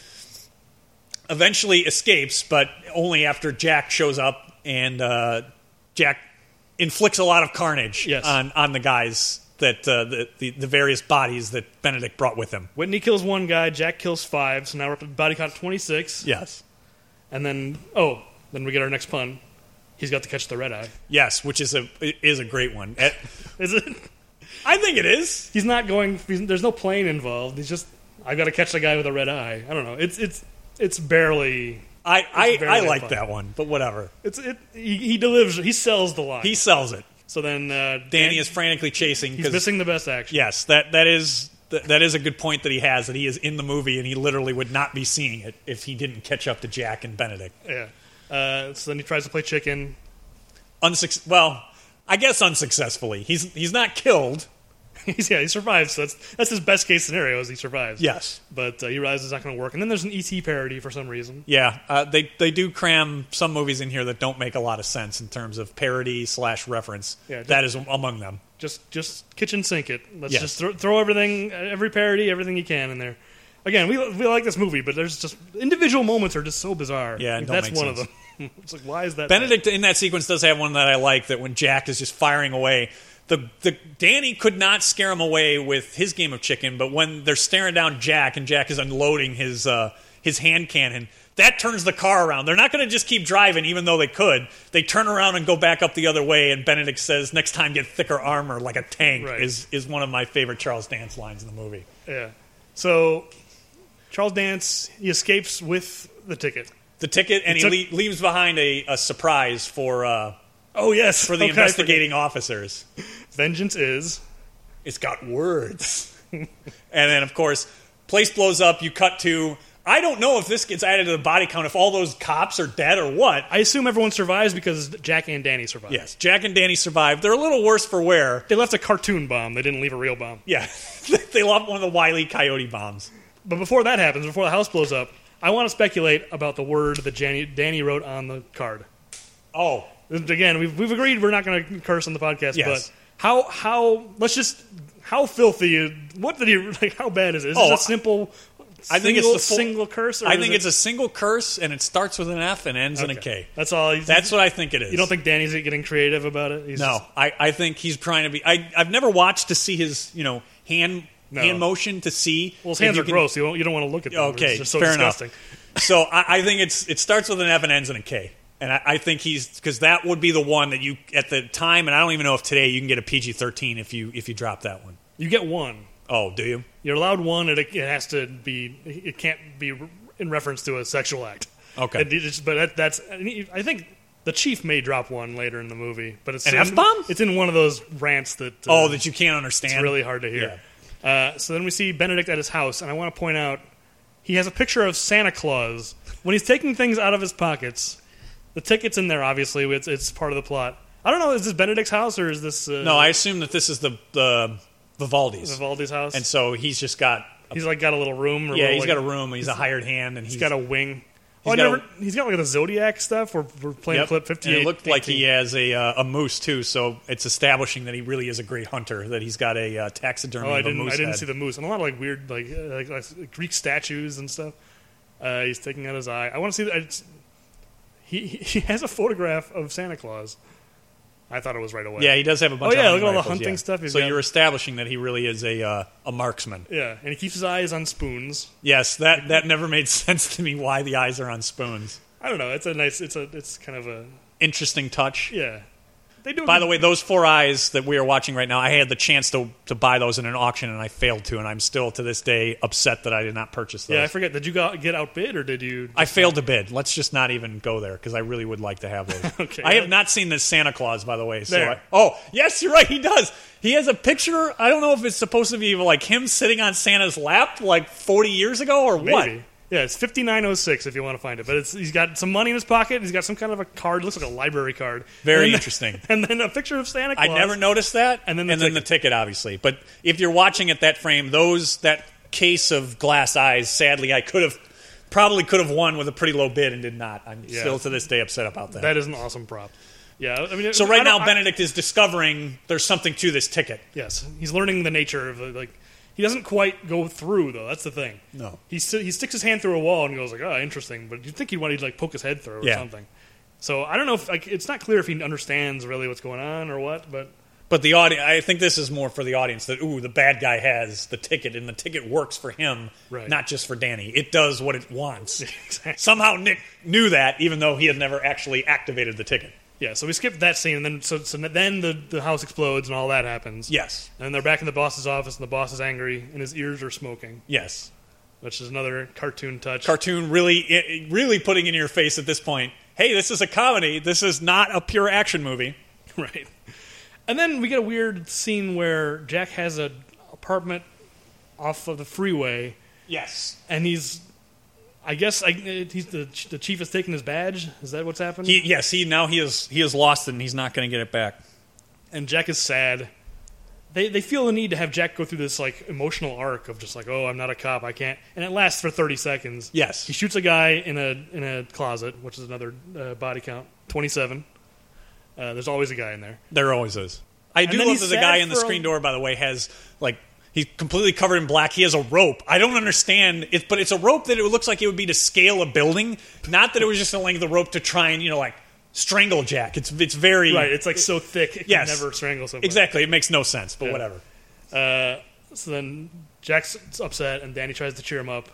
B: eventually escapes, but only after Jack shows up and uh, Jack inflicts a lot of carnage
A: Yes.
B: on on the guys that uh, the, the the various bodies that Benedict brought with him.
A: Whitney kills one guy, Jack kills five, so now we're up to body count 26.
B: Yes.
A: And then, oh, then we get our next pun. He's got to catch the red eye.
B: Yes, which is a is a great one. Eh,
A: Is it?
B: I think it is.
A: He's not going, he's, there's no plane involved. He's just, I've got to catch the guy with a red eye. I don't know. It's, it's, it's barely,
B: I
A: It's
B: I,
A: very
B: I like
A: fun.
B: that one, but whatever.
A: it's, it, he, he delivers, he sells the line.
B: He sells it.
A: so then, uh,
B: Danny
A: Dan-
B: is frantically chasing
A: he's
B: because
A: missing the best action.
B: yes, that that is that, that is a good point that he has that he is in the movie and he literally would not be seeing it if he didn't catch up to Jack and Benedict.
A: Yeah. Uh, so then he tries to play chicken.
B: Unsuc- well, I guess unsuccessfully. He's he's not killed.
A: He's, yeah, he survives. So that's, that's his best case scenario is he survives.
B: Yes.
A: But uh, he realizes it's not going to work. And then there's an ET parody for some reason.
B: Yeah, uh, they they do cram some movies in here that don't make a lot of sense in terms of parody slash reference.
A: Yeah,
B: that is among them.
A: just just kitchen sink it. Let's
B: Yes.
A: just throw, throw everything, every parody, everything you can in there. Again, we we like this movie, but there's just individual moments are just so bizarre.
B: Yeah,
A: Like,
B: don't
A: that's
B: make
A: one of
B: sense.
A: them. it's like why is that?
B: Benedict in that sequence does have one that I like that when Jack is just firing away. The, the Danny could not scare him away with his game of chicken, but when they're staring down Jack and Jack is unloading his uh, his hand cannon, that turns the car around. They're not going to just keep driving, even though they could. They turn around and go back up the other way. And Benedict says, "Next time, get thicker armor like a tank."
A: Right.
B: Is is one of my favorite Charles Dance lines in the movie.
A: Yeah. So Charles Dance he escapes with the ticket.
B: The ticket, and
A: He
B: he,
A: took-
B: le- leaves behind a, a surprise for uh,
A: Oh yes,
B: for the investigating officers.
A: Vengeance is
B: It's got words. and then, of course, place blows up. You cut to. I don't know if this gets added to the body count, if all those cops are dead or what.
A: I assume everyone survives because Jack and Danny survived.
B: Yes, Jack and Danny survived. They're a little worse for wear.
A: They left a cartoon bomb. They didn't leave a real bomb.
B: Yeah, they lost one of the wily Coyote bombs.
A: But before that happens, before the house blows up, I want to speculate about the word that Janny, Danny wrote on the card.
B: Oh,
A: again, we've, we've agreed we're not going to curse on the podcast,
B: Yes.
A: but how how let's just how filthy is- what did he like? How bad is it? Is
B: Oh,
A: this a simple?
B: I think it's
A: single,
B: the full-
A: single curse. Or
B: I
A: is
B: think
A: it-
B: it's a single curse, and it starts with an F and ends in a K.
A: That's all. He's,
B: That's what I think it is.
A: you don't think Danny's getting creative about it? He's
B: No,
A: just-
B: I, I think he's trying to be. I, I've never watched to see his you know hand
A: No.
B: hand motion to see.
A: well, his
B: if
A: hands
B: you
A: are
B: can-
A: gross. You don't, you don't want to look at them.
B: Okay,
A: it's just so
B: fair
A: disgusting.
B: enough. So I, I think it's it starts with an F and ends in a K, and I, I think he's because that would be the one that you at the time, and I don't even know if today you can get a PG thirteen if you if you drop that one.
A: You get one.
B: Oh, do you?
A: You're allowed one, and it, it has to be. It can't be in reference to a sexual act.
B: Okay.
A: And it is- but that, that's. I think the chief may drop one later in the movie, but it's
B: An
A: in-
B: F-bomb?
A: It's in one of those rants that. uh,
B: Oh, that you can't understand.
A: It's really hard to hear. Uh, so then we see Benedict at his house, and I want to point out he has a picture of Santa Claus. When he's taking things out of his pockets, The ticket's in there, obviously. It's, it's part of the plot. I don't know. Is this Benedict's house or is this uh,
B: No, I assume that this is the the Vivaldi's,
A: Vivaldi's house?
B: and so he's just got a,
A: he's like got a little room. Or
B: yeah,
A: he
B: he's
A: like,
B: got a room. He's a hired hand, and he's
A: He's got a wing.
B: He's
A: oh, I
B: got a-
A: never. he's got like the zodiac stuff. We're, we're playing
B: Yep.
A: clip
B: And
A: fifty-eight.
B: It looked like he
A: 18.
B: has a uh, a moose too, so it's establishing that he really is a great hunter. That he's got a uh, taxidermy
A: Oh, I
B: of a
A: didn't.
B: moose
A: I didn't
B: head.
A: see the moose and a lot of like weird like, uh, like, like Greek statues and stuff. Uh, he's taking out his eye. I want to see. The, I just- he he has a photograph of Santa Claus. I thought it was right away.
B: yeah, he does have a
A: Oh,
B: bunch.
A: yeah,
B: of hunting
A: look at all the
B: rifles,
A: hunting
B: yeah.
A: stuff he's
B: so
A: got.
B: you're establishing that he really is a uh, a marksman.
A: yeah, and he keeps his eyes on spoons.
B: Yes, that that never made sense to me. Why the eyes are on spoons?
A: I don't know. It's a nice. It's a. It's kind of a.
B: Interesting touch.
A: Yeah. They do. a
B: By
A: good-
B: the way, those four eyes that we are watching right now, I had the chance to to buy those in an auction, and I failed to, and I'm still to this day upset that I did not purchase those.
A: Yeah, I forget. Did you go, get outbid or did you?
B: I failed to bid. Let's just not even go there because I really would like to have those.
A: Okay.
B: I have not seen this Santa Claus, by the way. So
A: There.
B: I, oh, yes, you're right. He does. He has a picture. I don't know if it's supposed to be like him sitting on Santa's lap like 40 years ago or what.
A: Maybe. Yeah, it's fifty nine oh six if you want to find it. But it's he's got some money in his pocket. He's got some kind of a card. Looks like a library card. And
B: Very
A: then-
B: interesting.
A: And then a picture of Santa
B: I
A: Claus.
B: never noticed that.
A: And then the
B: the ticket, obviously. But if you're watching at that frame, those that case of glass eyes, sadly, I could have probably could have won with a pretty low bid and did not. I'm
A: Yeah.
B: still to this day upset about that.
A: That is an awesome prop. Yeah, I mean. it-
B: so right
A: I don't-
B: now,
A: I-
B: Benedict is discovering there's something to this ticket.
A: yes, he's learning the nature of the, like. He doesn't quite go through though. That's the thing.
B: No.
A: He sti- he sticks his hand through a wall and goes like, "Oh, interesting." But you'd think he'd want to like poke his head through or
B: Yeah.
A: something. So I don't know if like it's not clear if he understands really what's going on or what, but
B: But the audience, I think this is more for the audience that ooh, the bad guy has the ticket, and the ticket works for him,
A: Right.
B: not just for Danny. It does what it wants.
A: Exactly.
B: Somehow Nick knew that, even though he had never actually activated the ticket.
A: Yeah, so we skipped that scene, and then so, so then the, the house explodes and all that happens.
B: Yes,
A: and then they're back in the boss's office, and the boss is angry, and his ears are smoking,
B: yes.
A: which is another cartoon touch.
B: Cartoon really, it- it really putting in your face at this point. Hey, this is a comedy. This is not a pure action movie.
A: right. And then we get a weird scene where Jack has an apartment off of the freeway,
B: Yes,
A: and he's, I guess, I, he's the the chief has taken his badge. Is that what's happened?
B: he, yes. He now he is he is lost, and he's not going to get it back.
A: and Jack is sad. They they feel the need to have Jack go through this like emotional arc of just like, oh, I'm not a cop, I can't, and it lasts for 30 seconds.
B: Yes.
A: he shoots a guy in a in a closet, which is another uh, body count 27. Uh, there's always a guy in there.
B: There always is. I do
A: then
B: love
A: he's
B: that
A: sad
B: the guy in the
A: for a-
B: screen door, by the way, has like he's completely covered in black. He has a rope. I don't understand it, but it's a rope that it looks like it would be to scale a building, not that it was just a length of rope to try and you know like strangle Jack. It's it's very
A: Right, it's like so thick, it
B: Yes.
A: can never strangle someone.
B: exactly. It makes no sense, but
A: Yeah.
B: whatever.
A: Uh, so then Jack's upset, and Danny tries to cheer him up,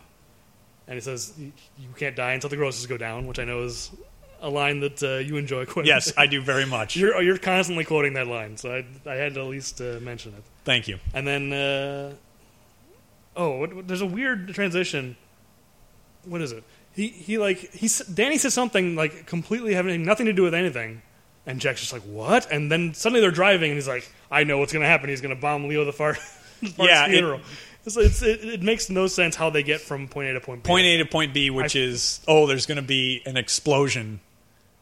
A: and he says, "You you can't die until the grosses go down," which I know is a line that uh, you enjoy quite. a
B: Yes,
A: bit.
B: I do very much.
A: You're you're constantly quoting that line, so I I had to at least uh, mention it.
B: Thank you.
A: And then uh, oh, what, what- there's a weird transition. What is it? He he like he s- Danny says something like completely having nothing to do with anything, and Jack's just like what? And then suddenly they're driving, and he's like, I know what's gonna happen. He's gonna bomb Leo the fart.
B: Yeah, it-
A: funeral. It's, it's, it, it makes no sense how they get from point A to point B.
B: Point A to point B, which
A: I-
B: is oh, there's going to be an explosion.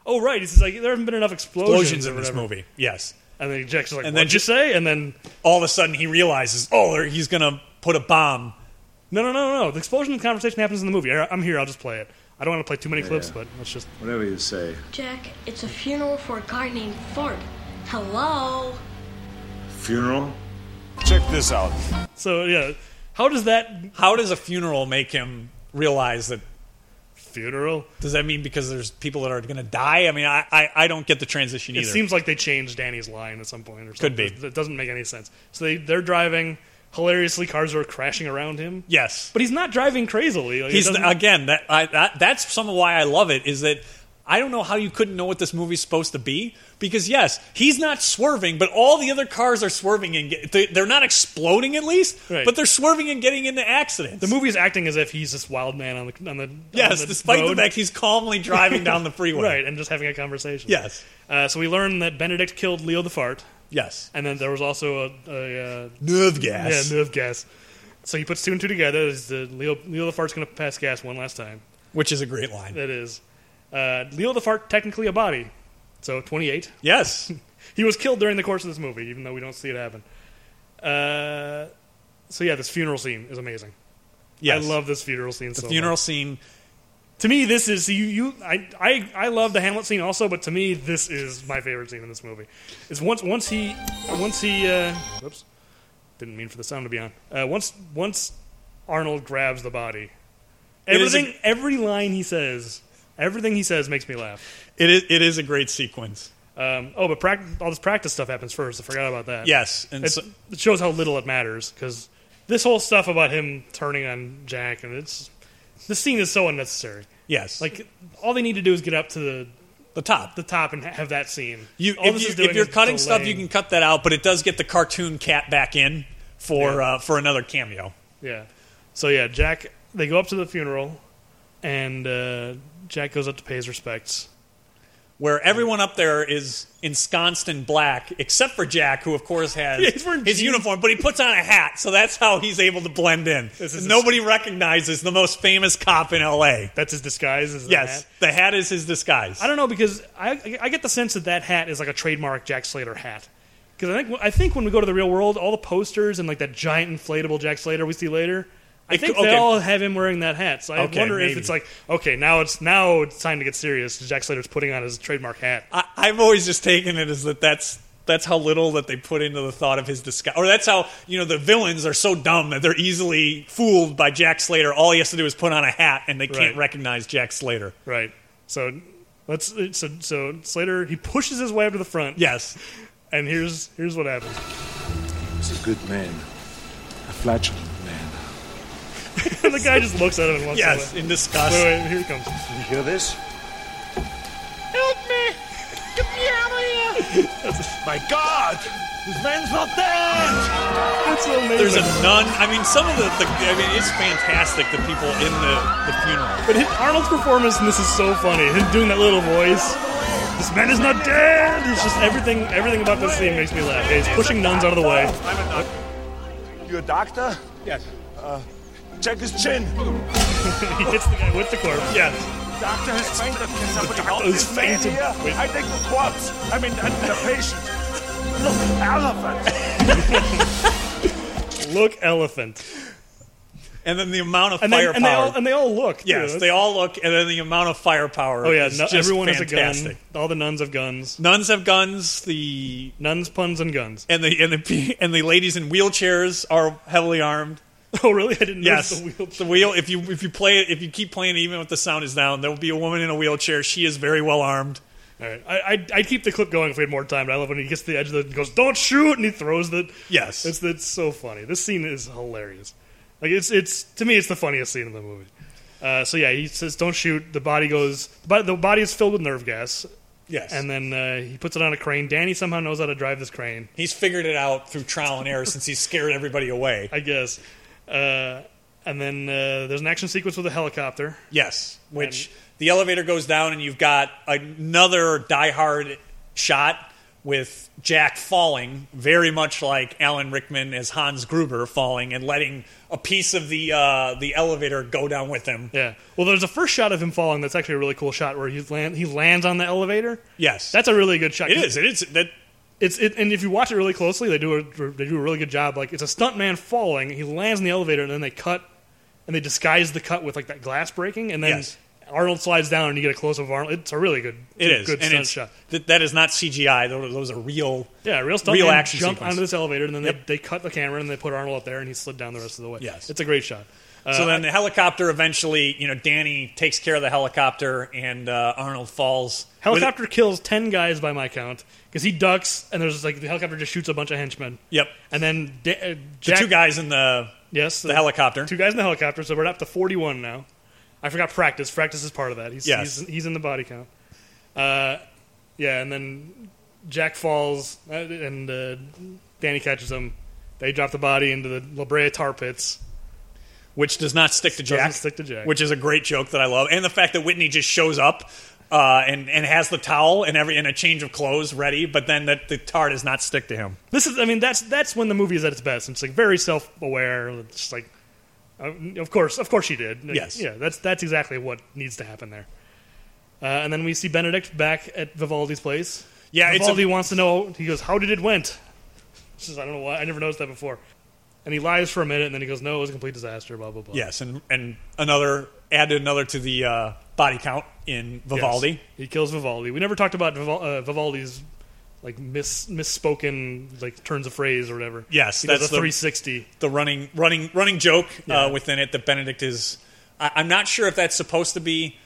A: Oh right, it's like there haven't been enough explosions,
B: Explosions
A: or
B: in this
A: whatever.
B: movie. Yes.
A: And then Jack's just like,
B: And
A: what'd
B: then
A: you
B: ju-
A: say? And then
B: All of a sudden, he realizes oh, there- he's going to put a bomb
A: No, no, no, no, no. The explosion of the conversation happens in the movie. I- I'm here. I'll just play it. I don't want to play too many clips, but let's just.
J: Whatever you say.
K: Jack, it's a funeral for a guy named Ford. Hello?
J: Funeral?
G: Check this out.
A: So yeah, how does that
B: How does a funeral make him realize that?
A: funeral?
B: Does that mean because there's people that are going to die? I mean, I, I, I don't get the transition
A: It
B: either.
A: seems like they changed Danny's line at some point, or something.
B: Could be.
A: It doesn't make any sense. So they they're driving hilariously. Cars are crashing around him.
B: yes,
A: but he's not driving crazily. Like, it
B: he's
A: doesn't-
B: again that, I, that that's some of why I love it is that I don't know how you couldn't know what this movie's supposed to be because yes, he's not swerving, but all the other cars are swerving and get, they, they're not exploding at least,
A: Right.
B: but they're swerving and getting into accidents.
A: the movie's acting as if he's this wild man on the on the on
B: yes,
A: the
B: despite the
A: road.
B: fact he's calmly driving down the freeway.
A: right and just having a conversation.
B: Yes.
A: Uh, so we learn that Benedict killed Leo the fart,
B: Yes.
A: and then there was also a, a uh,
B: Nerve gas.
A: Yeah, nerve gas. So he puts two and two together. Is the Leo Leo Lafart's going to pass gas one last time?
B: Which is a great line.
A: That is. Uh, Leo the Fart, technically a body. So 28.
B: Yes.
A: he was killed during the course of this movie, even though we don't see it happen. Uh, so, yeah, this funeral scene is amazing.
B: Yes.
A: I love this funeral scene
B: The
A: so
B: funeral
A: much.
B: scene.
A: To me, this is you. you I, I I love the Hamlet scene also, but to me, this is my favorite scene in this movie. Is once once he once he uh, whoops didn't mean for the sound to be on. Uh, once once Arnold grabs the body,
B: It is a-
A: everything every line he says, everything he says makes me laugh.
B: It is, it is a great sequence.
A: Um, oh, but prac- all this practice stuff happens first. I forgot about that.
B: Yes, and
A: It's-
B: so-
A: it shows how little it matters because this whole stuff about him turning on Jack and it's this scene is so unnecessary.
B: Yes.
A: like all they need to do is get up to the
B: the top,
A: the top, and ha- have that scene.
B: You,
A: all
B: if,
A: this
B: you,
A: is doing
B: if you're
A: is
B: cutting stuff, you
A: delaying-
B: can cut that out, but it does get the cartoon cat back in for
A: Yeah.
B: uh, for another cameo.
A: Yeah. So yeah, Jack. They go up to the funeral, and uh, Jack goes up to pay his respects.
B: where everyone up there is ensconced in black, except for Jack, who of course has
A: Yeah, he's wearing
B: his
A: jeans.
B: uniform, but he puts on a hat, so that's how he's able to blend in.
A: This is
B: Nobody recognizes the most famous cop in L.A.
A: That's his disguise. Is the
B: yes,
A: hat.
B: the hat is his disguise.
A: I don't know because I I get the sense that that hat is like a trademark Jack Slater hat. Because I think I think when we go to the real world, all the posters and like that giant inflatable Jack Slater we see later, I
B: It
A: think
B: cou-
A: they
B: okay.
A: all have him wearing that hat. So I
B: Okay,
A: wonder if
B: maybe.
A: it's like okay, now it's now it's time to get serious. Jack Slater's putting on his trademark hat.
B: I, I've always just taken it as that that's that's how little that they put into the thought of his disguise, or that's how you know the villains are so dumb that they're easily fooled by Jack Slater. All he has to do is put on a hat, and they
A: Right.
B: can't recognize Jack Slater.
A: Right. So let's so so Slater he pushes his way up to the front.
B: Yes,
A: And here's here's what happens.
J: He's a good man, a flatulent man.
A: And the guy just looks at him and walks
B: yes,
A: away.
B: in disgust.
A: Wait, wait, here he comes.
J: You hear this?
C: Help me! Get me out of here!
J: My God! This man's not dead!
A: That's so amazing.
B: There's a nun. I mean, some of the, the I mean, it's fantastic. The people in the, the funeral.
A: but his, Arnold's performance and this is so funny. Him doing that little voice. This man is not dead. It's just everything everything about this scene makes me laugh. He's pushing nuns out of the way.
G: You a doctor?
H: Yes.
G: Check his chin.
A: he hits the guy with the corpse.
B: Yes.
G: Doctor has fainted. Can somebody help
A: doctor's
G: this man
A: fainted.
G: here?
A: Wait.
G: I think the corpse. I mean, uh, the patient.
A: Look
G: Look, elephant.
A: elephant.
B: And then the amount of
A: And then
B: firepower.
A: and they all and they all look. too.
B: yes, they all look. And then the amount of firepower.
A: Oh yeah,
B: is
A: no,
B: just
A: everyone has a
B: fantastic.
A: gun. All the nuns have guns.
B: Nuns have guns. The
A: Nuns, puns, and guns.
B: and the and the pe- and the ladies in wheelchairs are heavily armed.
A: Oh really? I didn't
B: Yes,
A: notice the wheel.
B: the wheel. If you if you play it, if you keep playing, it, even if the sound is down, there will be a woman in a wheelchair. She is very well armed.
A: All right, I, I'd, I'd keep the clip going if we had more time. But I love when he gets to the edge of the and goes, "Don't shoot!" and he throws the.
B: Yes.
A: it's it's so funny. This scene is hilarious. Like it's it's to me it's the funniest scene in the movie. Uh, so yeah, he says, "Don't shoot." The body goes, but the body is filled with nerve gas,
B: Yes,
A: and then uh, he puts it on a crane. Danny somehow knows how to drive this crane,
B: he's figured it out through trial and error since he's scared everybody away.
A: I guess. Uh, and then uh, there's an action sequence with a helicopter.
B: Yes, which the elevator goes down, and you've got another diehard shot with Jack falling, very much like Alan Rickman as Hans Gruber falling and letting a piece of the uh, the elevator go down with him.
A: Yeah. Well, there's a first shot of him falling. That's actually a really cool shot where he land he lands on the elevator.
B: Yes,
A: That's a really good shot.
B: it is. It is that.
A: It's it, and if you watch it really closely, they do a they do a really good job. Like it's a stuntman falling, he lands in the elevator, and then they cut and they disguise the cut with like that glass breaking, and then
B: Yes.
A: Arnold slides down, and you get a close up of Arnold. It's a really good
B: It is,
A: good
B: and
A: stunt
B: it's,
A: shot.
B: That, that is not CGI. Those, those are real.
A: Yeah, real stuntman
B: real action
A: jump
B: sequence.
A: onto this elevator, and then
B: Yep.
A: they, they cut the camera and they put Arnold up there, and he slid down the rest of the way.
B: Yes.
A: it's a great shot.
B: So then the helicopter eventually, you know, Danny takes care of the helicopter, and uh, Arnold falls. with-
A: Helicopter kills ten guys by my count because he ducks, and there's like the helicopter just shoots a bunch of henchmen.
B: Yep.
A: And then da- uh,
B: The
A: Jack-
B: two guys in the
A: Yes,
B: the helicopter.
A: Two guys in the helicopter. So we're up to forty-one now. I forgot practice. Practice is part of that. He's
B: Yes.
A: he's, he's in the body count. Uh, yeah, and then Jack falls, uh, and uh, Danny catches him. They drop the body into the La Brea tar pits.
B: which does not stick to
A: Doesn't
B: Jack.
A: stick to Jack.
B: Which is a great joke that I love, and the fact that Whitney just shows up uh, and and has the towel and every and a change of clothes ready, but then that the tar does not stick to him.
A: This is, I mean, that's that's when the movie is at its best. It's like very self-aware. It's just like, uh, of course, of course she did. Like,
B: Yes.
A: yeah, that's that's exactly what needs to happen there. Uh, and then we see Benedict back at Vivaldi's place.
B: Yeah, it's a-
A: Vivaldi wants to know. He goes, "How did it went?" She says, "I don't know why. I never noticed that before." And he lies for a minute, and then he goes, "No, it was a complete disaster." Blah blah blah.
B: Yes, and and another add another to the uh, body count in Vivaldi.
A: Yes. He kills Vivaldi. We never talked about Vival- uh, Vivaldi's like mis- misspoken like turns of phrase or whatever.
B: Yes,
A: he
B: that's
A: does a
B: the-
A: 360.
B: The running running running joke
A: Yeah.
B: uh, within it that Benedict is. I, I'm not sure if that's supposed to be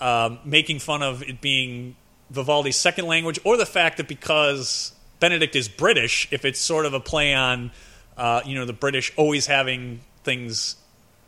B: um, making fun of it being Vivaldi's second language or the fact that because Benedict is British, if it's sort of a play on uh, you know the British always having things.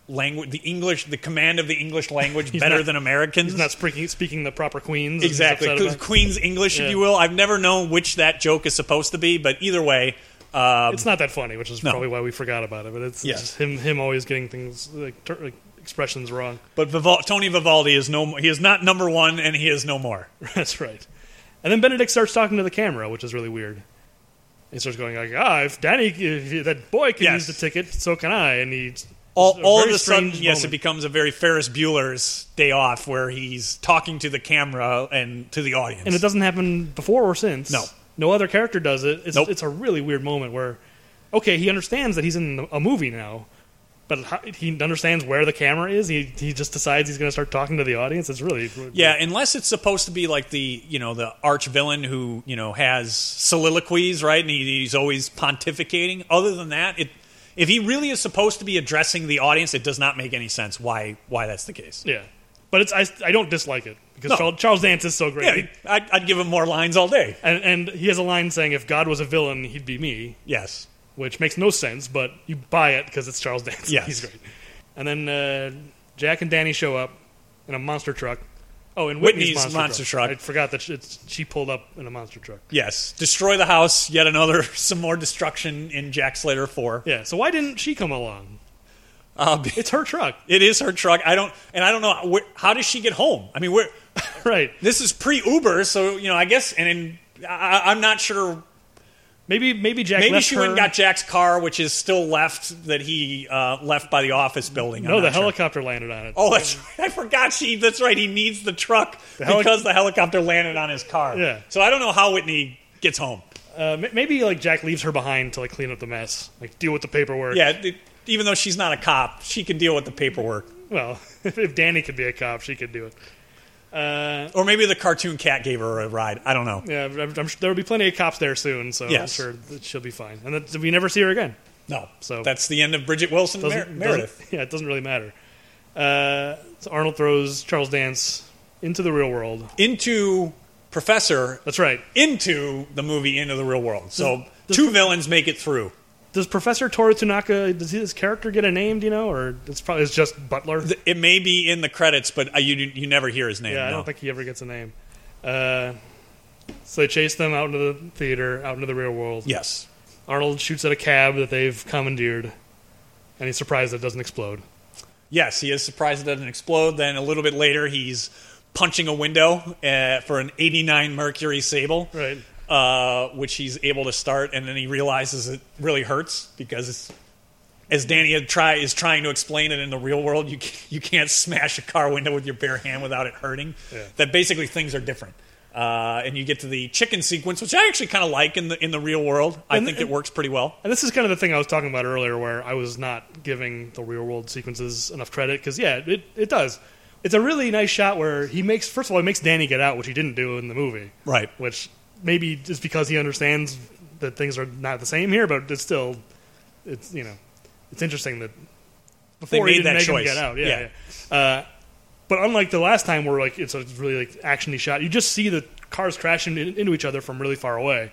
B: Language, the English, the command of the English language
A: He's
B: better
A: not-
B: than Americans.
A: He's not speaking speaking the proper Queens. and he's
B: Exactly,
A: upset about it.
B: Queen's English,
A: Yeah.
B: if you will. I've never known which that joke is supposed to be, but either way, um,
A: It's not that funny, which is
B: No.
A: probably why we forgot about it. But it's, it's
B: Yes.
A: just him him always getting things like, tur like expressions wrong.
B: but Vival- Tony Vivaldi is no, he is not number one, and he is no more.
A: That's right. And then Benedict starts talking to the camera, which is really weird. He starts going like, "Ah, if Danny, if that boy can use
B: Yes.
A: the ticket, so can I." And he
B: All,
A: it's a
B: all of
A: very
B: a sudden,
A: strange
B: yes, it
A: moment.
B: becomes a very Ferris Bueller's Day Off, where he's talking to the camera and to the audience.
A: and it doesn't happen before or since.
B: No.
A: no other character does it. It's
B: Nope.
A: it's a really weird moment where, okay, he understands that he's in a movie now, but how, he understands where the camera is. He he just decides he's going to start talking to the audience. It's really
B: Yeah, unless it's supposed to be like the you know the arch villain who you know has soliloquies, right? And he, he's always pontificating. Other than that, it if he really is supposed to be addressing the audience, it does not make any sense why why that's the case.
A: yeah. But it's I, I don't dislike it because
B: No.
A: Charles, Charles Dance is so great.
B: Yeah, I'd, I'd give him more lines all day.
A: and and he has a line saying, "If God was a villain, he'd be me,"
B: Yes,
A: which makes no sense, but you buy it because it's Charles Dance.
B: Yes.
A: he's great. And then uh, Jack and Danny show up in a monster truck. Oh, in
B: Whitney's
A: Whitney's, monster,
B: monster
A: truck.
B: truck.
A: I forgot that she, it's, she pulled up in a monster truck.
B: yes. Destroy the house. Yet another some more destruction in Jack Slater Four.
A: Yeah. So why didn't she come along?
B: Um,
A: It's her truck,
B: it is her truck. I don't and I don't know where, how does she get home. I mean, where
A: right?
B: this is pre Uber, so you know I guess and. In, I, I- I'm not sure
A: Maybe maybe Jack.
B: Maybe
A: left
B: she
A: her.
B: went and got Jack's car, which is still left that he uh, left by the office building. I'm
A: No, Oh, the
B: not sure.
A: helicopter landed on it.
B: Oh, that's right. I forgot. She. That's right. He needs the truck
A: heli-
B: because the helicopter landed on his car.
A: Yeah.
B: So I don't know how Whitney gets home.
A: Uh, ma- maybe like Jack leaves her behind to like clean up the mess, like deal with the paperwork.
B: Yeah. it- even though she's not a cop, she can deal with the paperwork.
A: Well, if Danny could be a cop, she could do it. Uh,
B: Or maybe the cartoon cat gave her a ride. I don't know.
A: Yeah, I'm, I'm sure there'll be plenty of cops there soon, so
B: Yes.
A: I'm sure that she'll be fine. And that, we never see her again.
B: No.
A: So-
B: that's the end of Bridget Wilson Mer-
A: Doesn't-
B: Meredith.
A: doesn't- yeah, it doesn't really matter. Uh, so Arnold throws Charles Dance into the real world.
B: Into Professor.
A: That's right.
B: Into the movie. Into the real world. So two villains make it through.
A: Does Professor Toru Tanaka, does his character get a name, do you know? Or it's probably it's just Butler?
B: Th- It may be in the credits, but uh, you you never hear his name.
A: yeah, I
B: no.
A: don't think he ever gets a name. Uh, so they chase them out into the theater, out into the real world.
B: Yes,
A: Arnold shoots at a cab that they've commandeered, and he's surprised that it doesn't explode.
B: yes, he is surprised it doesn't explode. Then a little bit later, he's punching a window uh, for an '89 Mercury Sable,
A: Right.
B: Uh, which he's able to start, and then he realizes it really hurts because, it's, as Danny had try is trying to explain it in the real world, you ca- you can't smash a car window with your bare hand without it hurting. That basically things are different. Uh, and you get to the chicken sequence, which I actually kind of like in the in the real world. I
A: And-
B: think
A: and-
B: it works pretty well.
A: And this is kind of the thing I was talking about earlier, where I was not giving the real world sequences enough credit because yeah, it it does. It's a really nice shot where he makes first of all he makes Danny get out, which he didn't do in the movie,
B: Right.
A: Which maybe is because he understands that things are not the same here, but it's still it's you know it's interesting that
B: They
A: before he
B: made
A: didn't
B: that
A: make
B: choice.
A: him get out, yeah. yeah. Uh, but unlike the last time where like it's a really like actiony shot, you just see the cars crashing in, into each other from really far away.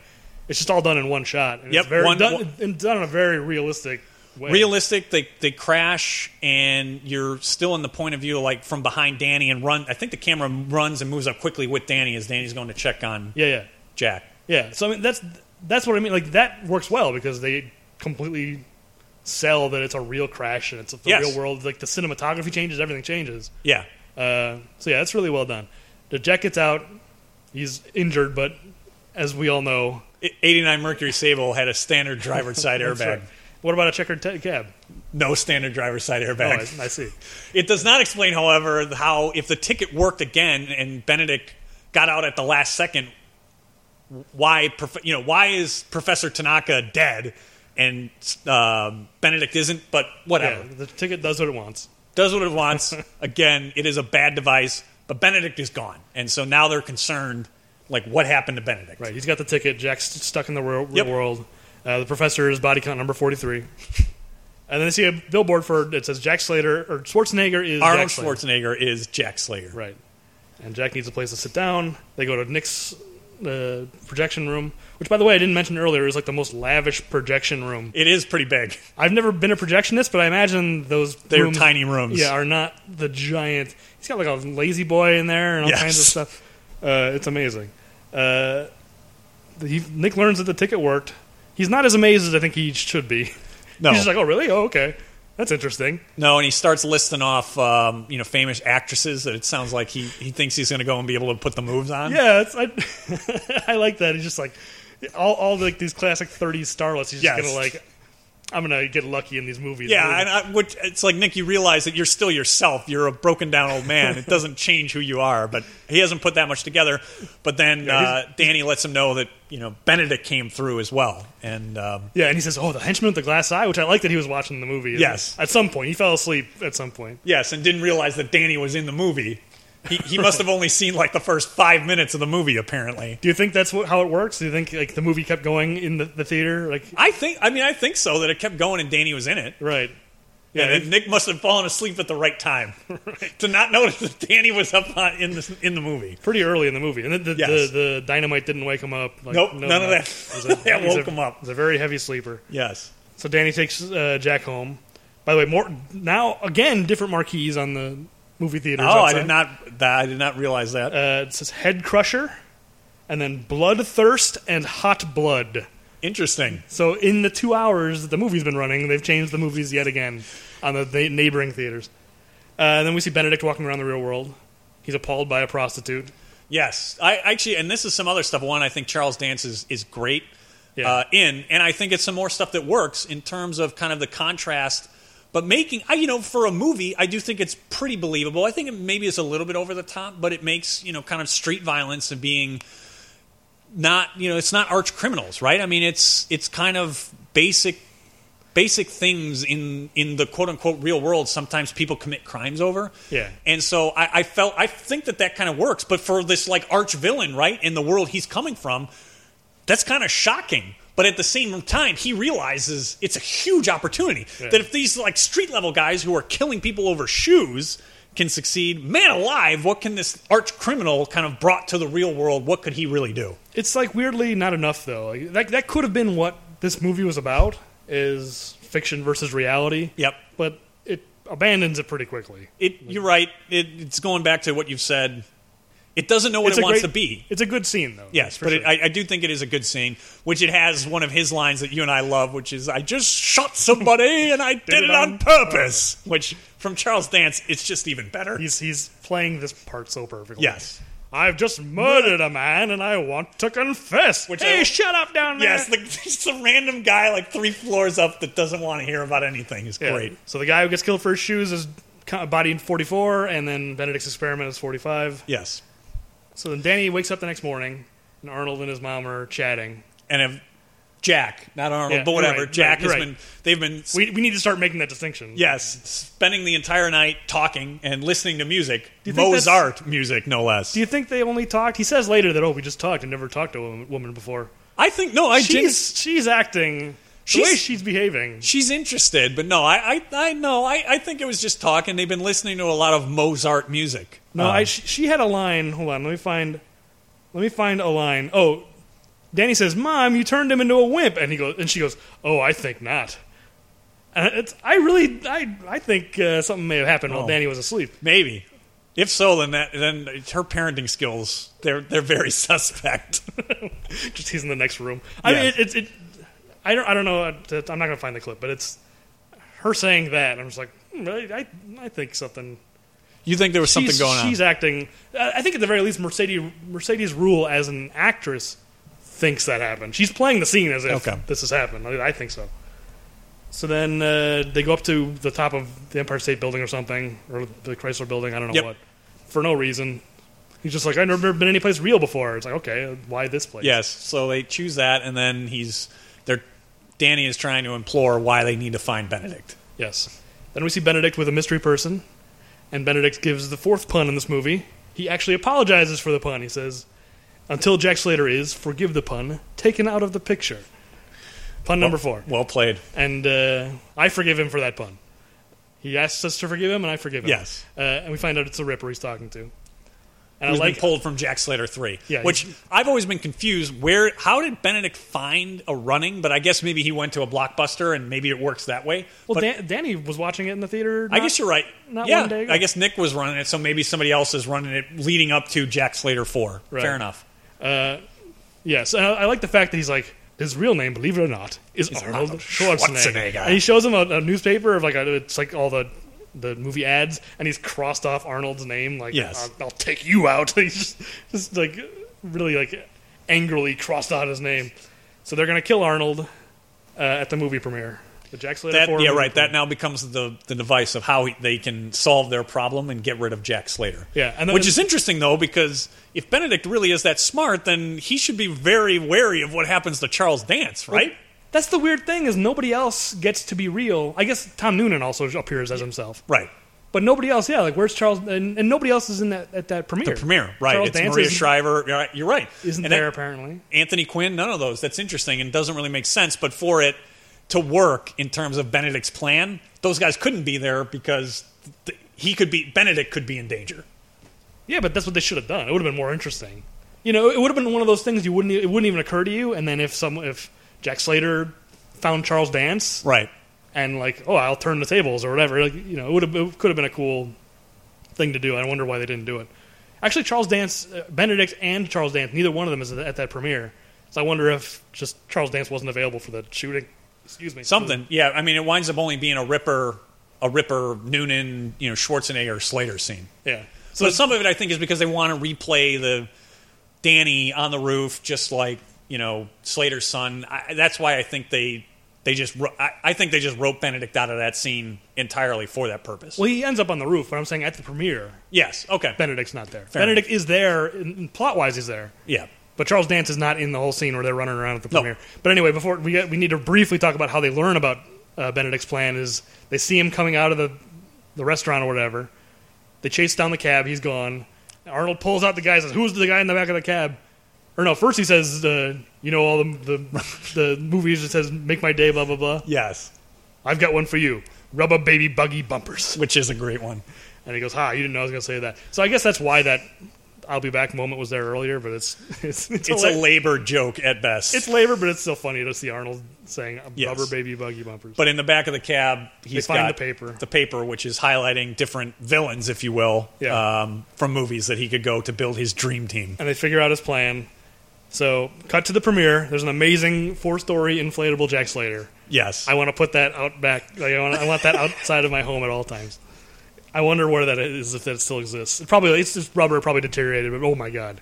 A: It's just all done in one shot. And
B: Yep,
A: it's very
B: one-
A: done,
B: one-
A: and done in a very realistic way.
B: realistic. They they crash, and you're still in the point of view like from behind Danny and run. I think the camera runs and moves up quickly with Danny as Danny's going to check on
A: Yeah, yeah,
B: Jack.
A: yeah. So I mean, that's that's what I mean. Like that works well because they completely sell that it's a real crash and it's the
B: Yes.
A: real world. Like the cinematography changes, everything changes.
B: Yeah,
A: Uh, so yeah, it's really well done. The Jack gets out. He's injured, but as we all know,
B: I- 89 Mercury E, Sable had a standard driver's side
A: That's
B: airbag.
A: right. What about a checkered t- cab?
B: No standard driver's side airbag.
A: Oh, I, I see.
B: It does not explain, however, how if the ticket worked again and Benedict got out at the last second, why prof- you know why is Professor Tanaka dead and uh, Benedict isn't? But whatever,
A: Yeah, the ticket does what it wants.
B: does what it wants. again, it is a bad device, but Benedict is gone, and so now they're concerned, like what happened to Benedict?
A: Right. He's got the ticket. Jack's st- stuck in the real, real
B: Yep.
A: world. Uh, the professor is body count number 43. and then they see a billboard for it says Jack Slater or Schwarzenegger is Jack
B: Arnold
A: Slater.
B: Schwarzenegger is Jack Slater.
A: Right. And Jack needs a place to sit down. They go to Nick's uh, projection room, which, by the way, I didn't mention earlier is like the most lavish projection room.
B: It is pretty big.
A: I've never been a projectionist, but I imagine those
B: They're tiny rooms.
A: Yeah, are not the giant. He's got like a lazy boy in there and all
B: Yes.
A: kinds of stuff. Uh, it's amazing. Uh, he, Nick learns that the ticket worked. He's not as amazed as I think he should be.
B: No.
A: He's just like, oh, really? Oh, okay. That's interesting.
B: No, and he starts listing off, um, you know, famous actresses that it sounds like he, he thinks he's going to go and be able to put the moves on.
A: Yeah, it's, I, I like that. He's just like all, all like these classic '30s starlets. He's just
B: Yes.
A: gonna like, I'm gonna get lucky in these movies.
B: Yeah, and I, which it's like Nick, you realize that you're still yourself. You're a broken down old man. It doesn't change who you are. But he hasn't put that much together. But then uh, Danny lets him know that you know Benedict came through as well. And um,
A: yeah, and he says, "Oh, the henchman with the glass eye," which I like that he was watching the movie.
B: Yes.
A: at some point he fell asleep. At some point,
B: yes, and didn't realize that Danny was in the movie. He, he must have only seen like the first five minutes of the movie, apparently.
A: do you think that's what, how it works? Do you think like the movie kept going in the, the theater? Like,
B: I think. I mean, I think so. That it kept going, and Danny was in it.
A: right?
B: Yeah,
A: Yeah,
B: and Nick must have fallen asleep at the right time to not notice that Danny was up on, in the in the movie.
A: pretty early in the movie, and the the,
B: Yes.
A: the, the dynamite didn't wake him up. Like,
B: Nope, none of that.
A: He's
B: That
A: he's
B: woke him up.
A: He's a very heavy sleeper.
B: Yes,
A: So Danny takes uh, Jack home. By the way, more now again different marquees on the movie theaters.
B: Oh, I
A: outside.
B: did not. That, I did not realize that.
A: Uh, it says Head Crusher, and then Bloodthirst and Hot Blood.
B: Interesting.
A: So in the two hours that the movie's been running, they've changed the movies yet again on the na- neighboring theaters. Uh, and then we see Benedict walking around the real world. He's appalled by a prostitute.
B: Yes, I actually, and this is some other stuff. One, I think Charles Dance is is great
A: Yeah.
B: uh, in, and I think it's some more stuff that works in terms of kind of the contrast. But making, I, you know, for a movie, I do think it's pretty believable. I think it maybe it's a little bit over the top, but it makes you know kind of street violence and being not, you know, it's not arch criminals, right? I mean, it's it's kind of basic basic things in in the quote unquote real world sometimes people commit crimes over
A: Yeah.
B: and so I, I felt i think that that kind of works but for this like arch villain right in the world he's coming from that's kind of shocking but at the same time he realizes it's a huge opportunity that if these like street level guys who are killing people over shoes can succeed man alive what can this arch criminal kind of brought to the real world what could he really do
A: It's like weirdly not enough though. Like, that that could have been what this movie was about: is fiction versus reality.
B: Yep.
A: But it abandons it pretty quickly.
B: it, you're right it, it's going back to what you've said it doesn't know what it
A: a
B: wants
A: great-
B: to be
A: It's a good scene though.
B: Yes,
A: for
B: but
A: sure.
B: it, I, I do think it is a good scene, which it has one of his lines that you and I love, which is "I just shot somebody and I did, it on, purpose," which from Charles Dance, it's just even better.
A: he's he's playing this part so perfectly.
B: Yes.
A: I've just murdered a man and I want to confess. Which hey,
B: I-
A: shut up down there.
B: yes, the, just a random guy like three floors up that doesn't want to hear about anything is
A: Yeah.
B: great.
A: So the guy who gets killed for his shoes is co- body in 44 and then Benedict's experiment is 45.
B: Yes,
A: So then Danny wakes up the next morning and Arnold and his mom are chatting.
B: and if Jack, not Arnold,
A: Yeah,
B: but
A: you're
B: whatever,
A: right,
B: Jack
A: right, you're
B: has
A: right.
B: been. They've been
A: We, we need to start making that distinction.
B: yes spending the entire night talking and listening to music,
A: you think that's-
B: Mozart music, no less.
A: Do you think they only talked? He says later that oh, we just talked and never talked to a woman- woman before.
B: I think no, I didn't.
A: She's she's acting. the way
B: She's-
A: she's behaving.
B: she's interested, but no, I I, I know. I, I think it was just talking. They've been listening to a lot of Mozart music.
A: No, I, she, she had a line. Hold on, let me find. Let me find a line. Oh, Danny says, "Mom, you turned him into a wimp," and he goes, and she goes, "Oh, I think not." And it's, I really, I, I think uh, something may have happened while
B: Oh.
A: Danny was asleep.
B: Maybe. If so, then that then it's her parenting skills they're they're very suspect.
A: Just he's in the next room. I mean,
B: Yeah.
A: it, it, it, I don't, I don't know. uh, I'm not gonna find the clip, but it's her saying that. I'm just like, hmm, I, I, I think something.
B: you think there was something
A: she's,
B: going on?
A: She's acting. uh, I I think at the very least, Mercedes Mercedes Rule as an actress thinks that happened. She's playing the scene as if
B: Okay.
A: this has happened. I, I think so. So then uh, they go up to the top of the Empire State Building or something, or the Chrysler Building. I don't know
B: Yep.
A: what, for no reason. He's just like, I've never been any place real before. It's like, okay, why this place?
B: Yes. So they choose that, and then he's they're Danny is trying to implore why they need to find Benedict.
A: Yes. Then we see Benedict with a mystery person, and Benedict gives the fourth pun in this movie. He actually apologizes for the pun. He says, "Until Jack Slater is, forgive the pun, taken out of the picture." Pun number four.
B: Well played.
A: and uh, I forgive him for that pun. He asks us to forgive him, and I forgive him.
B: Yes.
A: uh, and we find out it's the Ripper he's talking to. And
B: Who's
A: I like
B: been pulled from Jack Slater three.
A: Yeah,
B: which
A: he's-
B: I've always been confused. Where how did Benedict find a running? But I guess maybe he went to a blockbuster and maybe it works that way.
A: Well,
B: but
A: Dan- Danny was watching it in the theater.
B: I
A: not-
B: guess you're right.
A: not
B: yeah,
A: one day ago.
B: I guess Nick was running it, so maybe somebody else is running it leading up to Jack Slater four.
A: Right.
B: Fair enough.
A: Yes, and I, I like the fact that he's like his real name, believe it or not, is Arnold
B: Arnold
A: Schwarzenegger.
B: Schwarzenegger.
A: And he shows him a, a newspaper of like a, it's like all the the movie ads, and he's crossed off Arnold's name. Like,
B: Yes.
A: I'll, I'll take you out. he's just, just like really like angrily crossed out his name. So they're gonna kill Arnold uh, at the movie premiere. The Jack Slater.
B: That,
A: four
B: yeah,
A: movie
B: right. That
A: premiere.
B: now becomes the, the device of how he, they can solve their problem and get rid of Jack Slater.
A: Yeah, and then-
B: which is interesting though because if Benedict really is that smart, then he should be very wary of what happens to Charles Dance, right?
A: That's the weird thing is nobody else gets to be real. I guess Tom Noonan also appears as himself.
B: Right.
A: But nobody else, yeah. Like, where's Charles? And, and nobody else is in that at that premiere.
B: The premiere, right?
A: Charles
B: it's
A: Dance
B: Maria
A: isn't-
B: Shriver. You're right. You're right.
A: isn't
B: And that-
A: there apparently.
B: Anthony Quinn, none of those. That's interesting and doesn't really make sense. But for it to work in terms of Benedict's plan, those guys couldn't be there because th- he could be Benedict could be in danger.
A: Yeah, but that's what they should have done. It would have been more interesting. You know, it would have been one of those things you wouldn't. e, It wouldn't even occur to you. And then if some, if Jack Slater found Charles Dance
B: Right.
A: and like, oh, I'll turn the tables or whatever. Like, you know, it would have it could have been a cool thing to do. I wonder why they didn't do it. Actually, Charles Dance, uh, Benedict, and Charles Dance, neither one of them is at that premiere. So I wonder if just Charles Dance wasn't available for the shooting. Excuse me.
B: Something. Yeah. I mean, it winds up only being a Ripper, a Ripper Noonan, you know, Schwarzenegger Slater scene.
A: Yeah.
B: So some of it, I think, is because they want to replay the Danny on the roof, just like you know Slater's son. I, that's why I think they they just wr- I, I think they just wrote Benedict out of that scene entirely for that purpose.
A: Well, he ends up on the roof, but I'm saying at the premiere,
B: yes. Okay.
A: Benedict's not there.
B: Fair
A: Benedict is there, plot wise, he's there.
B: yeah.
A: But Charles Dance is not in the whole scene where they're running around at the
B: No.
A: premiere. But anyway, before we get, we need to briefly talk about how they learn about uh, Benedict's plan. Is they see him coming out of the the restaurant or whatever. They chase down the cab. He's gone. Arnold pulls out the guy. and Says, "Who's the guy in the back of the cab?" Or no, first he says, uh, "You know all the the, the movies." It says, "Make my day." Blah blah blah.
B: Yes.
A: I've got one for you. Rub a baby buggy bumpers.
B: Which is a great one.
A: And he goes, "Ha! You didn't know I was going to say that." So I guess that's why that "I'll be back" moment was there earlier. But it's it's it's,
B: It's
A: a
B: a labor joke at best.
A: it's labor, but it's still funny to see Arnold saying
B: Yes.
A: "rubber baby buggy bumpers."
B: but in the back of the cab, he's
A: find
B: got
A: the paper.
B: the paper, which is highlighting different villains, if you will,
A: Yeah.
B: um, from movies that he could go to build his dream team.
A: and they figure out his plan. So cut to the premiere. There's an amazing four-story inflatable Jack Slater.
B: Yes,
A: I want to put that out back. Like, I, want, I want that outside of my home at all times. I wonder where that is if that still exists. It probably it's just rubber, probably deteriorated. But oh my god,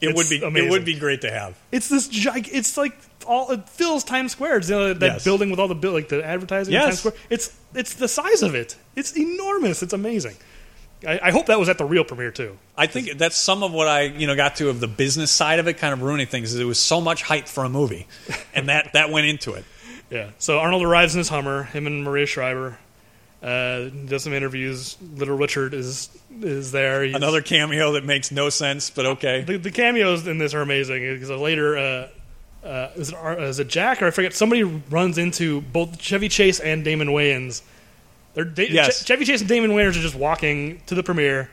B: it would
A: it's
B: be
A: amazing.
B: it would be great to have.
A: It's this gig. It's like all it fills Times Square. It's, you know, that
B: Yes.
A: building with all the bu- like the advertising. in
B: Yes.
A: Times Square. It's it's the size of it. It's enormous. It's amazing. I, I hope that was at the real premiere too.
B: I think that's some of what I you know got to of the business side of it, kind of ruining things. Is it was so much hype for a movie, and that that went into it.
A: Yeah. So Arnold arrives in his Hummer. Him and Maria Shriver uh, does some interviews. Little Richard is is there. He's-
B: Another cameo that makes no sense, but okay.
A: Uh, the, the cameos in this are amazing because later uh, uh, is, it, Ar- is it Jack or I forget somebody runs into both Chevy Chase and Damon Wayans. They're da-
B: Yes.
A: Che- Chevy Chase and Damon Wayans are just walking to the premiere,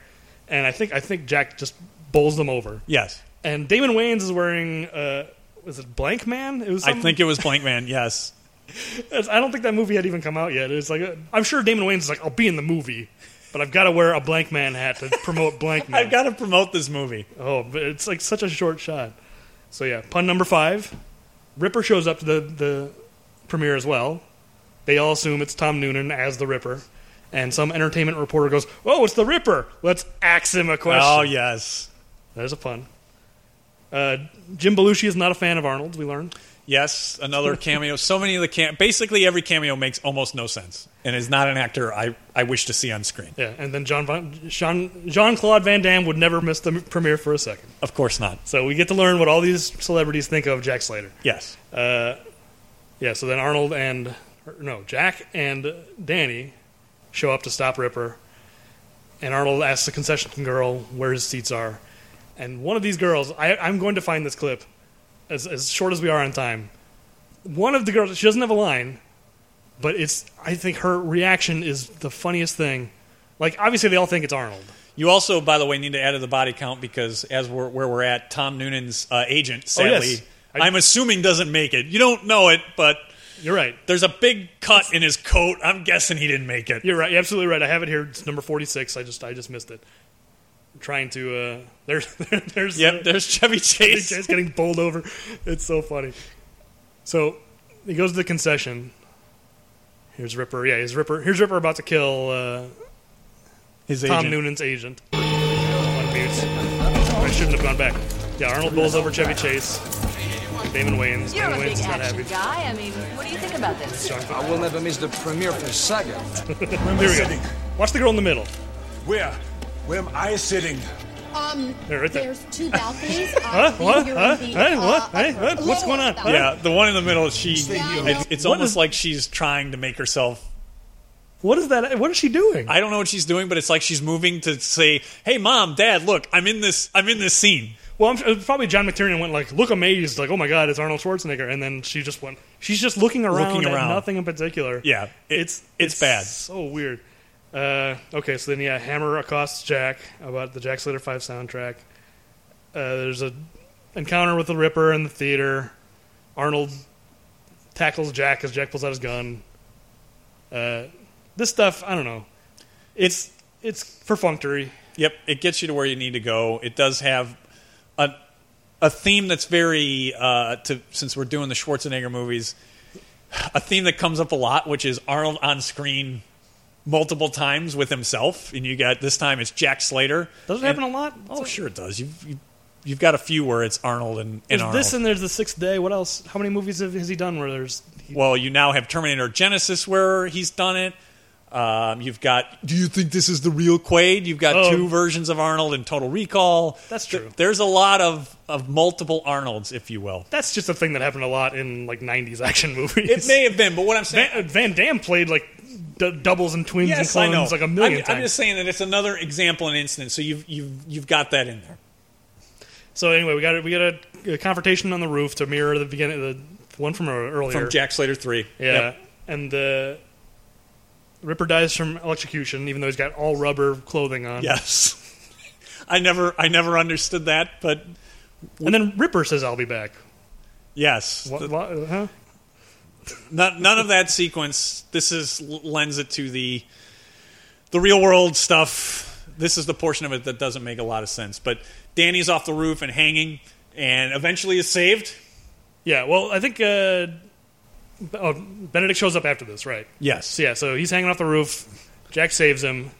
A: and I think I think Jack just bowls them over.
B: Yes,
A: And Damon Wayans is wearing uh, was it Blank Man? It was
B: I
A: some-
B: think it was Blank Man. Yes,
A: it's- I don't think that movie had even come out yet. It's like uh, I'm sure Damon Wayans is like I'll be in the movie, but I've got to wear a Blank Man hat to promote Blank Man.
B: I've got to promote this movie.
A: Oh, but it's like such a short shot. So yeah, pun number five. Ripper shows up to the, the premiere as well. They all assume it's Tom Noonan as the Ripper, and some entertainment reporter goes, "Oh, it's the Ripper. Let's ax him a question."
B: Oh yes,
A: There's a pun. Uh, Jim Belushi is not a fan of Arnold's. We learn
B: Yes, another cameo. So many of the cam- basically every cameo makes almost no sense, and is not an actor I, I wish to see on screen.
A: Yeah, and then John Von, Sean, Jean-Claude Van Damme would never miss the premiere for a second.
B: Of course not.
A: So we get to learn what all these celebrities think of Jack Slater.
B: Yes.
A: Uh, yeah, so then Arnold and or no, Jack and Danny show up to stop Ripper, and Arnold asks the concession girl where his seats are, and one of these girls, I, I'm going to find this clip, as as short as we are on time. One of the girls, she doesn't have a line, but it's I think her reaction is the funniest thing. Like obviously they all think it's Arnold.
B: You also, by the way, need to add to the body count because as we're where we're at, Tom Noonan's uh, agent,
A: Oh,
B: sadly,
A: yes. I-
B: I'm assuming doesn't make it. You don't know it, but
A: You're right.
B: there's a big cut in his coat. I'm guessing he didn't make it.
A: You're right. You're absolutely right. I have it here. It's number 46. I just I just missed it. I'm trying to uh there's there's
B: Yep, there's Chevy Chase.
A: It's getting bowled over. It's so funny. So he goes to the concession. Here's Ripper. Yeah, here's Ripper. Here's Ripper about to kill uh,
B: His
A: Tom
B: agent.
A: Noonan's agent. Unmutes. Oh, I shouldn't have gone back. Yeah, Arnold bowls over Chevy Chase. Damon Wayans.
L: You're a
A: Damon Wayans
L: big
A: is not happy.
L: action guy. I mean, what do you think about this?
I: I will never miss the premiere for Saga.
A: Here we go. Watch the girl in the middle.
J: Where? Where am I sitting?
M: Um,
A: There, right there.
M: there's two balconies. uh,
A: Huh? What? Huh?
M: The,
A: Hey, what?
M: uh,
A: Hey, what? What's going on?
B: Yeah, the one in the middle. She.
A: Yeah.
B: It's, it's
A: What
B: almost
A: is-
B: like she's trying to make herself.
A: What is that? What is she doing?
B: I don't know what she's doing, but it's like she's moving to say, "Hey, mom, dad, look, I'm in this. I'm in this scene."
A: Well, I'm, it was probably John McTiernan went like, look amazed, like, oh my god, it's Arnold Schwarzenegger, and then she just went. She's just looking around,
B: Looking
A: at
B: around.
A: nothing in particular.
B: Yeah, it-
A: it's,
B: it's bad.
A: So weird. Uh, okay, so then yeah, Hammer accosts Jack about the Jack Slater Five soundtrack. Uh, there's a encounter with the Ripper in the theater. Arnold tackles Jack as Jack pulls out his gun. Uh, this stuff, I don't know. It's it's perfunctory.
B: Yep, it gets you to where you need to go. It does have a a theme that's very uh, to since we're doing the Schwarzenegger movies, a theme that comes up a lot, which is Arnold on screen multiple times with himself, and you got this time it's Jack Slater.
A: Does it
B: And-
A: happen a lot?
B: Oh, sure it does. You've you, you've got a few where it's Arnold and, and
A: There's
B: Arnold.
A: this and there's the Sixth Day. What else? How many movies have, has he done where there's?
B: well, you now have Terminator Genesis where he's done it. Um, you've got. Do you think this is the real Quaid? You've got
A: Oh.
B: two versions of Arnold in Total Recall.
A: That's
B: Th-
A: true.
B: there's a lot of of multiple Arnolds, if you will.
A: That's just a thing that happened a lot in like '90s action movies.
B: It may have been, but what I'm saying.
A: Van, uh, Van Damme played like d- doubles and twins and
B: Yes, I
A: clones
B: know.
A: like a 1000000
B: I'm,
A: times.
B: I'm just saying that it's another example and instance. So you've you've you've got that in there.
A: so anyway, we got we got a, a confrontation on the roof to mirror the beginning, the one from uh, earlier.
B: From Jack Slater three.
A: Yeah,
B: Yep.
A: and the Ripper dies from electrocution, even though he's got all rubber clothing on.
B: Yes. I never I never understood that, but
A: and then Ripper says, "I'll be back."
B: yes.
A: What, what, huh?
B: None, none of that sequence. This is lends it to the the real world stuff. This is the portion of it that doesn't make a lot of sense. But Danny's off the roof and hanging, and eventually is saved.
A: Yeah, well, I think uh, oh, Benedict shows up after this, right?
B: Yes.
A: So, yeah, so he's hanging off the roof. Jack saves him,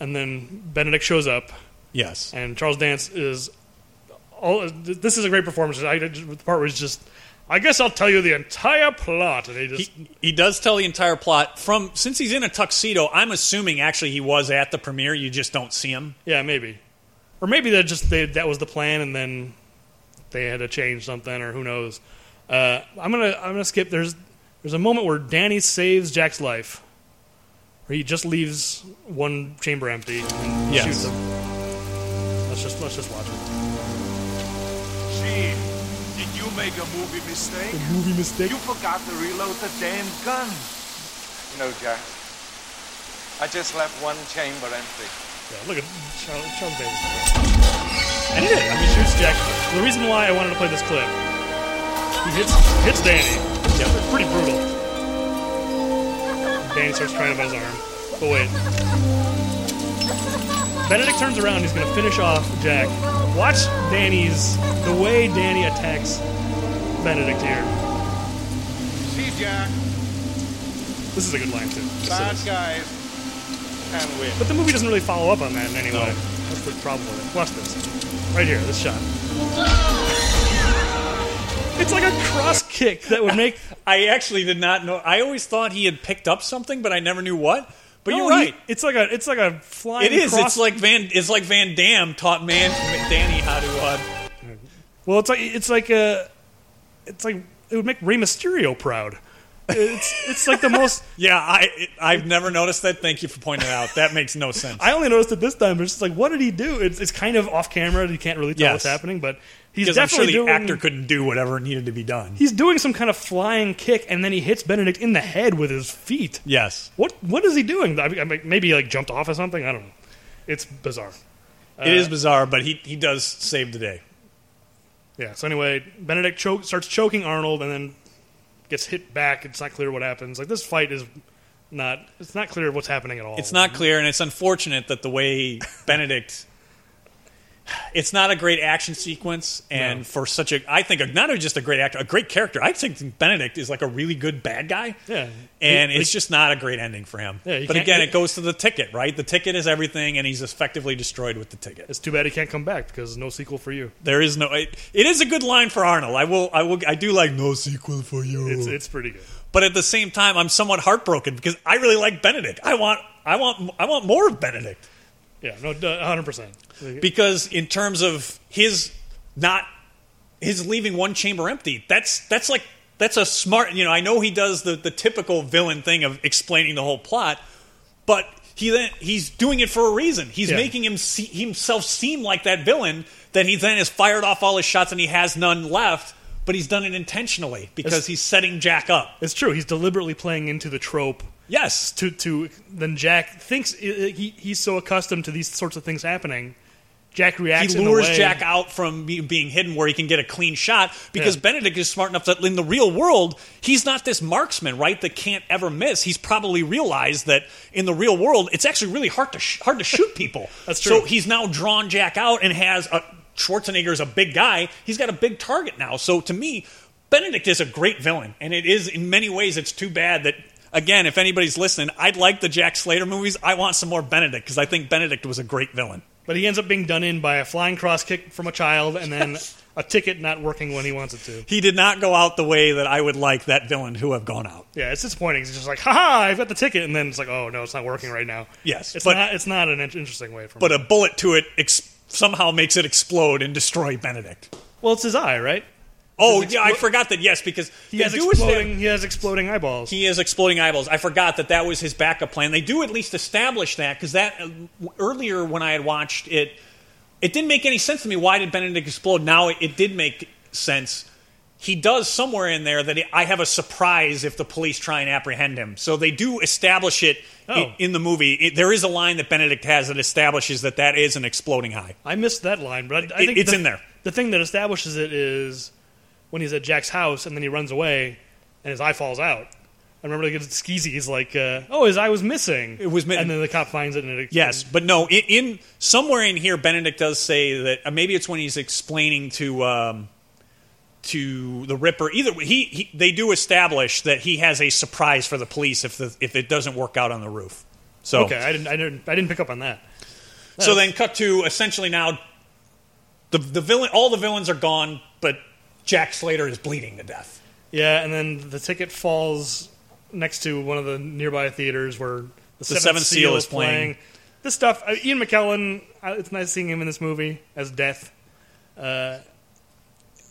A: and then Benedict shows up,
B: Yes.
A: and Charles Dance is all. This is a great performance. I, the part was just, I guess I'll tell you the entire plot, and he just
B: He, he does tell the entire plot from since he's in a tuxedo. I'm assuming actually he was at the premiere. You just don't see him.
A: yeah, maybe, or maybe that just they, that was the plan, and then they had to change something, or who knows. Uh, I'm gonna I'm gonna skip. There's there's a moment where Danny saves Jack's life. Where he just leaves one chamber empty and
B: Yes.
A: shoots him. Let's just let's just watch it.
E: Gene, did you make a movie mistake?
A: A movie mistake.
E: You forgot to reload the damn gun. You know, Jack, I just left one chamber empty.
A: Yeah, look at Charles, Charles Davis. And he did. I mean, shoots Jack. The reason why I wanted to play this clip, he hits hits Danny. Yeah, they're pretty brutal. Danny starts trying about his arm. But wait. Benedict turns around. He's going to finish off Jack. Watch Danny's the way Danny attacks Benedict here.
C: See, Jack,
A: This is a good line too. Just so
C: bad
A: this-
C: guys can win.
A: But the movie doesn't really follow up on that in any way. That's the problem with it. Watch this. Right here, this shot. It's like a cross kick that would make.
B: I actually did not know. I always thought he had picked up something, but I never knew what. But
A: No,
B: you're
A: he-
B: right.
A: it's like a it's like a flying.
B: It is.
A: Cross,
B: It's like Van. It's like Van Dam taught man Danny how to. Uh,
A: well, it's like it's like a it's like it would make Rey Mysterio proud. It's it's like the most.
B: yeah, I it, I've never noticed that. Thank you for pointing it out. That makes no sense.
A: I only noticed it this time. But it's just like, what did he do? It's it's kind of off camera. You can't really tell
B: Yes.
A: what's happening, but he's
B: Because I'm sure
A: definitely
B: the
A: doing.
B: actor couldn't do whatever needed to be done.
A: He's doing some kind of flying kick, and then he hits Benedict in the head with his feet.
B: Yes.
A: What what is he doing? I mean, I mean, maybe he like jumped off or something. I don't know. It's bizarre.
B: it is bizarre, but he he does save the day.
A: Yeah. So anyway, Benedict choke, starts choking Arnold, and then gets hit back. It's not clear what happens. Like this fight is not. It's not clear what's happening at all.
B: It's not clear, and it's unfortunate that the way Benedict. It's not a great action sequence, and
A: No.
B: for such a, I think not only just a great actor, a great character. I think Benedict is like a really good bad guy.
A: Yeah.
B: and
A: He-
B: it's just not a great ending for him.
A: Yeah, you
B: but
A: can't-
B: again, it goes to the ticket, right? The ticket is everything, and he's effectively destroyed with the ticket.
A: It's too bad he can't come back because no sequel for you.
B: There is no. It, it is a good line for Arnold. I will. I will. I do like no sequel for you.
A: It's it's pretty good.
B: but at the same time, I'm somewhat heartbroken because I really like Benedict. I want. I want. I want more of Benedict
A: Yeah. No. Hundred percent.
B: because in terms of his not his leaving one chamber empty that's that's like that's a smart you know i know he does the the typical villain thing of explaining the whole plot but he then he's doing it for a reason he's
A: Yeah.
B: making him see, himself seem like that villain that he then has fired off all his shots and he has none left but he's done it intentionally because
A: It's-
B: he's setting jack up
A: It's true. He's deliberately playing into the trope.
B: yes
A: To to then Jack thinks i- i- he he's so accustomed to these sorts of things happening. Jack
B: he
A: reacts. in a
B: lures
A: way-
B: Jack out from be- being hidden where he can get a clean shot because
A: Yeah.
B: Benedict is smart enough that in the real world, he's not this marksman, right? That can't ever miss. He's probably realized that in the real world, it's actually really hard to sh- hard to shoot people.
A: That's
B: So
A: true.
B: he's now drawn Jack out and has a Schwarzenegger is a big guy. He's got a big target now. So to me, Benedict is a great villain, and it is in many ways. It's too bad that. Again, if anybody's listening, I'd like the Jack Slater movies. I want some more Benedict because I think Benedict was a great villain.
A: But he ends up being done in by a flying cross kick from a child, and then a ticket not working when he wants it to.
B: he did not go out the way that I would like that villain to have gone out.
A: Yeah, it's disappointing. It's just like, haha, I've got the ticket, and then it's like, oh no, it's not working right now.
B: Yes,
A: it's
B: but-
A: not. It's not an in- interesting way for.
B: But
A: me.
B: a bullet to it ex- somehow makes it explode and destroy Benedict.
A: well, it's his eye, right?
B: Oh,
A: It's
B: yeah, I
A: explo-
B: forgot that. Yes, because
A: He
B: they
A: has
B: do a thing-
A: exploding. He has exploding eyeballs.
B: He is exploding eyeballs. I forgot that that was his backup plan. They do at least establish that because that uh, w- earlier when I had watched it, it didn't make any sense to me. Why did Benedict explode? Now it, it did make sense. He does somewhere in there that I have a surprise if the police try and apprehend him. So they do establish it i-
A: Oh.
B: in the movie. It, there is a line that Benedict has that establishes that that is an exploding eye.
A: I missed that line, but I, I
B: It-
A: think
B: it's
A: the-
B: in there.
A: The thing that establishes it is when he's at Jack's house, and then he runs away, and his eye falls out. I remember like it's skeezy. He's like, uh, "Oh, his eye was missing." It
B: was mi-
A: and then the cop finds it, and it
B: Yes, but no. In, in somewhere in here, Benedict does say that uh, maybe it's when he's explaining to um, to the Ripper. Either way, he, he they do establish that he has a surprise for the police if the if it doesn't work out on the roof. So
A: Okay, I didn't, I didn't, I didn't pick up on that.
B: so then cut to essentially now the the villain all the villains are gone, but Jack Slater is bleeding to death.
A: Yeah, and then the ticket falls next to one of the nearby theaters where the,
B: Seventh Seal is playing.
A: This stuff, uh, Ian McKellen. Uh, it's nice seeing him in this movie as Death. Uh,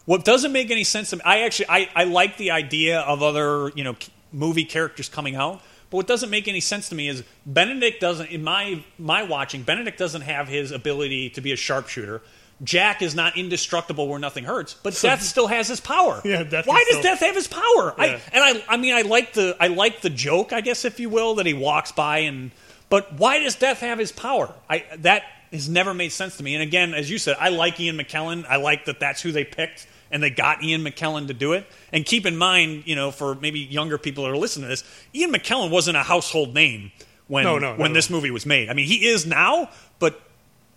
B: What doesn't make any sense to me, I actually I, I like the idea of other you know c- movie characters coming out, but what doesn't make any sense to me is Benedict doesn't in my my watching Benedict doesn't have his ability to be a sharpshooter. Jack is not indestructible where nothing hurts, but Death still has his power.
A: Yeah, Death
B: Why
A: is
B: does
A: still-
B: Death have his power?
A: Yeah.
B: I, and I I mean I like the I like the joke I guess if you will that he walks by and but why does Death have his power? I that has never made sense to me. And again, as you said, I like Ian McKellen. I like that that's who they picked and they got Ian McKellen to do it. And keep in mind, you know, for maybe younger people that are listening to this, Ian McKellen wasn't a household name when
A: No, no, no,
B: when
A: no.
B: this movie was made. I mean, he is now, but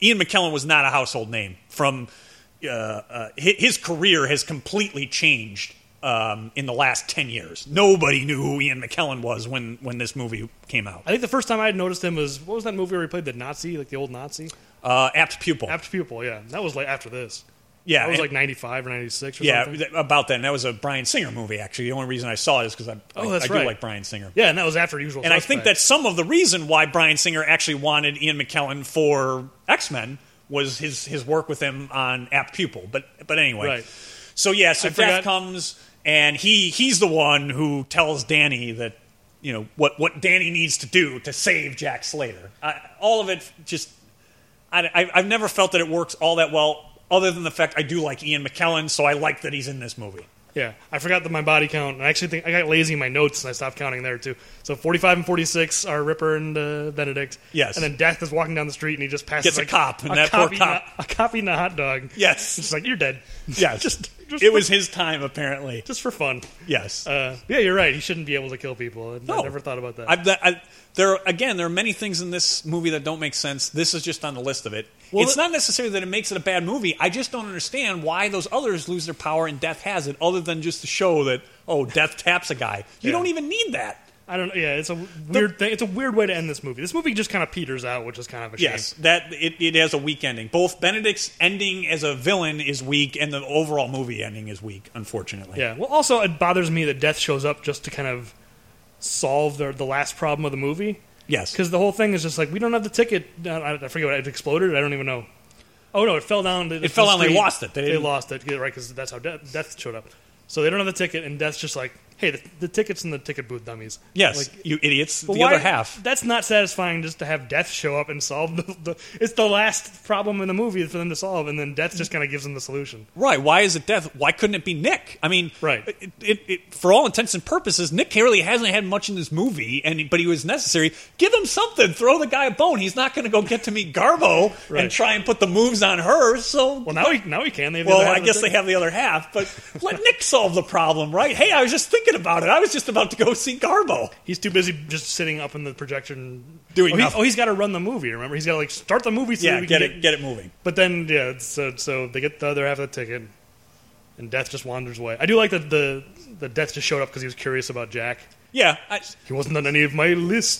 B: Ian McKellen was not a household name from uh, uh, hi- his career has completely changed um, in the last 10 years. Nobody knew who Ian McKellen was when, when this movie came out.
A: I think the first time I had noticed him was what was that movie where he played the Nazi, like the old Nazi
B: Uh, apt pupil.
A: apt pupil? Yeah, that was like after this.
B: Yeah,
A: I was
B: and-
A: like ninety five or ninety six. or
B: yeah,
A: something.
B: th- about that. And that was a Brian Singer movie, actually. The only reason I saw it is because I,
A: Oh,
B: I,
A: that's
B: I do
A: right.
B: like Brian Singer.
A: Yeah, and that was after Usual.
B: And I think that's some of the reason why Brian Singer actually wanted Ian McKellen for X Men was his, his work with him on Apt Pupil. But but anyway,
A: Right.
B: so yeah, so
A: I
B: Death
A: forgot-
B: comes and he he's the one who tells Danny that you know what what Danny needs to do to save Jack Slater. I, all of it just I, I I've never felt that it works all that well. Other than the fact I do like Ian McKellen, so I like that he's in this movie.
A: Yeah, I forgot that my body count. And I actually think I got lazy in my notes and I stopped counting there too. So forty-five and forty-six are Ripper and uh, Benedict.
B: Yes.
A: and then Death is walking down the street and he just passes
B: Gets a
A: like,
B: cop, and that
A: cop
B: poor
A: eating a-
B: cop-
A: a cop eating a hot dog.
B: Yes.
A: it's like you're dead.
B: Yes.
A: just, just
B: it
A: for-
B: was his time, apparently.
A: just for fun.
B: Yes.
A: Uh, yeah, you're right. He shouldn't be able to kill people. I
B: No.
A: never thought about that.
B: I, that- I, there are, again, there are many things in this movie that don't make sense. This is just on the list of it.
A: Well,
B: it's
A: the-
B: not necessarily that it makes it a bad movie. I just don't understand why those others lose their power and death has it, other than just to show that oh, death taps a guy. You
A: Yeah.
B: don't even need that.
A: I don't. Yeah, it's a weird thing. It's a weird way to end this movie. This movie just kind of peters out, which is kind of a shame.
B: Yes, that it, it has a weak ending. Both Benedict's ending as a villain is weak, and the overall movie ending is weak. Unfortunately,
A: Yeah. Well, also it bothers me that Death shows up just to kind of solve the the last problem of the movie.
B: Yes.
A: Because the whole thing is just like we don't have the ticket. Uh, I, I forget what it exploded. I don't even know. Oh no, it fell down.
B: It fell down, they lost it. They
A: They,
B: didn't-
A: lost it. Yeah, right. Because that's how Death, Death showed up. So they don't have the ticket, and Death's just like, hey, the, the ticket's in the ticket booth, dummies.
B: yes,
A: Like,
B: you idiots.
A: but
B: The
A: why-
B: other half.
A: That's not satisfying just to have Death show up and solve the, the. It's the last problem in the movie for them to solve, and then Death just kind of gives them the solution.
B: Right. Why is it death? Why couldn't it be Nick? I mean,
A: Right.
B: It, it, it, for all intents and purposes, Nick Haley hasn't had much in this movie, and but he was necessary. Give him something. Throw the guy a bone. He's not going to go get to meet Garbo and
A: Right.
B: try and put the moves on her. So
A: Well, now he now he can. They have the
B: well,
A: other half
B: I
A: of the
B: guess they
A: ticket.
B: have the other half, but let Nick solve the problem, right? Hey, I was just thinking about it. I was just about to go see Garbo.
A: He's too busy just sitting up in the projection
B: Doing
A: Oh, he,
B: nothing.
A: oh he's got to run the movie. Remember, he's got to like start the movie. So that
B: Yeah,
A: we
B: get
A: can
B: it, get it moving.
A: But then, yeah, so so they get the other half of the ticket, and Death just wanders away. I do like that the the Death just showed up because he was curious about Jack.
B: Yeah, I,
A: He wasn't on any of my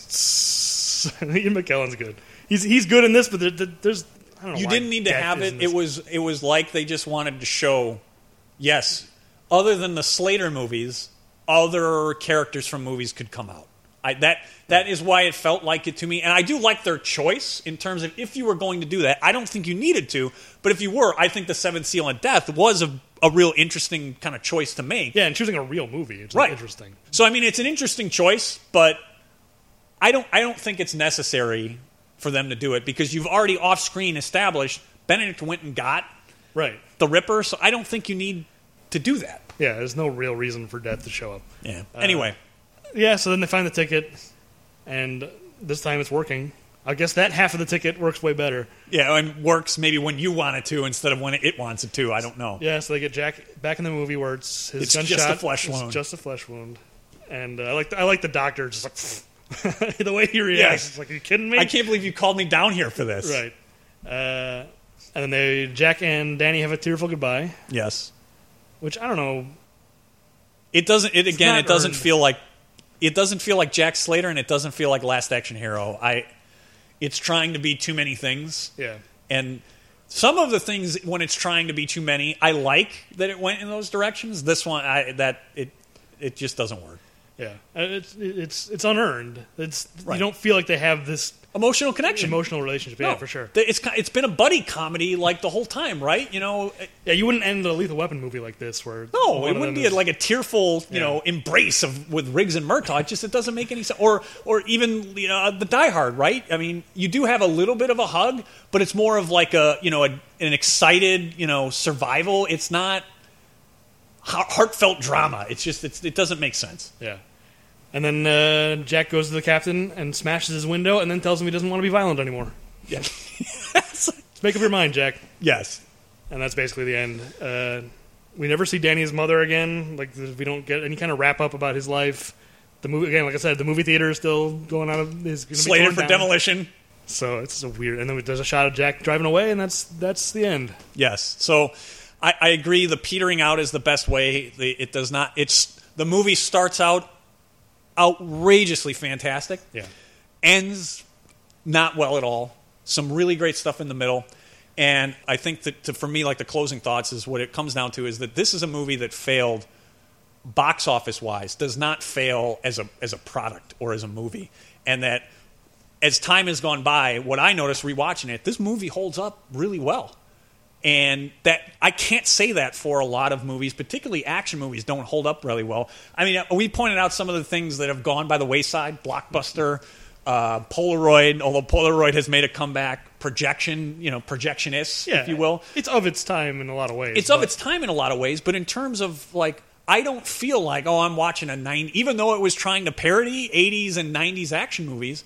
A: lists. Ian McKellen's good. He's he's good in this, but there, there- there's I don't know.
B: you
A: why
B: didn't need to
A: Death
B: have
A: is in
B: it.
A: this.
B: It was it was like they just wanted to show, yes, other than the Slater movies, other characters from movies could come out. I, that that is why it felt like it to me, and I do like their choice in terms of if you were going to do that. I don't think you needed to, but if you were, I think the Seventh Seal and Death was a, a real interesting kind of choice to make.
A: yeah, and choosing a real movie. It's
B: Right.
A: interesting.
B: So I mean, it's an interesting choice, but I don't I don't think it's necessary for them to do it because you've already off screen established Benedict went and got
A: Right.
B: the Ripper, so I don't think you need to do that.
A: Yeah, there's no real reason for Death to show up.
B: Yeah. anyway,
A: Yeah, so then they find the ticket, and this time it's working. I guess that half of the ticket works way better.
B: yeah, and works maybe when you want it to instead of when it wants it to. I don't know.
A: Yeah, so they get Jack back in the movie where it's his
B: It's just
A: gunshot.
B: a flesh
A: it's
B: wound.
A: just a flesh wound, and uh, I like the, I like the doctor just like the way he reacts.
B: Yes.
A: It's like, are you kidding me?
B: I can't believe you called me down here for this.
A: Right. Uh, and then they Jack and Danny have a tearful goodbye,
B: Yes.
A: which I don't know.
B: It doesn't. It again.
A: not
B: It doesn't
A: earned.
B: feel like. It doesn't feel like Jack Slater, and it doesn't feel like Last Action Hero. I. It's trying to be too many things.
A: Yeah.
B: And some of the things when it's trying to be too many, I like that it went in those directions. This one, I that it it just doesn't work.
A: Yeah, Uh, it's it's it's unearned. It's
B: Right.
A: you don't feel like they have this
B: Emotional connection,
A: emotional relationship.
B: No.
A: Yeah, for sure.
B: Th- It's ki- it's been a buddy comedy like the whole time, right? You know, it-
A: Yeah, you wouldn't end a Lethal Weapon movie like this where
B: no,
A: one
B: it
A: of
B: wouldn't
A: them
B: be
A: is-
B: like a tearful, you know, embrace of with Riggs and Murtaugh. It just it doesn't make any sense. Or or even you know the Die Hard, right? I mean, you do have a little bit of a hug, but it's more of like a you know a, an excited you know survival. It's not ha- heartfelt drama. It's just it's, it doesn't make sense.
A: Yeah. And then uh, Jack goes to the captain and smashes his window and then tells him he doesn't want to be violent anymore.
B: Yeah.
A: Just make up your mind, Jack.
B: yes.
A: And that's basically the end. Uh, we never see Danny's mother again. Like, th- we don't get any kind of wrap up about his life. The movie, again, like I said, the movie theater is still going out of. Is gonna be
B: Slated
A: torn
B: for
A: down.
B: demolition.
A: So it's a weird. And then there's a shot of Jack driving away, and that's that's the end.
B: Yes. So I, I agree. The petering out is the best way. The, it does not. It's the movie starts out outrageously fantastic.
A: Yeah.
B: Ends not well at all. Some really great stuff in the middle. And I think that to, for me, like the closing thoughts is what it comes down to is that this is a movie that failed box office wise, does not fail as a as a product or as a movie, and that as time has gone by, what I noticed rewatching it, this movie holds up really well. And that I can't say that for a lot of movies, particularly action movies, don't hold up really well. I mean, we pointed out some of the things that have gone by the wayside: blockbuster, uh, Polaroid. Although Polaroid has made a comeback, projection, you know, projectionists,
A: Yeah.
B: if you will.
A: It's of its time in a lot of ways.
B: It's of its time in a lot of ways, but in terms of like, I don't feel like oh, I'm watching a nine. Even though it was trying to parody '80s and '90s action movies,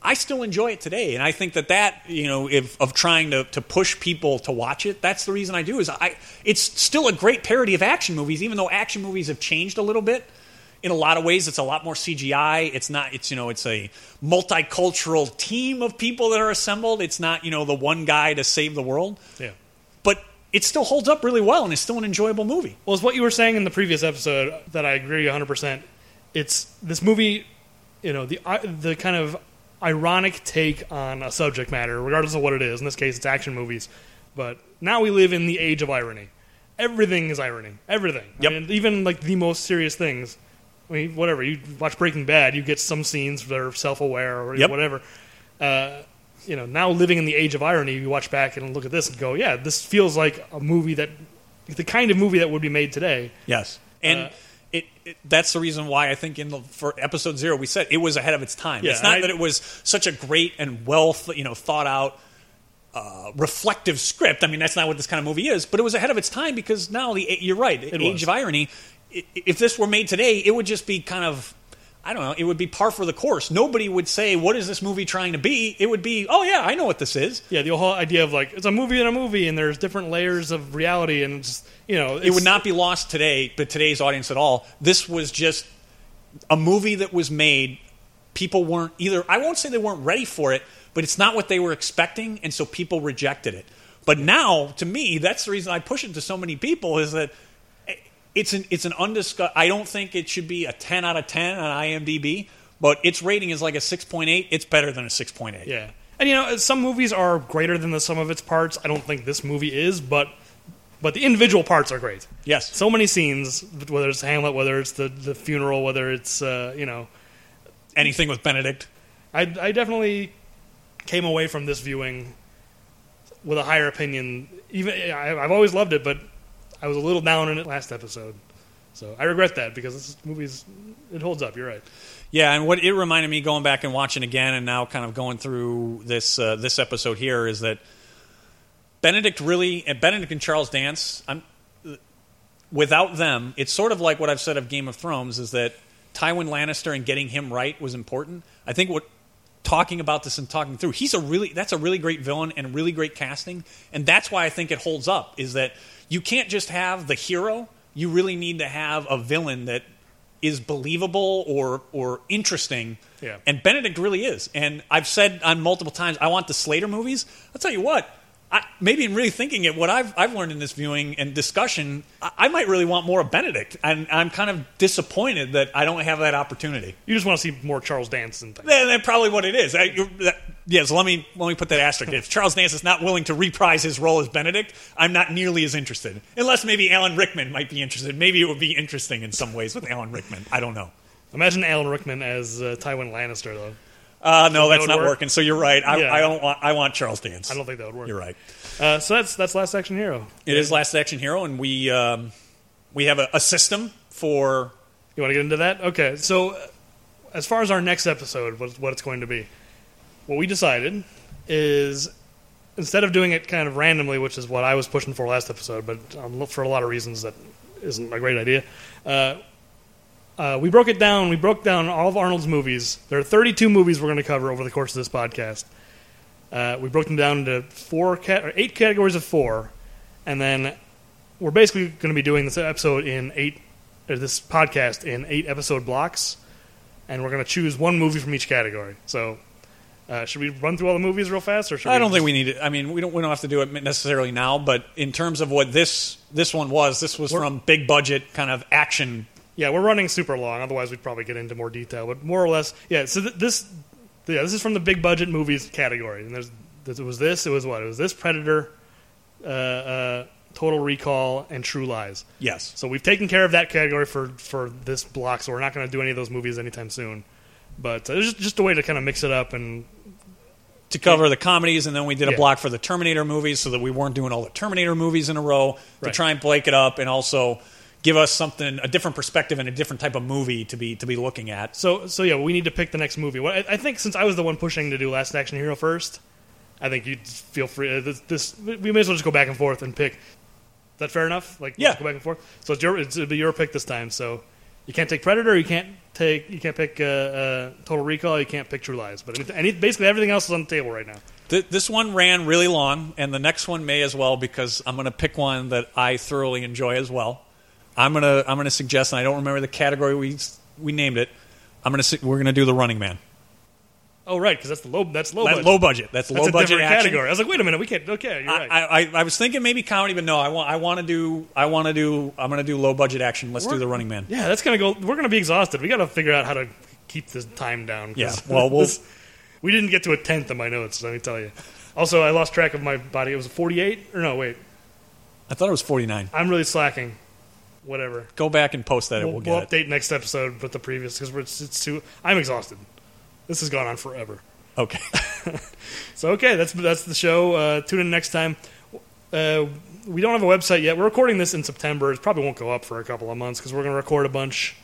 B: I still enjoy it today, and I think that that you know, if, of trying to to push people to watch it, that's the reason I do. Is I it's still a great parody of action movies, even though action movies have changed a little bit. In a lot of ways, it's a lot more CGI. It's not. It's you know, it's a multicultural team of people that are assembled. It's not you know the one guy to save the world
A: Yeah.
B: but it still holds up really well and it's still an enjoyable movie.
A: Well, it's what you were saying in the previous episode that I agree 100%. It's this movie, you know, the uh, the kind of ironic take on a subject matter, regardless of what it is. In this case, it's action movies. But now we live in the age of irony. Everything is irony. Everything. I mean, even like the most serious things. I mean, whatever. You watch Breaking Bad, you get some scenes that are self aware or
B: Yep.
A: whatever. Uh, you know, now living in the age of irony, you watch back and look at this and go, yeah, this feels like a movie that, the kind of movie that would be made today.
B: Yes. And
A: Uh,
B: it, it that's the reason why I think in the for episode 0 we said it was ahead of its time.
A: Yeah,
B: it's not
A: and I-
B: that it was such a great and well, th- you know, thought out uh, reflective script. I mean, that's not what this kind of movie is, but it was ahead of its time because now the you're right,
A: It
B: Age
A: was.
B: of Irony. i- If this were made today, it would just be kind of I don't know. It would be par for the course. Nobody would say, "What is this movie trying to be?" It would be, "Oh yeah, I know what this is."
A: Yeah, the whole idea of like it's a movie and a movie, and there's different layers of reality, and it's just, you know,
B: it would not be lost today, but today's audience at all. This was just a movie that was made. People weren't either. I won't say they weren't ready for it, but it's not what they were expecting, and so people rejected it. But now, to me, that's the reason I push it to so many people is that it's an it's an undiscussed. I don't think it should be a ten out of ten on IMDb, but its rating is like a six point eight. It's better than a six point eight.
A: Yeah, and you know, some movies are greater than the sum of its parts. I don't think this movie is, but but the individual parts are great.
B: Yes,
A: so many scenes, whether it's Hamlet, whether it's the the funeral, whether it's uh, you know
B: anything with Benedict.
A: I, I definitely came away from this viewing with a higher opinion. Even I, I've always loved it, but I was a little down in it last episode, so I regret that because this movie's it holds up. You're right.
B: Yeah, and what it reminded me going back and watching again, and now kind of going through this uh, this episode here is that Benedict really and Benedict and Charles Dance. I'm without them, it's sort of like what I've said of Game of Thrones is that Tywin Lannister and getting him right was important. I think what talking about this and talking through, he's a really that's a really great villain and really great casting, and that's why I think it holds up is that you can't just have the hero. You really need to have a villain that is believable or or interesting.
A: Yeah.
B: And Benedict really is. And I've said on multiple times, I want the Slater movies. I'll tell you what, I, maybe in really thinking it, what I've, I've learned in this viewing and discussion, I, I might really want more of Benedict. And I'm kind of disappointed that I don't have that opportunity.
A: You just want to see more Charles Dance and things.
B: Then that's probably what it is. I, you- that, yeah, so let me, let me put that asterisk. If Charles Dance is not willing to reprise his role as Benedict, I'm not nearly as interested. Unless maybe Alan Rickman might be interested. Maybe it would be interesting in some ways with Alan Rickman. I don't know.
A: Imagine Alan Rickman as uh, Tywin Lannister, though.
B: Uh,
A: Think that
B: no, that's
A: would
B: not
A: work?
B: working. So you're right. I,
A: Yeah.
B: I don't want. I want Charles Dance.
A: I don't think that would work.
B: You're right.
A: Uh, so that's that's Last Action Hero.
B: It is Last Action Hero, and we um, we have a, a system for.
A: You want to get into that? Okay. So, uh, as far as our next episode, what, what it's going to be, what we decided is instead of doing it kind of randomly, which is what I was pushing for last episode, but um, for a lot of reasons that isn't a great idea, uh, uh, we broke it down. We broke down all of Arnold's movies. There are 32 movies we're going to cover over the course of this podcast. Uh, we broke them down into four cat- or eight categories of four, and then we're basically going to be doing this episode in eight or this podcast in eight episode blocks, and we're going to choose one movie from each category. So, uh, should we run through all the movies real fast, or should
B: I
A: we
B: don't
A: just-
B: think we need it. I mean, we don't. We don't have to do it necessarily now. But in terms of what this this one was, this was from big budget kind of action.
A: Yeah, we're running super long. Otherwise, we'd probably get into more detail. But more or less, yeah. So th- this, yeah, this is from the big budget movies category, and there's this, it was this, it was what, it was this Predator, uh, uh, Total Recall, and True Lies.
B: Yes.
A: So we've taken care of that category for, for this block, so we're not going to do any of those movies anytime soon. But uh, it's just, just a way to kind of mix it up and
B: to cover the comedies, and then we did a
A: Yeah.
B: block for the Terminator movies so that we weren't doing all the Terminator movies in a row to
A: Right.
B: try and break it up and also give us something a different perspective and a different type of movie to be to be looking at.
A: So, so yeah, we need to pick the next movie. Well, I, I think since I was the one pushing to do Last Action Hero first, I think you feel free. uh, This, this we may as well just go back and forth and pick. Is that fair enough? Like, yeah, go back and forth. So it's your it's, it'll be your pick this time. So you can't take Predator. You can't take you can't pick uh, uh, Total Recall. You can't pick True Lies. But anyth- any, basically everything else is on the table right now.
B: Th- this one ran really long, and the next one may as well because I'm going to pick one that I thoroughly enjoy as well. I'm gonna I'm gonna suggest, and I don't remember the category we s- we named it. I'm gonna su- we're gonna do the Running Man.
A: Oh right, because that's the low that's low
B: That-
A: budget.
B: low budget. That's low
A: a
B: budget
A: different
B: action.
A: category. I was like, wait a minute, we can't. Okay, you're right.
B: I, I, I was thinking maybe comedy, but no, I want I want to do I want to do I'm gonna do low budget action. Let's do
A: We're-
B: the Running Man.
A: Yeah, that's gonna go. We're gonna be exhausted. We gotta figure out how to keep this time down. 'cause
B: Yeah, well, we'll-
A: this- we didn't get to a tenth of my notes. Let me tell you. Also, I lost track of my body. It was 48 or no? Wait,
B: I thought it was 49.
A: I'm really slacking. Whatever.
B: Go back and post that. It
A: We'll,
B: will
A: we'll
B: get it.
A: update next episode with the previous because we're it's, it's too. I'm exhausted. This has gone on forever.
B: Okay.
A: so okay, that's that's the show. Uh, tune in next time. Uh, we don't have a website yet. We're recording this in September. It probably won't go up for a couple of months because we're going to record a bunch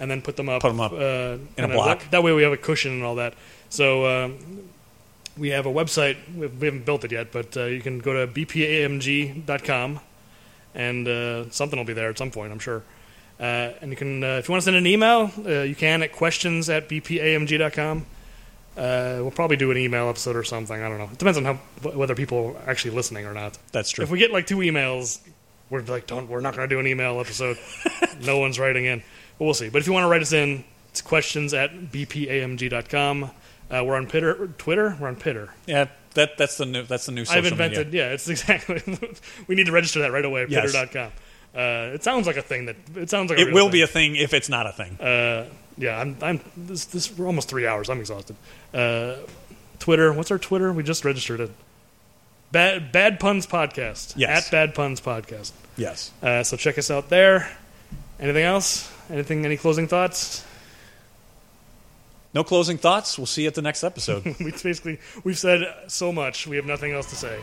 A: and then put them up. Put them up uh, kinda
B: block.
A: That, that way we have a cushion and all that. So um, we have a website. We we haven't built it yet, but uh, you can go to bpamg.com and uh, something will be there at some point, I'm sure. Uh, and you can, uh, if you want to send an email, uh, you can at questions at bpamg.com. Uh, we'll probably do an email episode or something. I don't know. It depends on how wh- whether people are actually listening or not.
B: That's true.
A: If we get like two emails, we're like, don't. We're not going to do an email episode. no one's writing in, but we'll see. But if you want to write us in, it's questions at bpamg.com. Uh, we're on Pitter, Twitter. We're on Pitter.
B: Yeah, that that's the new that's the new. Social
A: I've invented.
B: Media.
A: Yeah, it's exactly. we need to register that right away.
B: Yes.
A: Pitter.com. Uh, it sounds like a thing that it sounds like a
B: It
A: real
B: will
A: thing.
B: be a thing if it's not a thing.
A: Uh, yeah, I'm. I'm. This, this. We're almost three hours. I'm exhausted. Uh, Twitter. What's our Twitter? We just registered it. Bad Bad Puns Podcast.
B: Yes.
A: At Bad Puns Podcast.
B: Yes.
A: Uh, so check us out there. Anything else? Anything? Any closing thoughts?
B: No closing thoughts. We'll see you at the next episode.
A: we basically we've said so much. We have nothing else to say.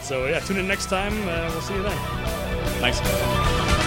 A: So yeah, tune in next time. Uh, we'll see you then.
B: Thanks.